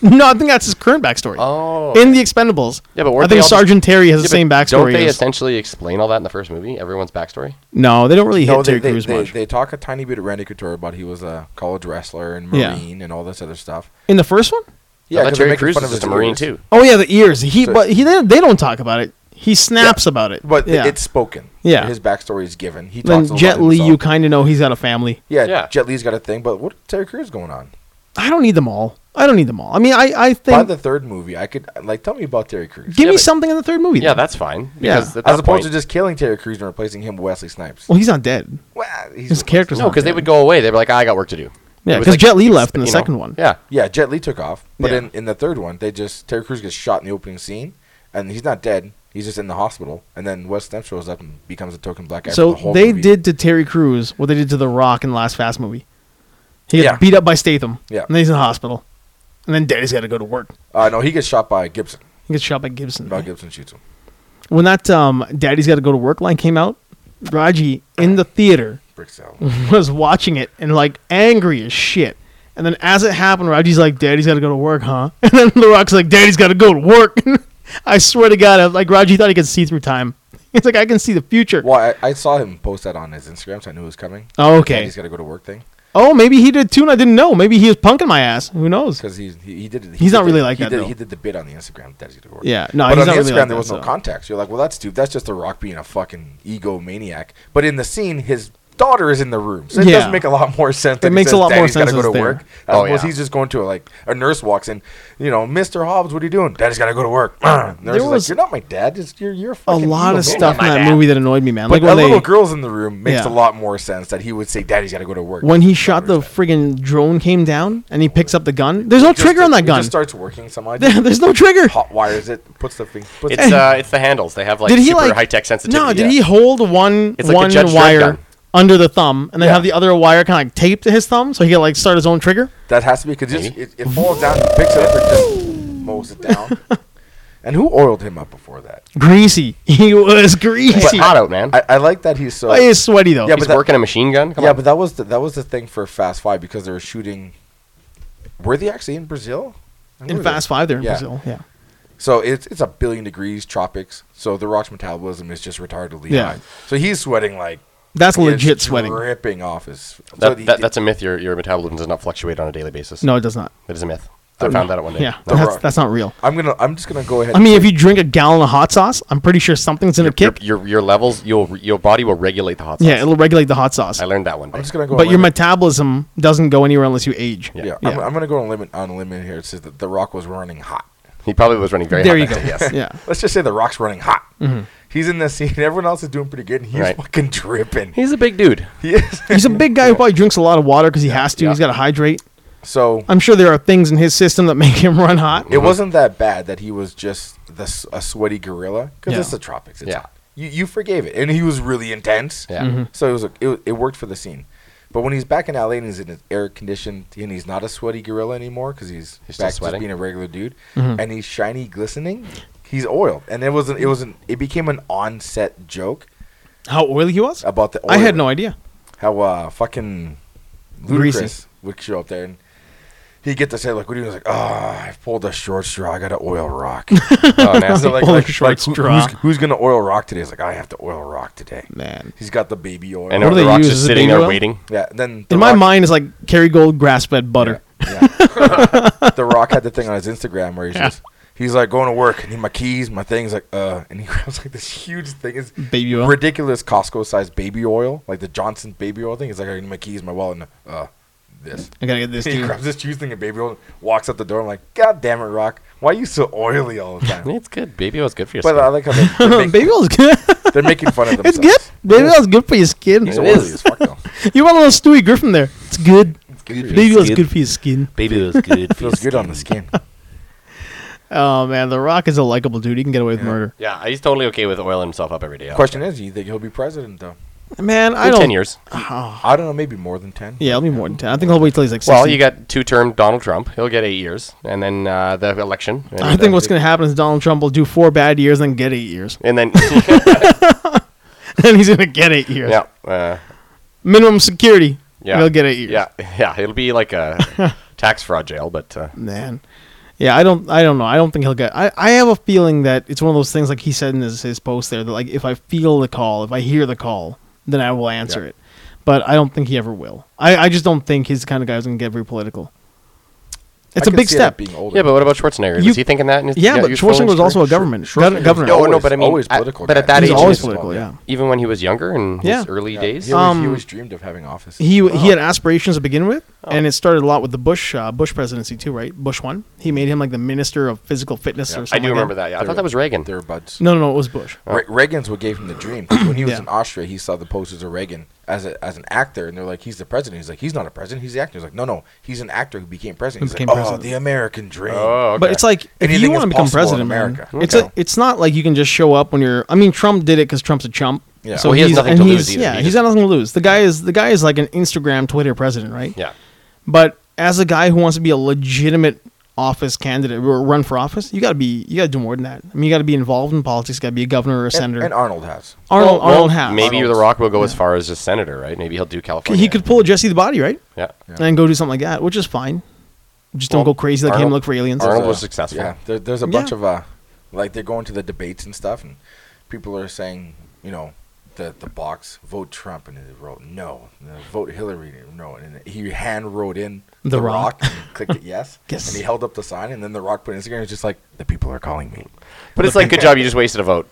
No, I think that's his current backstory.
Oh.
In the Expendables.
Yeah, but
I
weren't they
think
all-
Sergeant Terry has
Yeah,
the same
but
backstory.
Don't they
as-
essentially explain all that in the first movie? Everyone's backstory.
no, they don't really
no,
hit
they,
Terry
they,
Crews
they,
much.
they talk a tiny bit of Randy Couture about he was a college wrestler and
Yeah.
marine and all this other stuff.
In the first one?
Yeah, but
'cause they're
Terry
making
Crews
fun
is
of
just a
his
marine
ears.
too.
Oh yeah, the ears. He
So-
but he they, they don't talk about it. He snaps about it.
But
yeah.
it's spoken.
Yeah.
his backstory is given. He talks
then
about
Jet Li,
himself.
you kind of know he's got a family.
Yeah,
Yeah.
Jet Li's got a thing, but what Terry Crews going on?
I don't need them all. I don't need them all. I mean, I I
By
think
the third movie, I could like tell me about Terry Crews.
give
Yeah,
me
but-
something in the third movie.
Yeah,
then.
that's fine.
Yeah.
Because at
As
that
opposed to
point-
just killing Terry Crews and replacing him with Wesley Snipes.
well, he's not dead.
Well, he's
His character's
no,
not
because they
dead.
would go away. They'd be like, "Ah, I got work to do.
Yeah,
It was
'cause
like-
Jet Li left in the
you
second one.
Yeah,
Yeah, Jet Li took off, but
Yeah.
in, in the third one, they just Terry Crews gets shot in the opening scene, and he's not dead. He's just in the hospital, and then Wes Snipes shows up and becomes a token black guy. for
So
the whole
they
movie.
did to Terry Crews what they did to The Rock in the last Fast movie. He gets
Yeah.
beat up by Statham.
Yeah.
And then he's in the hospital. And then Daddy's got to go to work.
Uh, no, he gets shot by Gibson.
He gets shot by Gibson.
Mel Gibson shoots him.
When that um, Daddy's got to go to work line came out, Raji in the theater [LAUGHS]
Bricks out.
was watching it and like angry as shit. And then as it happened, Raji's like, "Daddy's got to go to work, huh?" [LAUGHS] And then The Rock's like, "Daddy's got to go to work." [LAUGHS] I swear to God, I- like Raji thought he could see through time. [LAUGHS] He's like, "I can see the future."
Well, I, I saw him post that on his Instagram, so I knew it was coming.
Oh, okay.
he's got to go to work thing
Oh, maybe he did too, and I didn't know. Maybe he was punking my ass. Who knows?
because he, he he did. He
He's
did
not really
the-
like
he
that,
Did,
though.
He did the bit on the Instagram that he's going to work.
Yeah, no,
but
he's not
on Instagram
really like
there
that,
was
so.
no context. You're like, well, that's dude. That's just the Rock being a fucking egomaniac. But in the scene, his daughter is in the room, so it
Yeah.
does make a lot more sense. that he
makes a
says
lot more
Daddy's
sense
gotta Go
it's
to
there.
work. As
Oh,
opposed
yeah.
he's just going to like a nurse walks in. You know, Mister Hobbs, what are you doing? Daddy's got to go to work. [CLEARS THROAT] nurse
was
is like, you're not my dad. Just you're you're a
a
fucking
lot
egomaniac."
of stuff in
my
that
dad.
movie that annoyed me, man.
But
Like
that
when they,
little girl's in the room makes
Yeah.
a lot more sense that he would say, "Daddy's got to go to work."
when he shot the friggin' drone came down and he picks up the gun. There's no
Just-
trigger on that
it
gun.
Just starts
[LAUGHS]
working somehow.
There- There's no trigger.
hot wires it, puts the thing. Puts
it's uh, it's the handles. They have like
Did he
super
like
high tech sensitivity.
No, did
Yeah.
he hold one
It's like the
one
Judge Dredd
wire
gun.
under the thumb and then
Yeah.
have the other wire kind of like taped to his thumb so he could like start his own trigger?
that has to be because it,
uh, Maybe.
it, it falls down, he picks it up, and just mows it
[LAUGHS]
down. and who oiled him up before that?
Greasy. [LAUGHS] He was
It's
greasy.
hot out, man.
I, I like that he's so.
Oh, he's sweaty though.
Yeah,
He's
but that-
working a machine gun. Come
yeah,
on.
but that was the, that was the thing for Fast Five because they were shooting. Were they actually in Brazil? Where
in
were they?
Fast Five, they're in
Yeah.
Brazil. Yeah.
So it's it's a billion degrees, tropics. So the rock's metabolism is just retardedly
Yeah.
high. So he's sweating like
That's
he is
legit sweating.
dripping off his. so
That,
he-
that, that's a myth. Your your metabolism does not fluctuate on a daily basis.
No, it does not.
that is a myth. I found that out one day.
Yeah,
No.
The
that's,
Rock.
that's not real.
I'm gonna. I'm just gonna go ahead.
I mean, if you drink a gallon of hot sauce, I'm pretty sure something's in a
Your,
kick.
your your levels, your your body will regulate the hot sauce.
Yeah, it'll regulate the hot sauce.
I learned that one day.
I'm just gonna go.
But
on
your
limit.
metabolism doesn't go anywhere unless you age.
Yeah.
Yeah, I'm,
Yeah.
I'm gonna go on limit on a limit here. It says that The Rock was running hot.
He probably was running very.
There
hot
you
that
go.
day, yes.
Yeah.
[LAUGHS] Let's just say The Rock's running hot. He's in the scene. [LAUGHS] Everyone else is doing pretty good, and he's
Right.
fucking dripping.
He's a big dude.
He is.
He's a big guy who probably drinks a lot of water because he has to.
Yeah.
He's got to hydrate.
So
I'm sure there are things in his system that make him [LAUGHS] run hot.
Mm-hmm.
it wasn't that bad that he was just the, s- a sweaty gorilla because
Yeah.
it's the tropics. It's
Yeah.
hot. You, you forgave it, and he was really intense.
Yeah.
Mm-hmm.
Mhm.
So it was a, it, wa- it worked for the scene. But when he's back in LA and he's in his air conditioned and he's not a sweaty gorilla anymore because he's,
He's still
back to
sweating.
just being a regular dude
Mm-hmm.
and he's shiny glistening, he's oiled. And it wasn't it wasn't it became an on set joke
How oily he was?
about the oil.
I had no idea.
how uh fucking
Greasy.
ludicrous would show up there and he'd get to say like what do you mean?" He's like, Ah, I've pulled a short straw, I got an oil
[LAUGHS]
rock.
Oh, nasty.
So like,
Pull a
like,
short
like, who-
straw.
Who's, who's gonna oil rock today? It's like I have to oil rock today.
Man.
He's got the baby oil.
and
What
what
do
the
they
rocks
use? Is
just
it
sitting there
baby oil?
waiting.
yeah, then The
In my
Rock-
mind, it's like Kerrygold grass fed butter. [LAUGHS]
yeah. the Rock had the thing on his Instagram where he's
Yeah.
just he's like going to work. I need my keys, my things. Like uh, and he [LAUGHS] grabs like this huge thing. It's
Baby oil.
ridiculous Costco sized baby oil, like the Johnson baby oil thing. He's like I need my keys, my wallet, and uh, this.
I gotta get
[LAUGHS]
this
he
too. [LAUGHS]
grabs this huge thing of baby oil, and walks out the door. I'm like, God damn it, Rock! Why are you so oily all the
[LAUGHS]
time?
It's good. Baby oil's good for your
but I
skin.
like how they, they're,
baby
making,
oil's
[LAUGHS]
good.
[LAUGHS] they're making fun of
it's
themselves.
good. Baby oil's good for your skin.
He's
It
oily
is.
as fuck
[LAUGHS]
though.
You want a little Stewie Griffin there? It's good.
Good for
Baby
your
oil's
skin.
good for your skin.
Baby oil's good. for your
Feels good on
skin.
the skin.
Oh man, The Rock is a likable dude. He can get away with
Yeah.
murder.
Yeah, he's totally okay with oiling himself up every day.
[LAUGHS] Question is, do you think he'll be president though?
Man, I
In
don't.
ten years.
Ah,
I don't know, maybe more than ten.
yeah, it'll be more than ten. I think I'll wait till he's like. 60.
Well, you got two-term Donald Trump. He'll get eight years, and then uh, the election. And,
I think
uh,
what's going to happen is Donald Trump will do four bad years and then get eight years. [LAUGHS]
And then [LAUGHS]
and he's going to get eight years.
yeah, uh,
Minimum security.
yeah,
And he'll get eight years.
Yeah, yeah, it'll be
[LAUGHS]
like a tax fraud jail, but uh,
Man. Yeah, I don't I don't know. I don't think he'll get I, I have a feeling that it's one of those things like he said in his, his post there that like if I feel the call, if I hear the call, then I will answer
Yeah.
it. But I don't think he ever will. I, I just don't think he's the kind of guy who's gonna get very political. It's
a
a big step.
Being older.
yeah. But what about Schwarzenegger?
You-
was he thinking that? In his,
Yeah, but
you're still in
Schwarzenegger was also a
Schwarzenegger?
government
Schwar-
gov-
Schwarzenegger's
governor.
No, no,
Always-
but I mean,
always
at-
political,
but at
guys.
that
He's
age,
always
his-
political, yeah.
Even when he was younger in
Yeah.
his early
Yeah,
days,
He always, he
Um,
always dreamed of having office.
he he had aspirations to begin with,
Oh.
and it started a lot with the Bush uh, Bush presidency too, right? Bush one, he made him like the minister of physical fitness
Yeah, I
or
I
something.
do
like
remember that. Yeah, I thought that was Reagan.
They're buds.
No, no, no, it was Bush.
Re- Reagan's what gave him the dream. 'cause when he
Oh.
was
Yeah.
in Austria, he saw the posters of Reagan as a, as an actor, and they're like, "He's the president." He's like, "He's not a president. He's the actor." He's like, "No, no, he's an actor who became president."
Who
He's
became
like,
president.
"Oh, the American dream."
Oh,
But it's like if
Anything
you want
is
to become
possible in
president, man,
America.
it's
Okay.
a, it's not like you can just show up when you're. I mean, Trump did it because Trump's a chump.
Yeah.
so
Well, he has
he's,
nothing
and
to lose
he's,
either.
Yeah,
He
he's
just-
got nothing to lose. The guy is the guy is like an Instagram, Twitter president, right?
yeah,
But as a guy who wants to be a legitimate office candidate or run for office, you got to be you got to do more than that. I mean, you got to be involved in politics. Got to be a governor or a
and,
senator.
and Arnold has.
Arnold
Well,
Arnold has.
Maybe
Arnold.
The Rock will go as far as just senator, right? Maybe he'll do California.
he could pull a Jesse the Body, right?
Yeah.
And go do something like that, which is fine. Just don't go
Well,
crazy like him.
Arnold-
Look for aliens.
Arnold
[LAUGHS]
Uh,
was successful.
Yeah, there, there's a
Yeah.
bunch of uh, like they're going to the debates and stuff, and people are saying, you know, the the box vote Trump, and they wrote no, and then vote Hillary, and no, and then he hand wrote in
The Rock.
and clicked
[LAUGHS]
it yes,
Yes.
and he held up the sign, and then the Rock put it on Instagram, it's just like the people are calling me.
But it's like, good job, you just wasted a vote.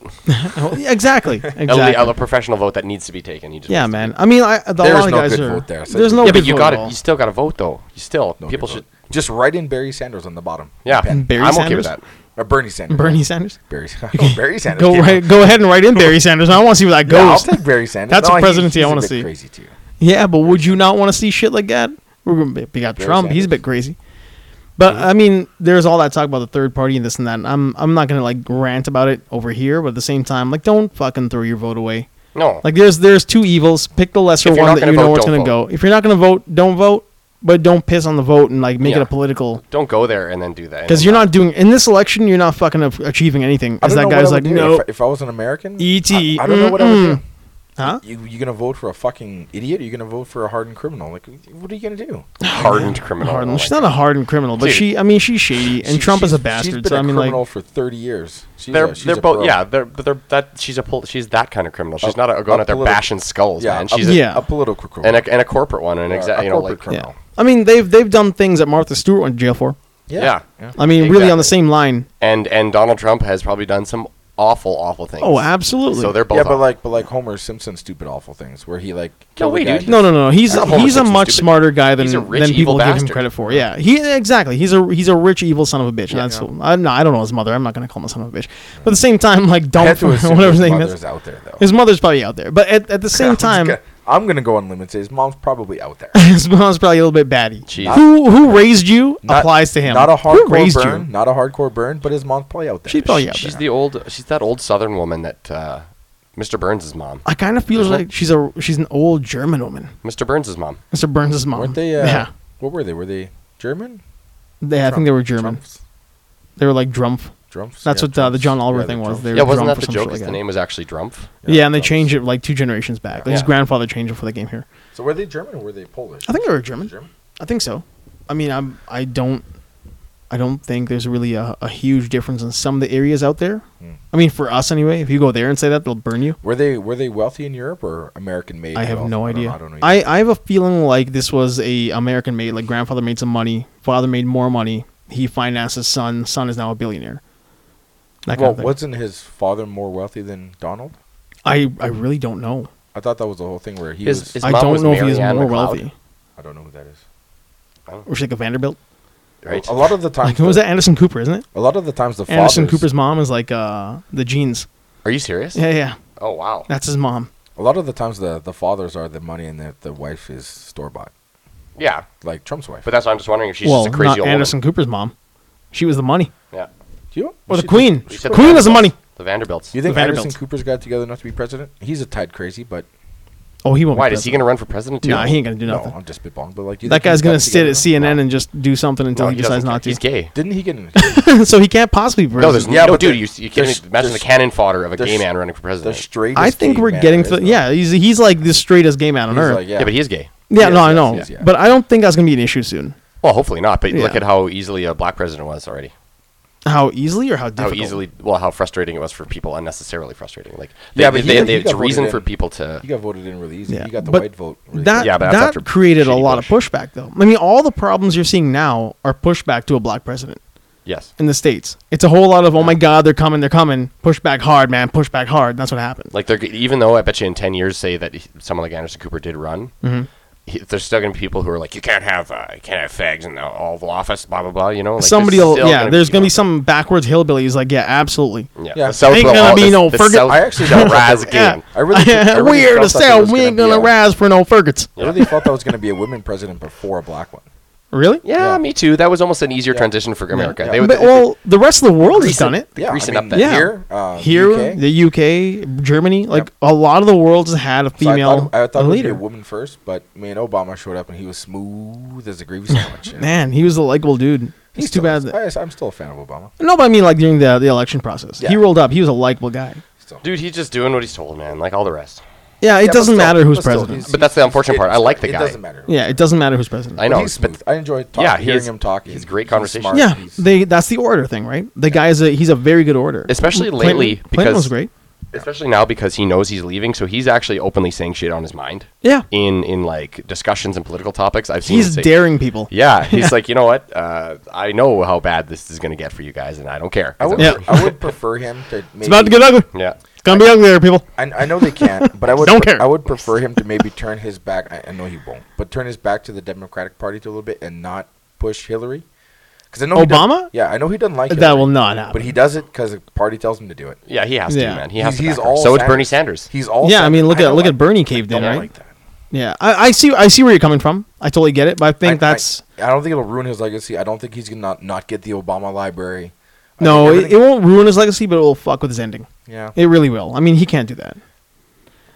Oh, yeah,
[LAUGHS]
exactly.
A, le-
Exactly.
a professional vote that needs to be taken. You just
Yeah,
wasted it.
man. I mean, I, the, a
There
lot
is
of
no
guys
good
are.
vote there, so
There's
you-
no
Yeah,
good
but you
vote
got
at all.
to You still got to vote though. You still
No,
people
good
should.
vote. just write in Barry Sanders on the bottom.
Yeah,
Pen.
Barry
I'm okay
Sanders?
with that.
or Bernie
[LAUGHS]
Sanders.
Bernie Sanders.
Barry, oh, Barry Sanders.
Go
came up.
right, go
[LAUGHS]
ahead and write in Barry Sanders. I want to see where that
Yeah, I'll
goes.
take Barry Sanders.
That's a
he-
presidency
he's
I
a
wanna
bit
see.
Crazy too.
yeah, but would you not want to see shit like that? We're gonna be, we got
Barry
Trump. He's a
Sanders.
bit crazy. But I mean, there's all that talk about the third party and this and that. And I'm I'm not gonna like rant about it over here, but at the same time, like don't fucking throw your vote away.
No,
Like there's there's two evils. Pick the lesser
If you're
one
not
that
gonna
you know
vote,
where's
don't
gonna go. If you're not gonna vote, don't vote. But don't piss on the vote and like make it
Yeah.
a political.
don't go there and then do that.
Because you're not doing in this election, you're not fucking a- achieving anything.
I
Because
don't
that
know
guy's
what I
like,
would do
no,
If, if I was an American,
ET,
I, I don't know what I would do.
huh?
You you gonna vote for a fucking idiot? Or you gonna vote for a hardened criminal? Like, what are you gonna do?
hardened criminal.
Hardened.
Like,
She's not a hardened criminal, but
Dude.
she, I mean, she's shady, and
She-
Trump is
she's-
a
She's
bastard.
been
So
a
I mean,
criminal
like,
for thirty years. She's
They're
a, she's
they're
a
both
pro.
yeah they're they're that she's a pol- she's that kind of criminal. She's
A-
not a, going
a
out there
political-
bashing skulls,
yeah.
man. She's
a,
a,
Yeah.
a political criminal.
and a and a corporate one and
Yeah, a
exactly you know
corporate
like
criminal.
yeah. I mean, they've they've done things that Martha Stewart went to jail for.
Yeah.
I mean, really on
Exactly.
the same line.
And and Donald Trump has probably done some awful, awful things.
Oh, absolutely.
So they're both.
yeah, but
awful.
like, but like Homer Simpson, stupid, awful things where he like killed the
wait,
guy
dude.
no, no, no. He's
Homer
he's a
Simpson's
much
stupid.
smarter guy than
He's a rich,
than people
evil
give him
bastard.
credit for. Yeah, he exactly. He's a he's a rich evil son of a bitch. That's
Yeah.
I, no, I don't know his mother. I'm not gonna call him a son of a bitch. But at the same time, like
I
dumb [LAUGHS]
have to
or
assume
whatever
his
his name
mother's
is.
out there though.
His mother's probably out there. But at, at the same time,
[LAUGHS]
[LAUGHS]
I'm gonna go on limits. His mom's probably out there.
his mom's probably a little bit batty.
Jeez.
Who who raised you applies to him.
Not a
Who
hardcore
raised
burn.
you?
Not a hardcore burn, but his mom's probably out there.
She's probably out
she's
there.
the old. She's that old Southern woman that uh, Mr. Burns' mom.
I kind of feel
Isn't it?
like she's a she's an old German woman.
Mr. Burns' mom.
Mr. Burns' mom.
Weren't they? Uh,
yeah.
What were they? Were they German?
They, I think they were German.
Trumps.
They were like Drumpf.
Drumps?
That's
Yeah,
what uh, the
Drumps.
John Oliver
Yeah,
thing
the
was.
Drumps.
They were
Yeah, wasn't
Drumpf
that
or
the
some
joke?
shit
is
like
the name was actually Drumpf.
Yeah, and they
Drumps.
changed it like two generations back. Like his
Yeah.
grandfather changed it before they came here.
So were they German or were they Polish?
I think they were German. I think so. I mean, I'm I don't I don't think there's really a, a huge difference in some of the areas out there.
Hmm.
I mean, for us anyway. If you go there and say that, they'll burn you.
Were they were they wealthy in Europe or American made?
I have
wealth?
no
don't-
idea.
I don't know.
I,
either.
I have a feeling like this was a American made. Like grandfather made some money, father made more money. He financed his son. Son is now a billionaire. That kind
well,
of thing.
wasn't his father more wealthy than Donald?
I I really don't know.
I thought that was the whole thing where he
His-
was.
his-
I
mom
don't
was
know if he was
Marianne
more
McLeod.
wealthy.
I don't know who that is.
Or she's like a Vanderbilt. Oh,
Right.
A lot of
[LAUGHS]
the
Like
times,
who was
the-
that? Anderson Cooper, isn't it?
A lot of the times, the
Anderson
fathers.
Cooper's mom is like uh the jeans.
Are you serious?
Yeah, yeah.
Oh wow.
That's his mom.
a lot of the times, the the fathers are the money, and the the wife is store bought,
Yeah.
like Trump's wife.
But that's why I'm just wondering if she's
well,
just a crazy
not
old
Anderson Cooper's mom. She was the money.
woman. Yeah.
Do you?
Or
you
the
should-
queen.
We said
Queen was the money.
The Vanderbilts.
Do you think
The
Anderson
Vanderbilts.
Cooper's got together enough to be president? He's a tad crazy, but
Oh, he won't.
Why
be
is he
president.
going to run for president too?
Nah, he ain't gonna do
no,
nothing.
I'm just spitballing. But like, do you
that
think he's
guy's gonna
got
sit
together
at
enough?
CNN and just do something until
No,
he,
he
decides
doesn't
not
care. He's
to.
gay.
Didn't he get?
[LAUGHS]
In,
so he can't possibly. Be
No, there's
president.
Yeah,
no
but
dude.
there-
You, you can't
there's-
even imagine the
there's-
cannon fodder of a gay
there's-
man running for
the
president.
straightest.
I think
gay
we're
man
getting
there
to.
is, though.
Yeah, he's he's like the straightest gay man on
He's
earth.
like,
yeah,
yeah.
yeah. but he is gay.
Yes,
no, I
yes,
know.
yes, yeah.
But I don't think that's gonna be an issue soon.
Well, hopefully not. But look
Yeah.
at how easily a black president was already.
How easily or how difficult?
How easily, well, how frustrating it was for people, unnecessarily frustrating. Like,
Yeah,
yeah,
but
they,
he
they,
got-
they,
he
it's
got
reason
voted
for
in.
people to.
He got voted in really easy.
Yeah,
He got the
but
white vote. Really
That
quick.
Yeah, but that's
that
after
created a
shitty
lot
Bush.
of pushback, though. I mean, all the problems you're seeing now are pushback to a black president.
Yes,
in the states. It's a whole lot of oh my god, they're coming, they're coming. Push back hard, man. Push back hard. That's what happened.
like they're g- even though I bet you in ten years say that he- someone like Anderson Cooper did run,
Mm-hmm.
he, there's still gonna be people who are like, you can't have, uh, you can't have fags in the Oval Office, blah blah blah. You know, like,
Somebody'll
still
yeah. there's gonna be
people-
some backwards hillbillies like yeah, absolutely. [LAUGHS]
Yeah,
Yeah.
the South
Ain't
will
gonna
all-
be
the-
no
the
Fergus-
South
I actually
shall [LAUGHS]
thought that [LAUGHS]
rise
was-
Yeah.
again.
[LAUGHS]
I really, did- I really
We're the
thought that there
South.
was
We ain't
gonna
gonna
be a-
rise for no Fergits.
I really thought that was going to be a women president before a black
[LAUGHS]
one.
Really?
Yeah,
Yeah.
me too. That was almost an easier
Yeah.
transition for America.
Yeah.
They would.
But, well, the rest of the world has done it.
Yeah,
I
greasing
mean,
up that
Yeah.
here, uh,
Here,
UK.
the UK, Germany, like
Yep.
a lot of the world's had a
So I
female
thought, I thought it would be
leader.
a woman first, but man, Obama showed up and he was smooth as a gravy sandwich. you know?
Man, he was a likable dude. It's
He
too
still
bad
is.
that.
I, I'm still a fan of Obama.
No, but I mean, like during the, the election process, he
Yeah.
rolled up. He was a likable guy.
Still.
dude, he's just doing what he's told, man. Like all the rest.
Yeah, it
Yeah, but
doesn't
still-
matter who's
but still,
president.
he's-
But that's the unfortunate
it-
part. I like the
it
guy.
doesn't matter.
Yeah, it doesn't matter who's president.
I know.
But he's
but-
smooth. I enjoy talk,
Yeah, he
hearing
is-
him talking.
he's great
conversation.
conversation.
Yeah, they that's the order thing, right? The guy is a he's a very good order,
Especially
Clinton-
lately,
Clinton
because-
was great.
especially now because he knows he's leaving, so he's actually openly saying shit on his mind.
Yeah.
In in like discussions and political topics, I've seen.
He's
him say-
daring people.
[LAUGHS]
[LAUGHS]
Yeah, he's like, you know what? Uh, I know how bad this is going to get for you guys, and I don't care.
I would,
Yeah.
I would prefer him to. Maybe,
it's about to get ugly.
Yeah.
It's gonna be ugly there, people.
I, I know they
[LAUGHS]
can't, but I would.
Don't care.
I would prefer him to maybe turn his back. I, I know he won't, but turn his back to the Democratic Party to a little bit and not push Hillary. Because I know he doesn't-
Obama?
Yeah, I know he doesn't like
That
Hillary,
will not happen.
But he does it because the party tells him to do it.
Yeah, he has to,
Yeah.
man. He
He's-
has to.
he's
back her.
all
so it's
Sanders.
Bernie Sanders.
He's all.
yeah, I mean, look at
don't
look
like-
at Bernie caved in,
don't
right?
like that.
Yeah, I, I see I see where you're coming from. I totally get it, but I think
I-
that's
I, I don't think it'll ruin his legacy. I don't think he's gonna not, not get the Obama library. I
no,
think
it, it
everything-
won't ruin his legacy, but it will fuck with his ending.
yeah.
It really will. I mean, he can't do that.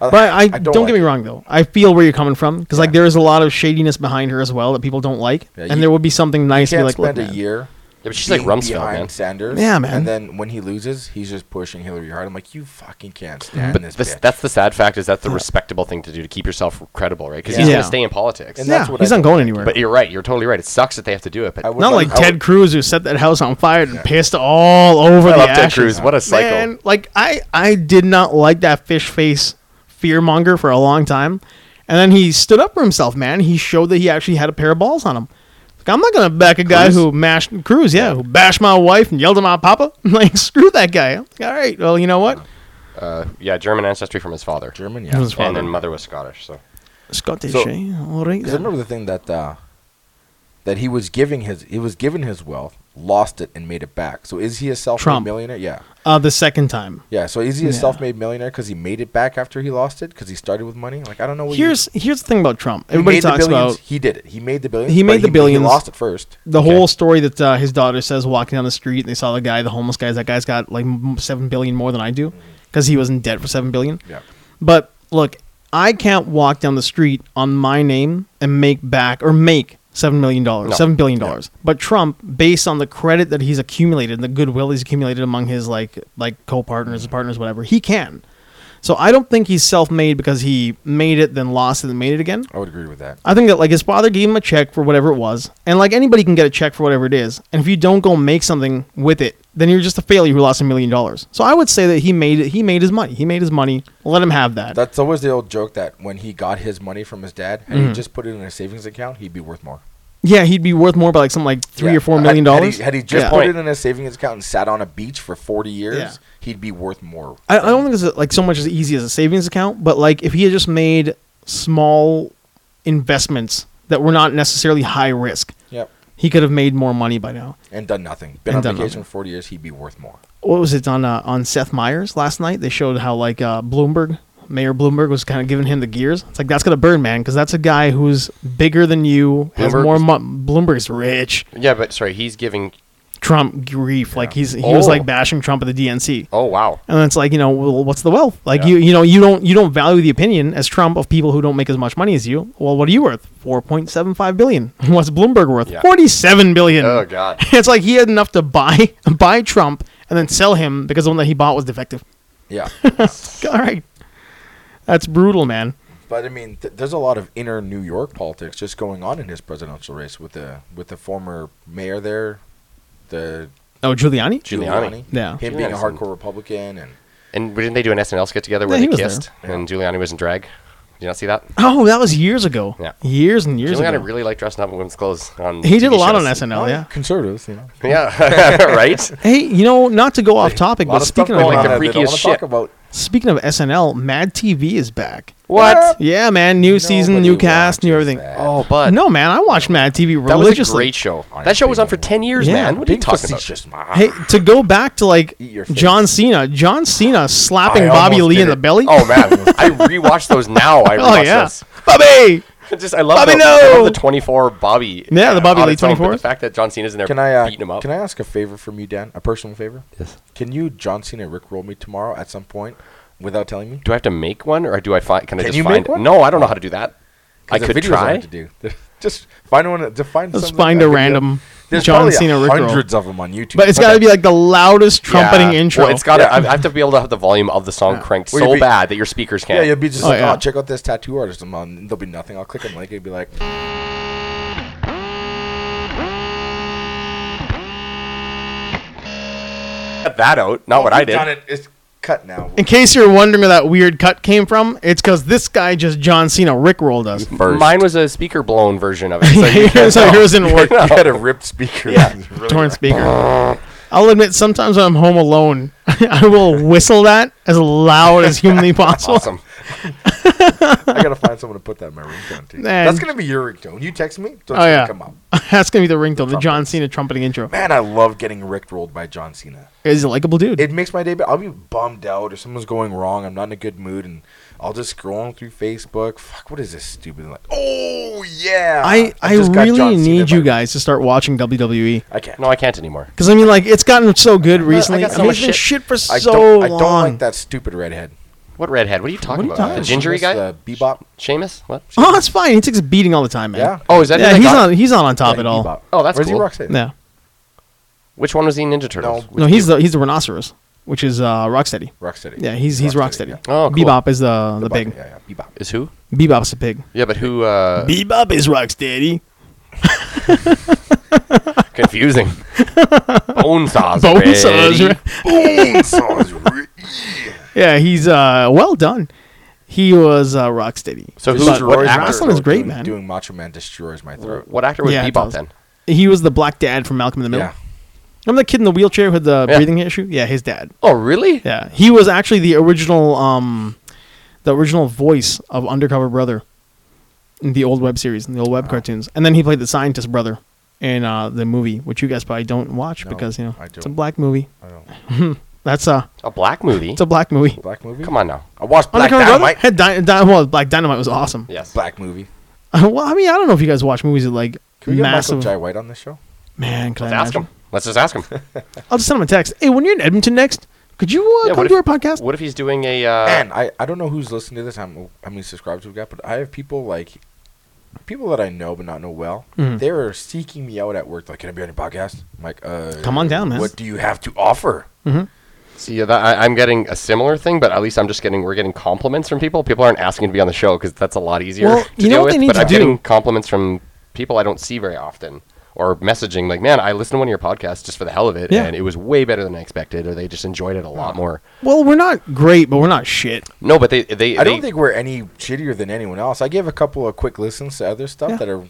I-
But I, don't,
like
get me
it.
wrong though. I feel where you're coming from because like
Yeah.
there is a lot of shadiness behind her as well that people don't like,
Yeah,
and
you-
there would be something nice to be
Can't
like, look,
spend a
man.
year.
Yeah, but she's like
being
Rumsfeld,
behind
man.
Sanders.
Yeah, man.
And then when he loses, he's just pushing Hillary hard. I'm like, you fucking can't stand
But
this.
this,
bitch.
that's the sad fact is that's the respectable thing to do to keep yourself credible, right? Because he's
Yeah.
going
Yeah.
to stay in politics.
And
Yeah,
that's what
he's
I
not
don't
going
like.
anywhere.
But you're right. You're totally right. It sucks that they have to do it. But
I would
Not like
I
Ted
would-
Cruz who set that house on fire and pissed all over
I
the
love Ted
ashes.
Cruz. What a cycle.
Man, like I, I did not like that fish face fearmonger for a long time, and then he stood up for himself. Man, he showed that he actually had a pair of balls on him. I'm not gonna back a guy
Cruz?
who mashed Cruz, yeah, who bashed my wife and yelled at my papa. [LAUGHS] like, screw that guy. I'm like, all right, well, you know what?
Uh, yeah, German ancestry from his father.
German, yeah.
It was
Because
father.
And then mother was Scottish. So
Scottish,
So-
eh? All right.
I
then.
remember the thing that uh, that he was giving his he was given his wealth, lost it, and made it back. So is he a self-made
Trump.
millionaire? Yeah,
Uh, the second time.
yeah. So is he a
Yeah.
self-made millionaire because he made it back after he lost it because he started with money? Like I don't know. What you-
Here's here's the thing about Trump.
he
Everybody
made the
talks
billions,
about
he did it. He made the billions.
He
but
made the billions.
He lost it first.
the
Okay.
whole story that uh, his daughter says walking down the street and they saw the guy, the homeless guy. That guy's got like m- seven billion more than I do because he was in debt for seven billion.
Yeah.
But look, I can't walk down the street on my name and make back or make seven million dollars,
No.
seven billion dollars. But Trump, based on the credit that he's accumulated and the goodwill he's accumulated among his like like co-partners, partners, whatever, he can. So I don't think he's self-made because he made it, then lost it, and made it again.
I would agree with that.
I think that like his father gave him a check for whatever it was, and like anybody can get a check for whatever it is, and if you don't go make something with it, then you're just a failure who lost a million dollars. So I would say that he made it. He made his money. He made his money. Let him have that.
That's always the old joke that when he got his money from his dad, had
Mm-hmm.
he just put it in a savings account, he'd be worth more.
yeah, he'd be worth more by like something like three
Yeah.
or four
Had-
million
had he-
dollars.
Had, he just
Yeah.
put
Point.
it in a savings account and sat on a beach for 40 years,
Yeah.
he'd be worth more.
I, I don't think it's like so much as easy as a savings account, but like if he had just made small investments that were not necessarily high risk,
Yep.
he could have made more money by now.
And done nothing.
And
Been on
done
vacation
nothing.
for 40 years, he'd be worth more.
what was it on uh, on Seth Meyers last night? They showed how like uh, Bloomberg, Mayor Bloomberg, was kind of giving him the gears. It's like that's gonna burn, man, because that's a guy who's bigger than you, has
Bloomberg-
more. Mo- Bloomberg's rich.
yeah, but sorry, he's giving.
Trump grief, like he's he was
Oh.
like bashing Trump at the DNC.
Oh wow.
And it's like you know, well, what's the wealth? Like
Yeah.
you, you know, you don't you don't value the opinion as Trump of people who don't make as much money as you. Well, what are you worth? Four point seven five billion. [LAUGHS] What's Bloomberg worth?
Yeah.
Forty seven billion.
Oh god.
[LAUGHS] It's like he had enough to buy [LAUGHS] buy Trump and then sell him because the one that he bought was defective. [LAUGHS]
Yeah.
All right. That's brutal, man.
but I mean, th- there's a lot of inner New York politics just going on in his presidential race with the with the former mayor there, the
Oh, Giuliani?
Giuliani.
Giuliani.
Yeah.
Him being a
Giuliani's in-
hardcore Republican and
And didn't they do an SNL skit together where
Yeah, he
they
was
kissed and Giuliani was in drag? Did you not see that?
Oh, that was years ago.
Yeah.
Years and years
Giuliani
ago.
really liked dressing up in women's clothes. On
he did
TV
a lot on
shows.
Oh,
SNL, Oh, yeah.
conservatives, you know.
[LAUGHS] Yeah, [LAUGHS] right.
Hey, you know, not to go off
A
topic,
lot
but
of stuff
speaking of
going
like the
on that they don't
freakiest
wanna
shit.
talk about.
speaking of SNL, Mad TV is back.
What?
Yeah, man, new season,
Nobody
new cast, new
watches
everything.
that.
Oh, but
No, man, I watched Mad TV
that was
religiously.
a great show.
Aren't
That show was
they
on for ten years,
Yeah.
man. What are you
Big
talking about?
facetious man.
Hey, to go back to like
Eat your face.
John Cena, John Cena slapping
I
Bobby
almost
Lee
did
in the
it.
belly.
Oh man, I rewatched those now. I
[LAUGHS] oh
rewatched
yeah,
those. [LAUGHS]
Bobby.
Just I love
Bobby,
the, I
no!
love the twenty four Bobby. uh,
Yeah, the Bobby
on
Lee
its own, but
24.
The fact that John Cena's in there
Can I uh,
beating him up.
can I ask a favor from you, Dan? A personal favor? Can you John Cena rickroll me tomorrow at some point without telling me?
Do I have to make one, or do I find? Can, I
Can
just
you
find?
make one?
No, I don't know how to do that. I
'Cause the
could
videos are
try.
hard to do. [LAUGHS] just find one. Just find.
Let's
some-
find
a
a
video.
random
There's
John
probably
Cena rickroll.
Hundreds of them on YouTube.
But it's got to be like the loudest trumpeting
Yeah.
intro.
Well, it's got to. I have to be able to have the volume of the song cranked
Well, you'd
so
be-
bad that your speakers can't.
Yeah, you'll be just
Oh,
like,
yeah.
oh, check out this tattoo artist. I'm on. There'll be nothing. I'll click on like. It'd be like,
Cut that out. Not what I
"You've
did.
Done it. It's
[LAUGHS]
cut now.
In case you're wondering where that weird cut came from, it's because this guy just John Cena rickrolled us.
First. Mine was a speaker blown version of it.
[LAUGHS]
So you can't
so
tell.
yours didn't
[LAUGHS]
work.
You had a ripped speaker.
Yeah.
Torrent speaker. I'll admit, sometimes when I'm home alone, [LAUGHS] I will whistle that as loud as humanly possible.
Awesome.
[LAUGHS] I gotta find someone to put that in my ringtone.
[LAUGHS]
Too.
Man.
That's gonna be your ringtone. You text me. Don't
Oh yeah,
come up.
[LAUGHS] that's gonna be the ringtone, the John Cena trumpeting intro.
Man, I love getting rickrolled by John Cena.
He's a likable dude.
it makes my day. But I'll be bummed out if someone's going wrong. I'm not in a good mood, and I'll just scroll through Facebook. Fuck, what is this stupid? Like, oh yeah,
I I
just got John
really
Cena
need
by-
you guys to start watching WWE
I can't.
No, I can't anymore.
because I mean, like, it's gotten so good recently.
got so
I mean,
much
it's been
shit.
shit for
I
so
don't. I
long.
don't like that stupid redhead.
What redhead? What are you
What are
talking
you
about?
talking
the gingery guy,
The bebop.
Seamus. What?
Oh, it's fine. He takes a beating all the time, man.
Yeah.
Oh, is that? who
yeah,
they
he's
got?
not he's not on top
Yeah,
at all.
Bebop.
Oh, that's
Where's
cool.
he Roxanne?
Yeah.
Which one was he in Ninja Turtles?
No.
No, he's the he's the rhinoceros, which is uh, Rocksteady.
Rocksteady.
Yeah, he's he's Rocksteady.
Rocksteady,
Oh, cool.
Bebop is the the, pig.
Yeah, yeah, bebop.
Is who?
Bebop's the pig.
Yeah, but who? Uh,
Bebop is Rocksteady.
[LAUGHS]
[LAUGHS]
confusing. Bone saws.
Bone saws,
ready.
right?
[LAUGHS] Boom! saws re-
[LAUGHS] Yeah, he's uh well done. He was uh, Rocksteady.
So
But
who's- what
Roy
actor?
Johnson is great,
doing,
man.
Doing Macho Man destroys my throat.
What actor was
Yeah, it
Bebop
does.
then?
he was the black dad from Malcolm in the Middle.
Yeah.
Remember the kid in the wheelchair who had the
Yeah.
breathing issue? Yeah, his dad.
Oh, really?
Yeah, he was actually the original, um, the original voice of Undercover Brother in the old web series, in the old web cartoons, and then he played the scientist brother in uh, the movie, which you guys probably don't watch
No,
because you know
I
it's a
don't.
black movie.
I don't.
That's a
A black movie.
it's a black movie.
Black movie?
Come on now.
I watched Black
Undercover
Dynamite.
Brother had di- di- well, Black Dynamite was awesome.
Yes.
Black movie.
[LAUGHS] well, I mean, I don't know if you guys watch movies that like
Can we get
massive.
Michael Jai White on this show?
Man, could
Let's
I
ask
imagine?
him. Let's just ask him.
I'll just send him a text. Hey, when you're in Edmonton next, could you uh,
Yeah,
come
what
to
if-
our podcast?
What if he's doing a? Uh,
Man, I, I don't know who's listening to this, how m- how many subscribers we've got, but I have people like people that I know but not know well.
Mhm.
They are seeking me out at work. Like, can I be on your podcast? I'm like, uh,
Come on down, man.
What do you have to offer?
See, that, I, I'm getting a similar thing, but at least I'm just getting we're getting compliments from people. People aren't asking to be on the show because that's a lot easier.
Well,
to
you know
deal
what they
with,
need
but
to
I'm
do?
getting compliments from people I don't see very often, or messaging like, "Man, I listened to one of your podcasts just for the hell of it,
Yeah.
and it was way better than I expected," or they just enjoyed it a lot more.
Well, we're not great, but we're not shit.
No, but they they
I don't
they-
think we're any shittier than anyone else. I give a couple of quick listens to other stuff
Yeah.
that are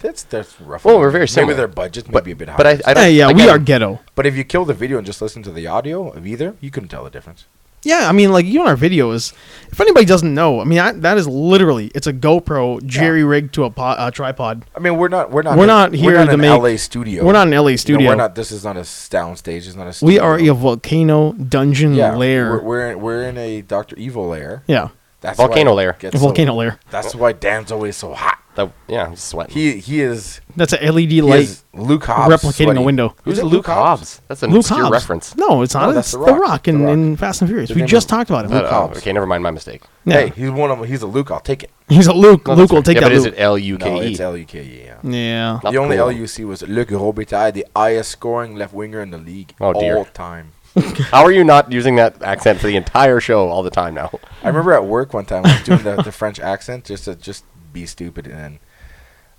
that's that's rough.
Well, we're very similar.
Maybe their budgets may
but,
be a bit higher.
but I, I don't,
Yeah, yeah, we
again,
are ghetto.
But if you kill the video and just listen to the audio of either, you couldn't tell the difference.
Yeah, I mean, like you know, our video is. If anybody doesn't know, I mean, I, that is literally it's a GoPro jerry rigged to a, po- a tripod.
I mean, we're not we're not
We're not here
we're not
to
an
make-
LA studio.
We're not an LA
You know,
studio.
we're not. This is not a sound stage. It's not a. Studio.
We are a volcano dungeon lair.
We're, we're in, we're in a Doctor Evil lair.
yeah,
That's
Volcano
why
lair.
gets
a
so-
volcano lair.
that's why Dan's always so hot.
the, yeah, I'm sweating.
He he is.
That's an LED
He
light
is Luke Hobbs
replicating a
sweaty.
window.
Is
Who's
it
Luke Hobbs? That's an
Luke
obscure
Hobbs.
reference.
No, it's not.
No,
it's
that's
the
The
Rock,
Rock.
in,
The Rock.
in Fast and Furious.
His
we
name
just
is
talked about him.
Uh,
Luke Hobbs.
okay, never mind my mistake.
Yeah.
Hey, he's one of 'em. He's a Luke. I'll take it.
[LAUGHS] He's a Luke.
No,
Luke
that's
will
right.
take
yeah,
that.
but is
Luke.
it L U K E?
No, it's L U K E. Yeah.
yeah.
Not
the only
cool.
LUC was Luke Robitaille, the highest scoring left winger in the league
Oh, dear.
all time. E.
How are you not using that accent for the entire show all the time now?
I remember at work one time I was doing the, the French accent just to just be stupid, and then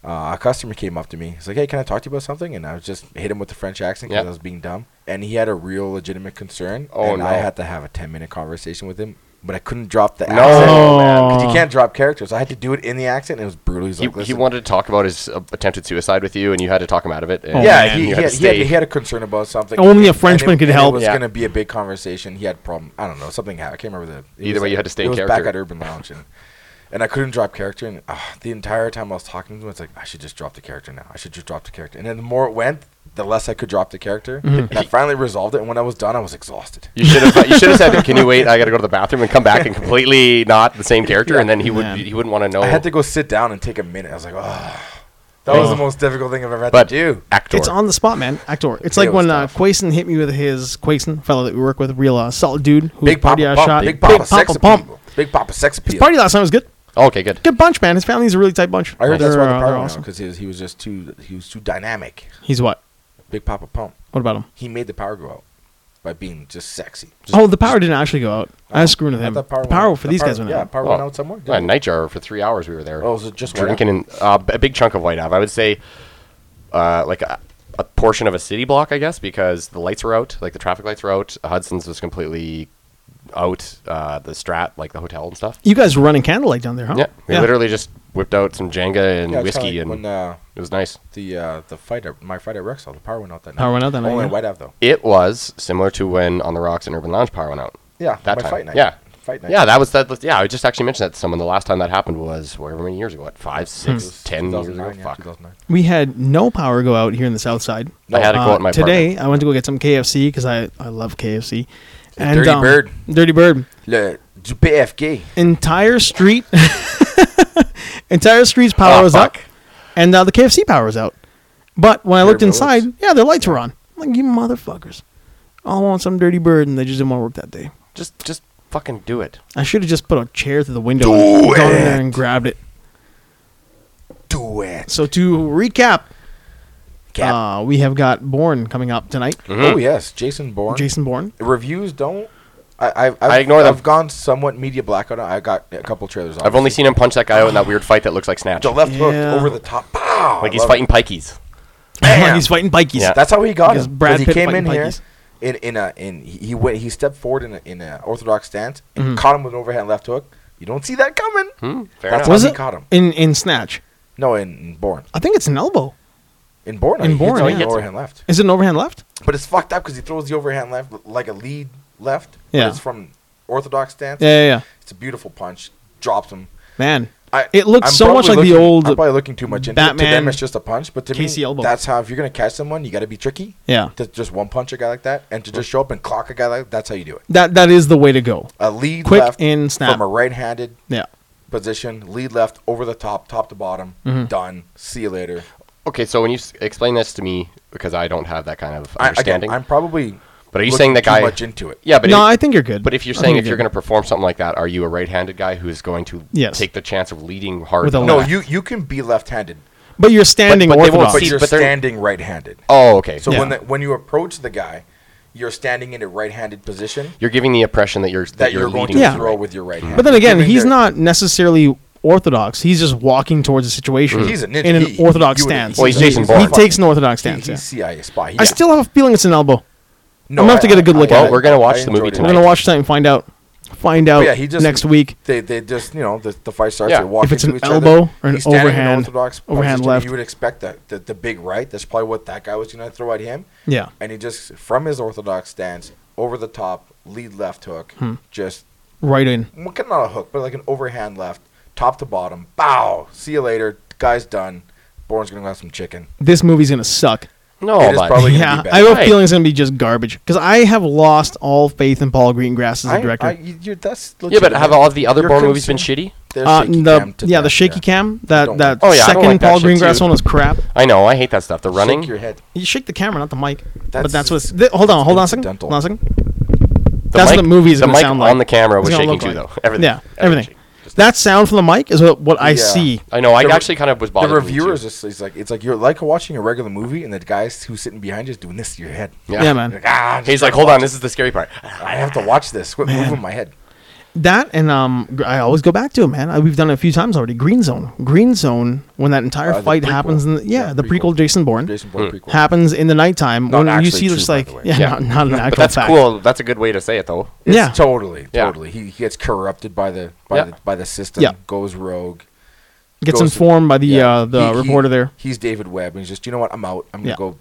uh, a customer came up to me. He's like, "Hey, can I talk to you about something?" And I was just hit him with the French accent because
Yeah.
I was being dumb, and he had a real legitimate concern.
Oh,
and I
no.
had to have a ten minute conversation with him, but I couldn't drop the
No.
accent
Oh,
because
man.
you can't drop characters. I had to do it in the accent. And it was brutal. He's
He,
like,
he
"Listen."
wanted to talk about his uh, attempted suicide with you, and you had to talk him out of it. and
Oh,
yeah,
man.
he, he,
you
had, he,
to
had,
stay-
he had a concern about something.
Only a
and- and
Frenchman
it-
could
and
help.
It was
Yeah.
going to be a big conversation. He had problem. I don't know. Something happened. I can't remember the. it
Either
was
way, you
at-
had to stay
It
in
was back
character.
at Urban Lounge, and, and I couldn't drop character. And uh, the entire time I was talking to him, it's like I should just drop the character now. I should just drop the character. And then the more it went, the less I could drop the character.
Mm-hmm.
And I finally resolved it. And when I was done, I was exhausted.
You should have. You should have said, "Can you wait? I got to go to the bathroom and come back
[LAUGHS]
and completely not the same character." And then he would.
Man.
He wouldn't want to know.
I had to go sit down and take a minute. I was like, oh, that was the most difficult thing I've ever had
but
to do.
actor.
It's on the spot, man. Actor. It's
Yeah,
like
it
when
was
uh,
tough.
Quaison hit me with his Quaison fellow that we work with, real uh, solid dude who
Big
party
Papa
I
Pump.
shot.
Big Papa sex appeal. Big Papa sex appeal.
Party last night was good.
Oh, okay, good.
Good bunch, man. His family's a really tight bunch.
I heard that's
They're,
why the
uh,
problem
they're
awesome. because he was, he was just too he was too dynamic.
He's what?
Big Papa Pump.
What about him?
He made the power go out by being just sexy. Just Oh,
Oh, the power didn't actually go out. I was screwing with
I
him. Oh, The
thought
power,
went out-
for
the
these
power-
guys went
Yeah,
out.
power
Oh.
went out somewhere.
Yeah,
didn't it?
Nightjar for three hours. We were there.
Oh, was it just
drinking
white
and uh, b- a big chunk of White Ave. I would say, uh, like a, a portion of a city block, I guess, because the lights were out, like the traffic lights were out. Hudson's was completely out. Uh, the Strat, like the hotel and stuff.
You guys were running candlelight down there, huh?
Yeah, we literally just whipped out some Jenga and
Yeah, it's kinda
whiskey,
like
and
when uh,
it was nice.
the uh, the fight at my fight at Rexall, the power went out that night.
Power went out that night,
Only
yeah.
in White Ave though.
It was similar to when On the Rocks and Urban Lounge Power went out.
Yeah,
That
my
time.
fight night.
Yeah.
fight night.
Yeah, that was that. Yeah, I just actually mentioned that to someone. The last time that happened was whatever many years ago. What five,
Hmm. It
six,
was
ten years ago?
2009, yeah,
Fuck.
2009.
We had no power go out here in the south side.
I had to go
Uh,
out in my
today,
apartment.
I went to go get some KFC because I, I love KFC.
Dirty Bird.
um, Dirty Bird.
Le du PFK.
Entire street, [LAUGHS] entire street's power
Ah,
was up,
fuck.
and uh, the KFC power was out. But when I
Their
looked inside,
roads.
yeah, their lights were on. I'm like you motherfuckers, all want some Dirty Bird, and they just didn't want to work that day.
Just, just fucking do it.
I should have just put a chair through the window, and gone in there and grabbed it.
Do it.
So to recap,
Cap.
Uh, we have got Bourne coming up tonight.
Mm-hmm.
oh yes, Jason Bourne.
Jason [LAUGHS] Bourne.
Reviews don't. I I've, I've,
I ignore them.
I've gone somewhat media blackout. I got a couple trailers.
I've only seen him punch that guy out in that weird fight that looks like Snatch.
the left hook
Yeah.
over the top. Pow! I
Like he's
love it.
fighting pikeys.
[LAUGHS]
Bam!
he's fighting bikies.
Yeah.
That's how he got
Because
him.
Brad
Brad he
Pitt
came in
fighting
here
monkeys.
in, in a in he he went he stepped forward in a, in a orthodox stance and
Mm-hmm.
caught him with an overhand left hook. You don't see that coming.
Hmm, fair
That's
enough.
how
Was
he
it
caught him.
in in Snatch?
No, in, in Bourne.
I think it's an elbow.
In Born,
In Bourne,
he
yeah.
hits an overhand left.
Is it an overhand left?
But it's fucked up because he throws the overhand left like a lead left. but
Yeah.
it's from orthodox stance.
Yeah, yeah, yeah.
It's a beautiful punch. Drops him.
Man,
I,
It looks so much
probably
like the
looking-
old
I'm probably looking too much into it. To
Batman
them, it's just a punch. But to
KC
me,
elbow.
that's how if you're gonna catch someone, you got to be tricky.
yeah.
To just one punch a guy like that, and to just show up and clock a guy like that's how you do it.
That that is the way to go.
A lead
Quick
left
in snap.
from a right-handed
Yeah.
position, lead left over the top, top to bottom,
Mm-hmm.
done. See you later.
Okay, so when you s- explain this to me, because I don't have that kind of
I, again,
understanding.
I'm probably.
But are you
looking
saying the
too
guy-
much into it?
yeah, but
no,
if,
I think you're good.
but if you're
I
saying
think
if you're
good.
going to perform something like that, are you a right-handed guy who's going to
Yes.
take the chance of leading hard?
With a
on
No,
left.
you you can be left-handed,
but you're standing
but they won't
orthodox.
but
See,
you're
but they're-
standing right-handed.
Oh, okay.
So
So
when
Yeah.
the, when you approach the guy, you're standing in a right-handed position
you're giving the impression that you're that,
that
you're,
you're, going
leading.
to
Mm-hmm.
Yeah.
throw with your right hand.
But then again,
Giving
he's
their-
not necessarily orthodox. He's just walking towards the situation
He's a ninja.
in an
He-
orthodox
you would-
stance.
Well, he's Jason
he
Bourne.
takes an orthodox
He,
stance.
he's
yeah.
CIA spy. He-
I still have a feeling it's an elbow. I'm gonna have to get a good look at
Well,
it.
we're gonna watch
I
the movie
enjoyed it.
We're
tonight.
gonna watch that and find out. Find out
But yeah, he just
next week.
They they just you know the, the fight starts.
Yeah.
They walk
If it's
into
an
each other.
elbow or an
He's standing in
overhand-
orthodox
overhand
position.
left.
You would expect that the, the big right. That's probably what that guy was going to throw at him.
Yeah.
And he just from his orthodox stance over the top lead left hook,
Hmm.
just
Right in.
well, not a hook, but like an overhand left, top to bottom. Bow. See you later. Guy's done. Bourne's going to have some chicken.
This movie's gonna suck.
No,
It is
but
probably-
Yeah,
be bad.
I have a
Right.
feeling it's gonna be just garbage because I have lost all faith in Paul Greengrass as a director.
I, I, you, you- that's
yeah, but have all of the other
You're
Bourne movies been
concerned.
shitty?
They're
uh,
shaky
the
cam to
yeah,
death,
the shaky cam that
don't
that
like-
Oh, yeah, I don't
second
like that
Paul
shit
Greengrass
too.
one was crap.
[LAUGHS] I know, I hate that stuff. The running.
Shake your head.
You shake the camera, not the mic. but
That's-
that's what's. Th- hold on, hold on a second.
incidental.
Hold on a second.
the
that's
mic,
what the movie is
The
gonna
mic
sound like.
on the camera was
It's gonna
shaking
look
too,
like.
though. Everything.
Yeah, everything.
shaking. Just-
That sound from the mic is what, what I
Yeah.
see.
I know. I
The re-
actually kind of was
The
bothered. with it,
reviewer is
too.
just it's like it's like you're like watching a regular movie, and the guys who's sitting behind you is doing this to your head.
Yeah.
Yeah, man.
Like, ah,
He's like, hold on, this is the scary part.
I have to watch this. Quit moving my head.
That and um, gr- I always go back to it, man. I, we've done it a few times already. Green Zone, Green Zone. When that entire
Uh, the
fight
prequel.
happens, in the, yeah,
Yeah,
the
prequel.
prequel, Jason Bourne,
Jason Bourne
Hmm.
prequel.
happens in the nighttime
Not
when you
actually
see
true,
just
by
like
the way.
yeah,
Yeah.
Not, not an
[LAUGHS]
actual
But that's
fact.
cool. That's a good way to say it, though.
It's
Yeah.
totally,
Yeah.
totally. He, he gets corrupted by the by
Yeah.
the by the system.
Yeah.
goes rogue.
Gets
goes-
informed by the
Yeah.
uh, the
He- he-
reporter there.
He's David Webb, and he's just you know what? I'm out. I'm gonna
Yeah.
go.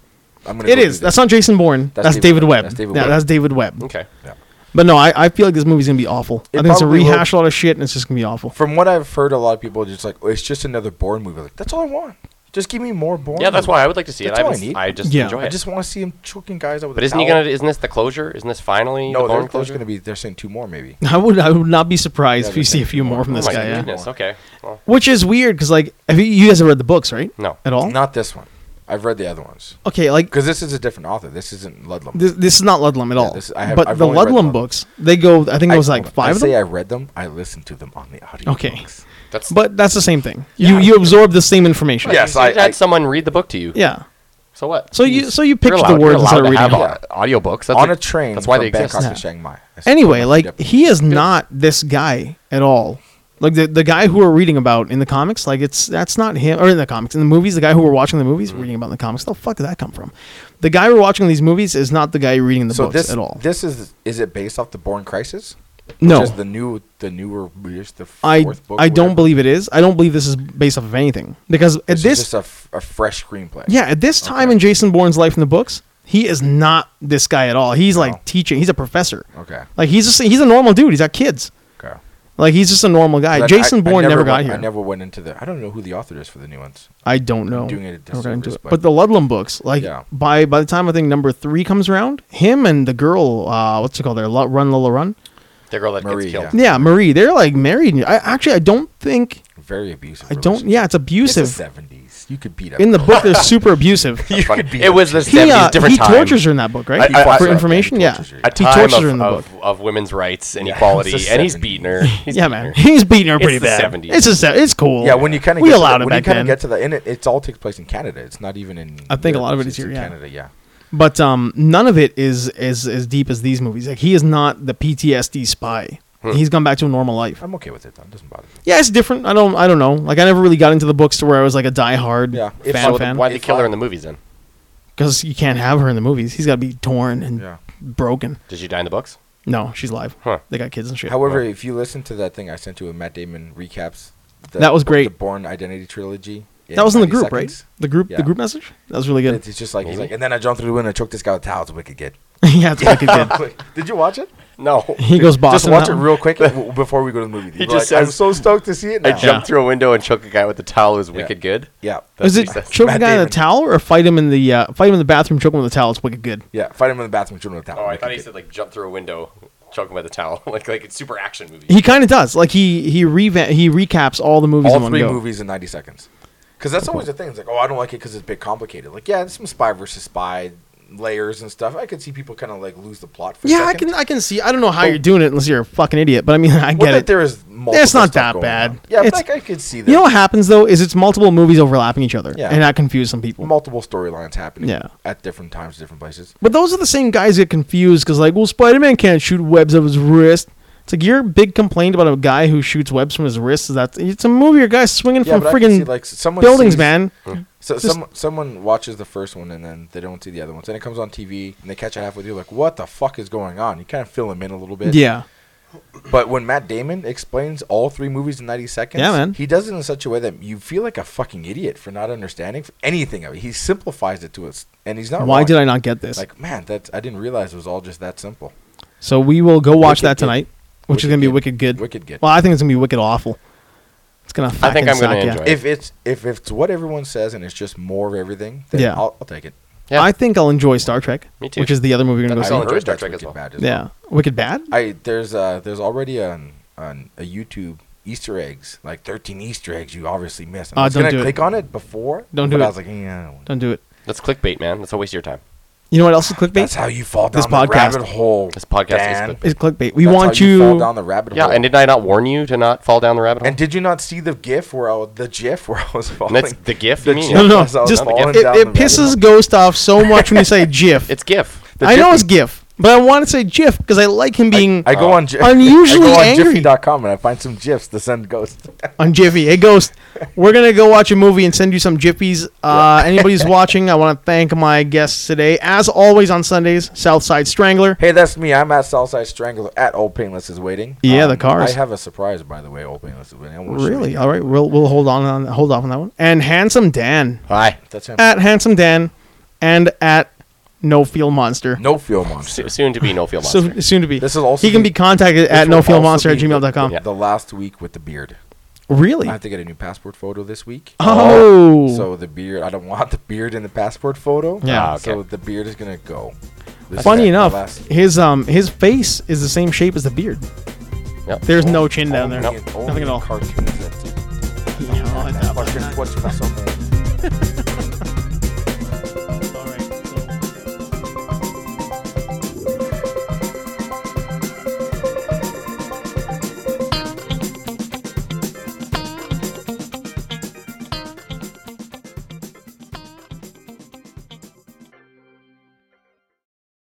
I'm gonna.
It
go do
is. That's
this.
not Jason Bourne. That's, David Webb.
That's David
yeah,
Webb.
that's David Webb.
Okay.
Yeah.
But no, I, I feel like this movie's gonna be awful.
It
I think it's a
probably will.
rehash of a lot of shit, and it's just gonna be awful.
From what I've heard, a lot of people are just like oh, it's just another Bourne movie. Like that's all I want. Just give me more Bourne.
Yeah,
movies.
that's why I would like to see it.
That's
I,
all I
haven't s-
need.
I just
Yeah.
enjoy
I
it.
just want to see him choking guys out with. a
but isn't he
towel.
gonna? Isn't this the closure? Isn't this finally
No,
the Bourne
there, there's
closure?
going to be. They're saying two more, maybe.
[LAUGHS] I would I would not be surprised
Yeah,
if you
they
see a
think
few more from
oh
this
my
guy. Yeah.
goodness. Okay. Well,
Which is weird because like have you, you guys have read the books, right?
No.
at all.
Not this one. I've read the other ones
Okay, like
because this is a different author. This isn't Ludlum.
this, this is not Ludlum at all.
this- I have-
but
I've
the
only read
Ludlum
Ludlum.
books, they go. I think it was like
I
five of
say
them.
I read them. I listened to them on the audio.
Okay.
books.
that's.
But that's the same thing.
Yeah.
You you absorb the same information.
Yes,
you
I-
had
I-
someone read the book to you.
Yeah.
So what?
So you so you
You're
picture
allowed-
the
you're
words
allowed
instead of
to
reading.
have
it.
Yeah.
au- audiobooks. That's
on a
like-
train.
That's why
from
they exist.
Bangkok
Yeah.
to Chiang Mai. I said,
Anyway,
"Oh,
like
yep."
he is not this guy at all. Like the, the guy who we're reading about in the comics, like it's that's not him or in the comics. In the movies, the guy who we're watching the movies, reading about in the comics, the fuck did that come from? The guy we're watching these movies is not the guy reading the
so
books
this
at all.
This is is it based off the Born Crisis?
no.
Just the new the newer just the
I
fourth book.
I
or
don't
whatever?
believe it is. I don't believe this is based off of anything because at
This,
this,
is just a, f- a fresh screenplay.
yeah at this time
Okay.
in Jason Bourne's life in the books, he is not this guy at all. He's
No.
like teaching. He's a professor.
Oh. Okay.
Like he's just he's a normal dude. He's got kids.
Okay.
Like he's just a normal guy.
But I-
Jason
I- I
Bourne never, got
went-
here.
I never went into the. I don't know who the author is for the new ones.
I don't know.
doing it a
Never got into
disservice,
it. But,
but-
the Ludlum books, like
Yeah.
by by the time I think number three comes around, him and the girl, uh, what's it called? There, Lu- Run Lola Run.
The girl that
Marie,
gets killed.
yeah.
Yeah, Marie. They're like married. I actually I don't think
Very abusive.
I don't. Yeah, it's abusive.
Seventies. You could beat up
In the book, they're super abusive.
That's funny.
could be
it was the
He,
70s,
uh,
different
he
time.
tortures her in that book, right?
I- I-
For
I-
information,
he
yeah,
tortures her.
a
he
time
tortures
of,
her in the book.
[LAUGHS] of, of women's rights and
Yeah,
equality,
it's the
and he's
70s.
beating her. He's
yeah,
beating
man,
her.
he's beating her
It's
pretty
the
bad.
70s.
It's a, se- it's cool.
Yeah, when you kind of
we allowed it
when you
back
kind of
then.
get to the and it, it's all takes place in Canada. It's not even in.
I think a lot of it is
It's
here,
in
yeah.
Canada, yeah.
But um, none of it is as as deep as these movies. Like he is not the PTSD spy.
Hmm.
He's gone back to a normal life.
I'm okay with it though. It doesn't bother me.
Yeah, it's different. I don't. I don't know. Like I never really got into the books to where I was like a diehard
Yeah. If
fan
so,
fan
Why'd they
If
kill her
I-
in the movies then?
because you can't have her in the movies. He's got to be torn and
Yeah.
broken.
Did she die in the books?
No, she's live.
Huh.
They got kids and shit.
However, if you listen to that thing I sent you with Matt Damon recaps, the,
That was
the
great.
Born Identity trilogy.
that was in the
90
group, right?
seconds.
The group,
Yeah.
the group message. That was really
And
good.
it's just like he's
Maybe.
like, and then I jumped through the window, and choked this guy with a towel. It's a wicked kid.
[LAUGHS]
[LAUGHS]
yeah, it's wicked good.
Did you watch it?
[LAUGHS]
No.
He goes
Just
Boston.
watch it
that-
real
[LAUGHS]
quick w- before we go to the movie. He
just
just like, I'm
says-
so stoked to see it.
I
Now.
jumped through a window and choked a guy with the towel who's wicked good.
Yeah,
Is
[LAUGHS]
it
That's
choke a
Matt
guy in
Damon.
the towel or fight him in the uh, fight him in the bathroom? Choke him with a towel. It's wicked good.
yeah. Fight him in the bathroom, children with a towel.
Oh, I
Wicked
thought he
kid.
said like jump through a window, choke him by the towel, [LAUGHS] like like it's super action movie.
He kind of does. Like he he revan- he recaps all the movies in
all
one
three
go.
movies in 90 seconds. Because that's always the thing. It's like, oh, I don't like it because it's a bit complicated. Like, yeah, there's some spy versus spy layers and stuff. I could see people kind of like lose the plot. For a
Yeah, I
second.
can I can see. I don't know how
Oh.
you're doing it unless you're a fucking idiot. But I mean, [LAUGHS] I
Well,
get
that
it.
There is multiple
It's not
stuff
that
going
bad.
on. Yeah,
It's-
like I could see that.
You know what happens though is it's multiple movies overlapping each other,
Yeah.
and that confuses some people.
multiple storylines happening.
Yeah.
at different times, different places.
But those are the same guys that get confused because, like, well, Spider Man can't shoot webs out of his wrist. It's like your big complaint about a guy who shoots webs from his wrist is that it's a movie. Your guy's swinging
Yeah,
from
but I can see
friggin'
like someone
buildings,
sees-
man.
So
Just-
some, someone watches the first one and then they don't see the other ones. And it comes on TV and they catch it halfway through. Like, what the fuck is going on? You kind of fill them in a little bit.
Yeah,
But when Matt Damon explains all three movies in 90 seconds,
Yeah, man.
he does it in such a way that you feel like a fucking idiot for not understanding anything of it. He simplifies it to us. And he's not
why
wrong.
did I not get this?
Like, man, that I didn't realize it was all just that simple.
so we will go watch
Wicked
that
Good.
tonight, which is
Wicked
gonna be
Good.
wicked good.
Wicked Good.
Well, I think it's gonna be wicked awful. It's gonna.
I think
fucking
I'm gonna
suck, yeah.
enjoy it.
If it's if it's what everyone says and it's just more of everything, then
Yeah.
I'll, I'll take it.
Yeah.
I think I'll enjoy Star Trek,
Me too.
which is the other movie we're gonna
I
go
I
see.
enjoy
heard
Star
that's
Trek as
wicked
well.
bad as well.
Yeah, Wicked Bad.
I there's uh there's already an, an a YouTube Easter eggs like 13 Easter eggs you obviously missed. And
Ah,
I was
don't
gonna
do it.
click on it before.
Don't
but
do
I
it.
was like, yeah, I don't wanna-
Don't do it.
That's clickbait, man. That's a waste of your time.
You know what else is clickbait?
that's how you fall down
This
this
podcast.
the rabbit hole.
This podcast is
Dan.
clickbait.
It's clickbait. We
That's how
want
you
you.
fall down the rabbit
Yeah,
hole.
and did I not warn you to not fall down the rabbit hole?
And did you not see the GIF where I, was- the GIF where I was falling?
that's the GIF, you mean?
GIF
No, no, no,
as I was
just-
falling
it,
down
it
the rabbit
pisses
hole.
Ghost off so much when you
[LAUGHS]
say GIF.
it's GIF.
I know it's GIF, but I want to say GIF because I like him being
[LAUGHS] I
Oh.
go on Gi-
unusually
I go on
angry.
Jiffy.com and I find some GIFs to send Ghost.
on Jiffy. Hey, Ghost, we're gonna go watch a movie and send you some Jiffies. Uh,
[LAUGHS]
anybody's watching, I want to thank my guests today, as always on Sundays. Southside Strangler.
Hey, that's me. I'm at Southside Strangler at Old Painless is waiting. Um,
Yeah, the cars.
I have a surprise, by the way. Old Painless is waiting. I will show
Really?
you.
All right, we'll we'll hold on on hold off on that one. And Handsome Dan
Hi.
That's him.
at Handsome Dan, and at No Feel Monster.
no Feel Monster.
So, soon to be no feel monster.
So soon to be.
This is also
he can
the-
be contacted at
This will
nofeelmonster at
also be
gmail.com.
The, the last week with the beard.
Really?
I have to get a new passport photo this week.
Oh.
So the beard, I don't want the beard in the passport photo.
Yeah.
Ah, okay.
So the beard is gonna go. This is
Funny
the
enough,
last-
his um his face is the same shape as the beard.
Yep.
There's no chin down
Oh,
there.
Only- only
Nothing at all.
Cartoons that do
Yeah, I know.
that. Fucking- what's- what's up, man?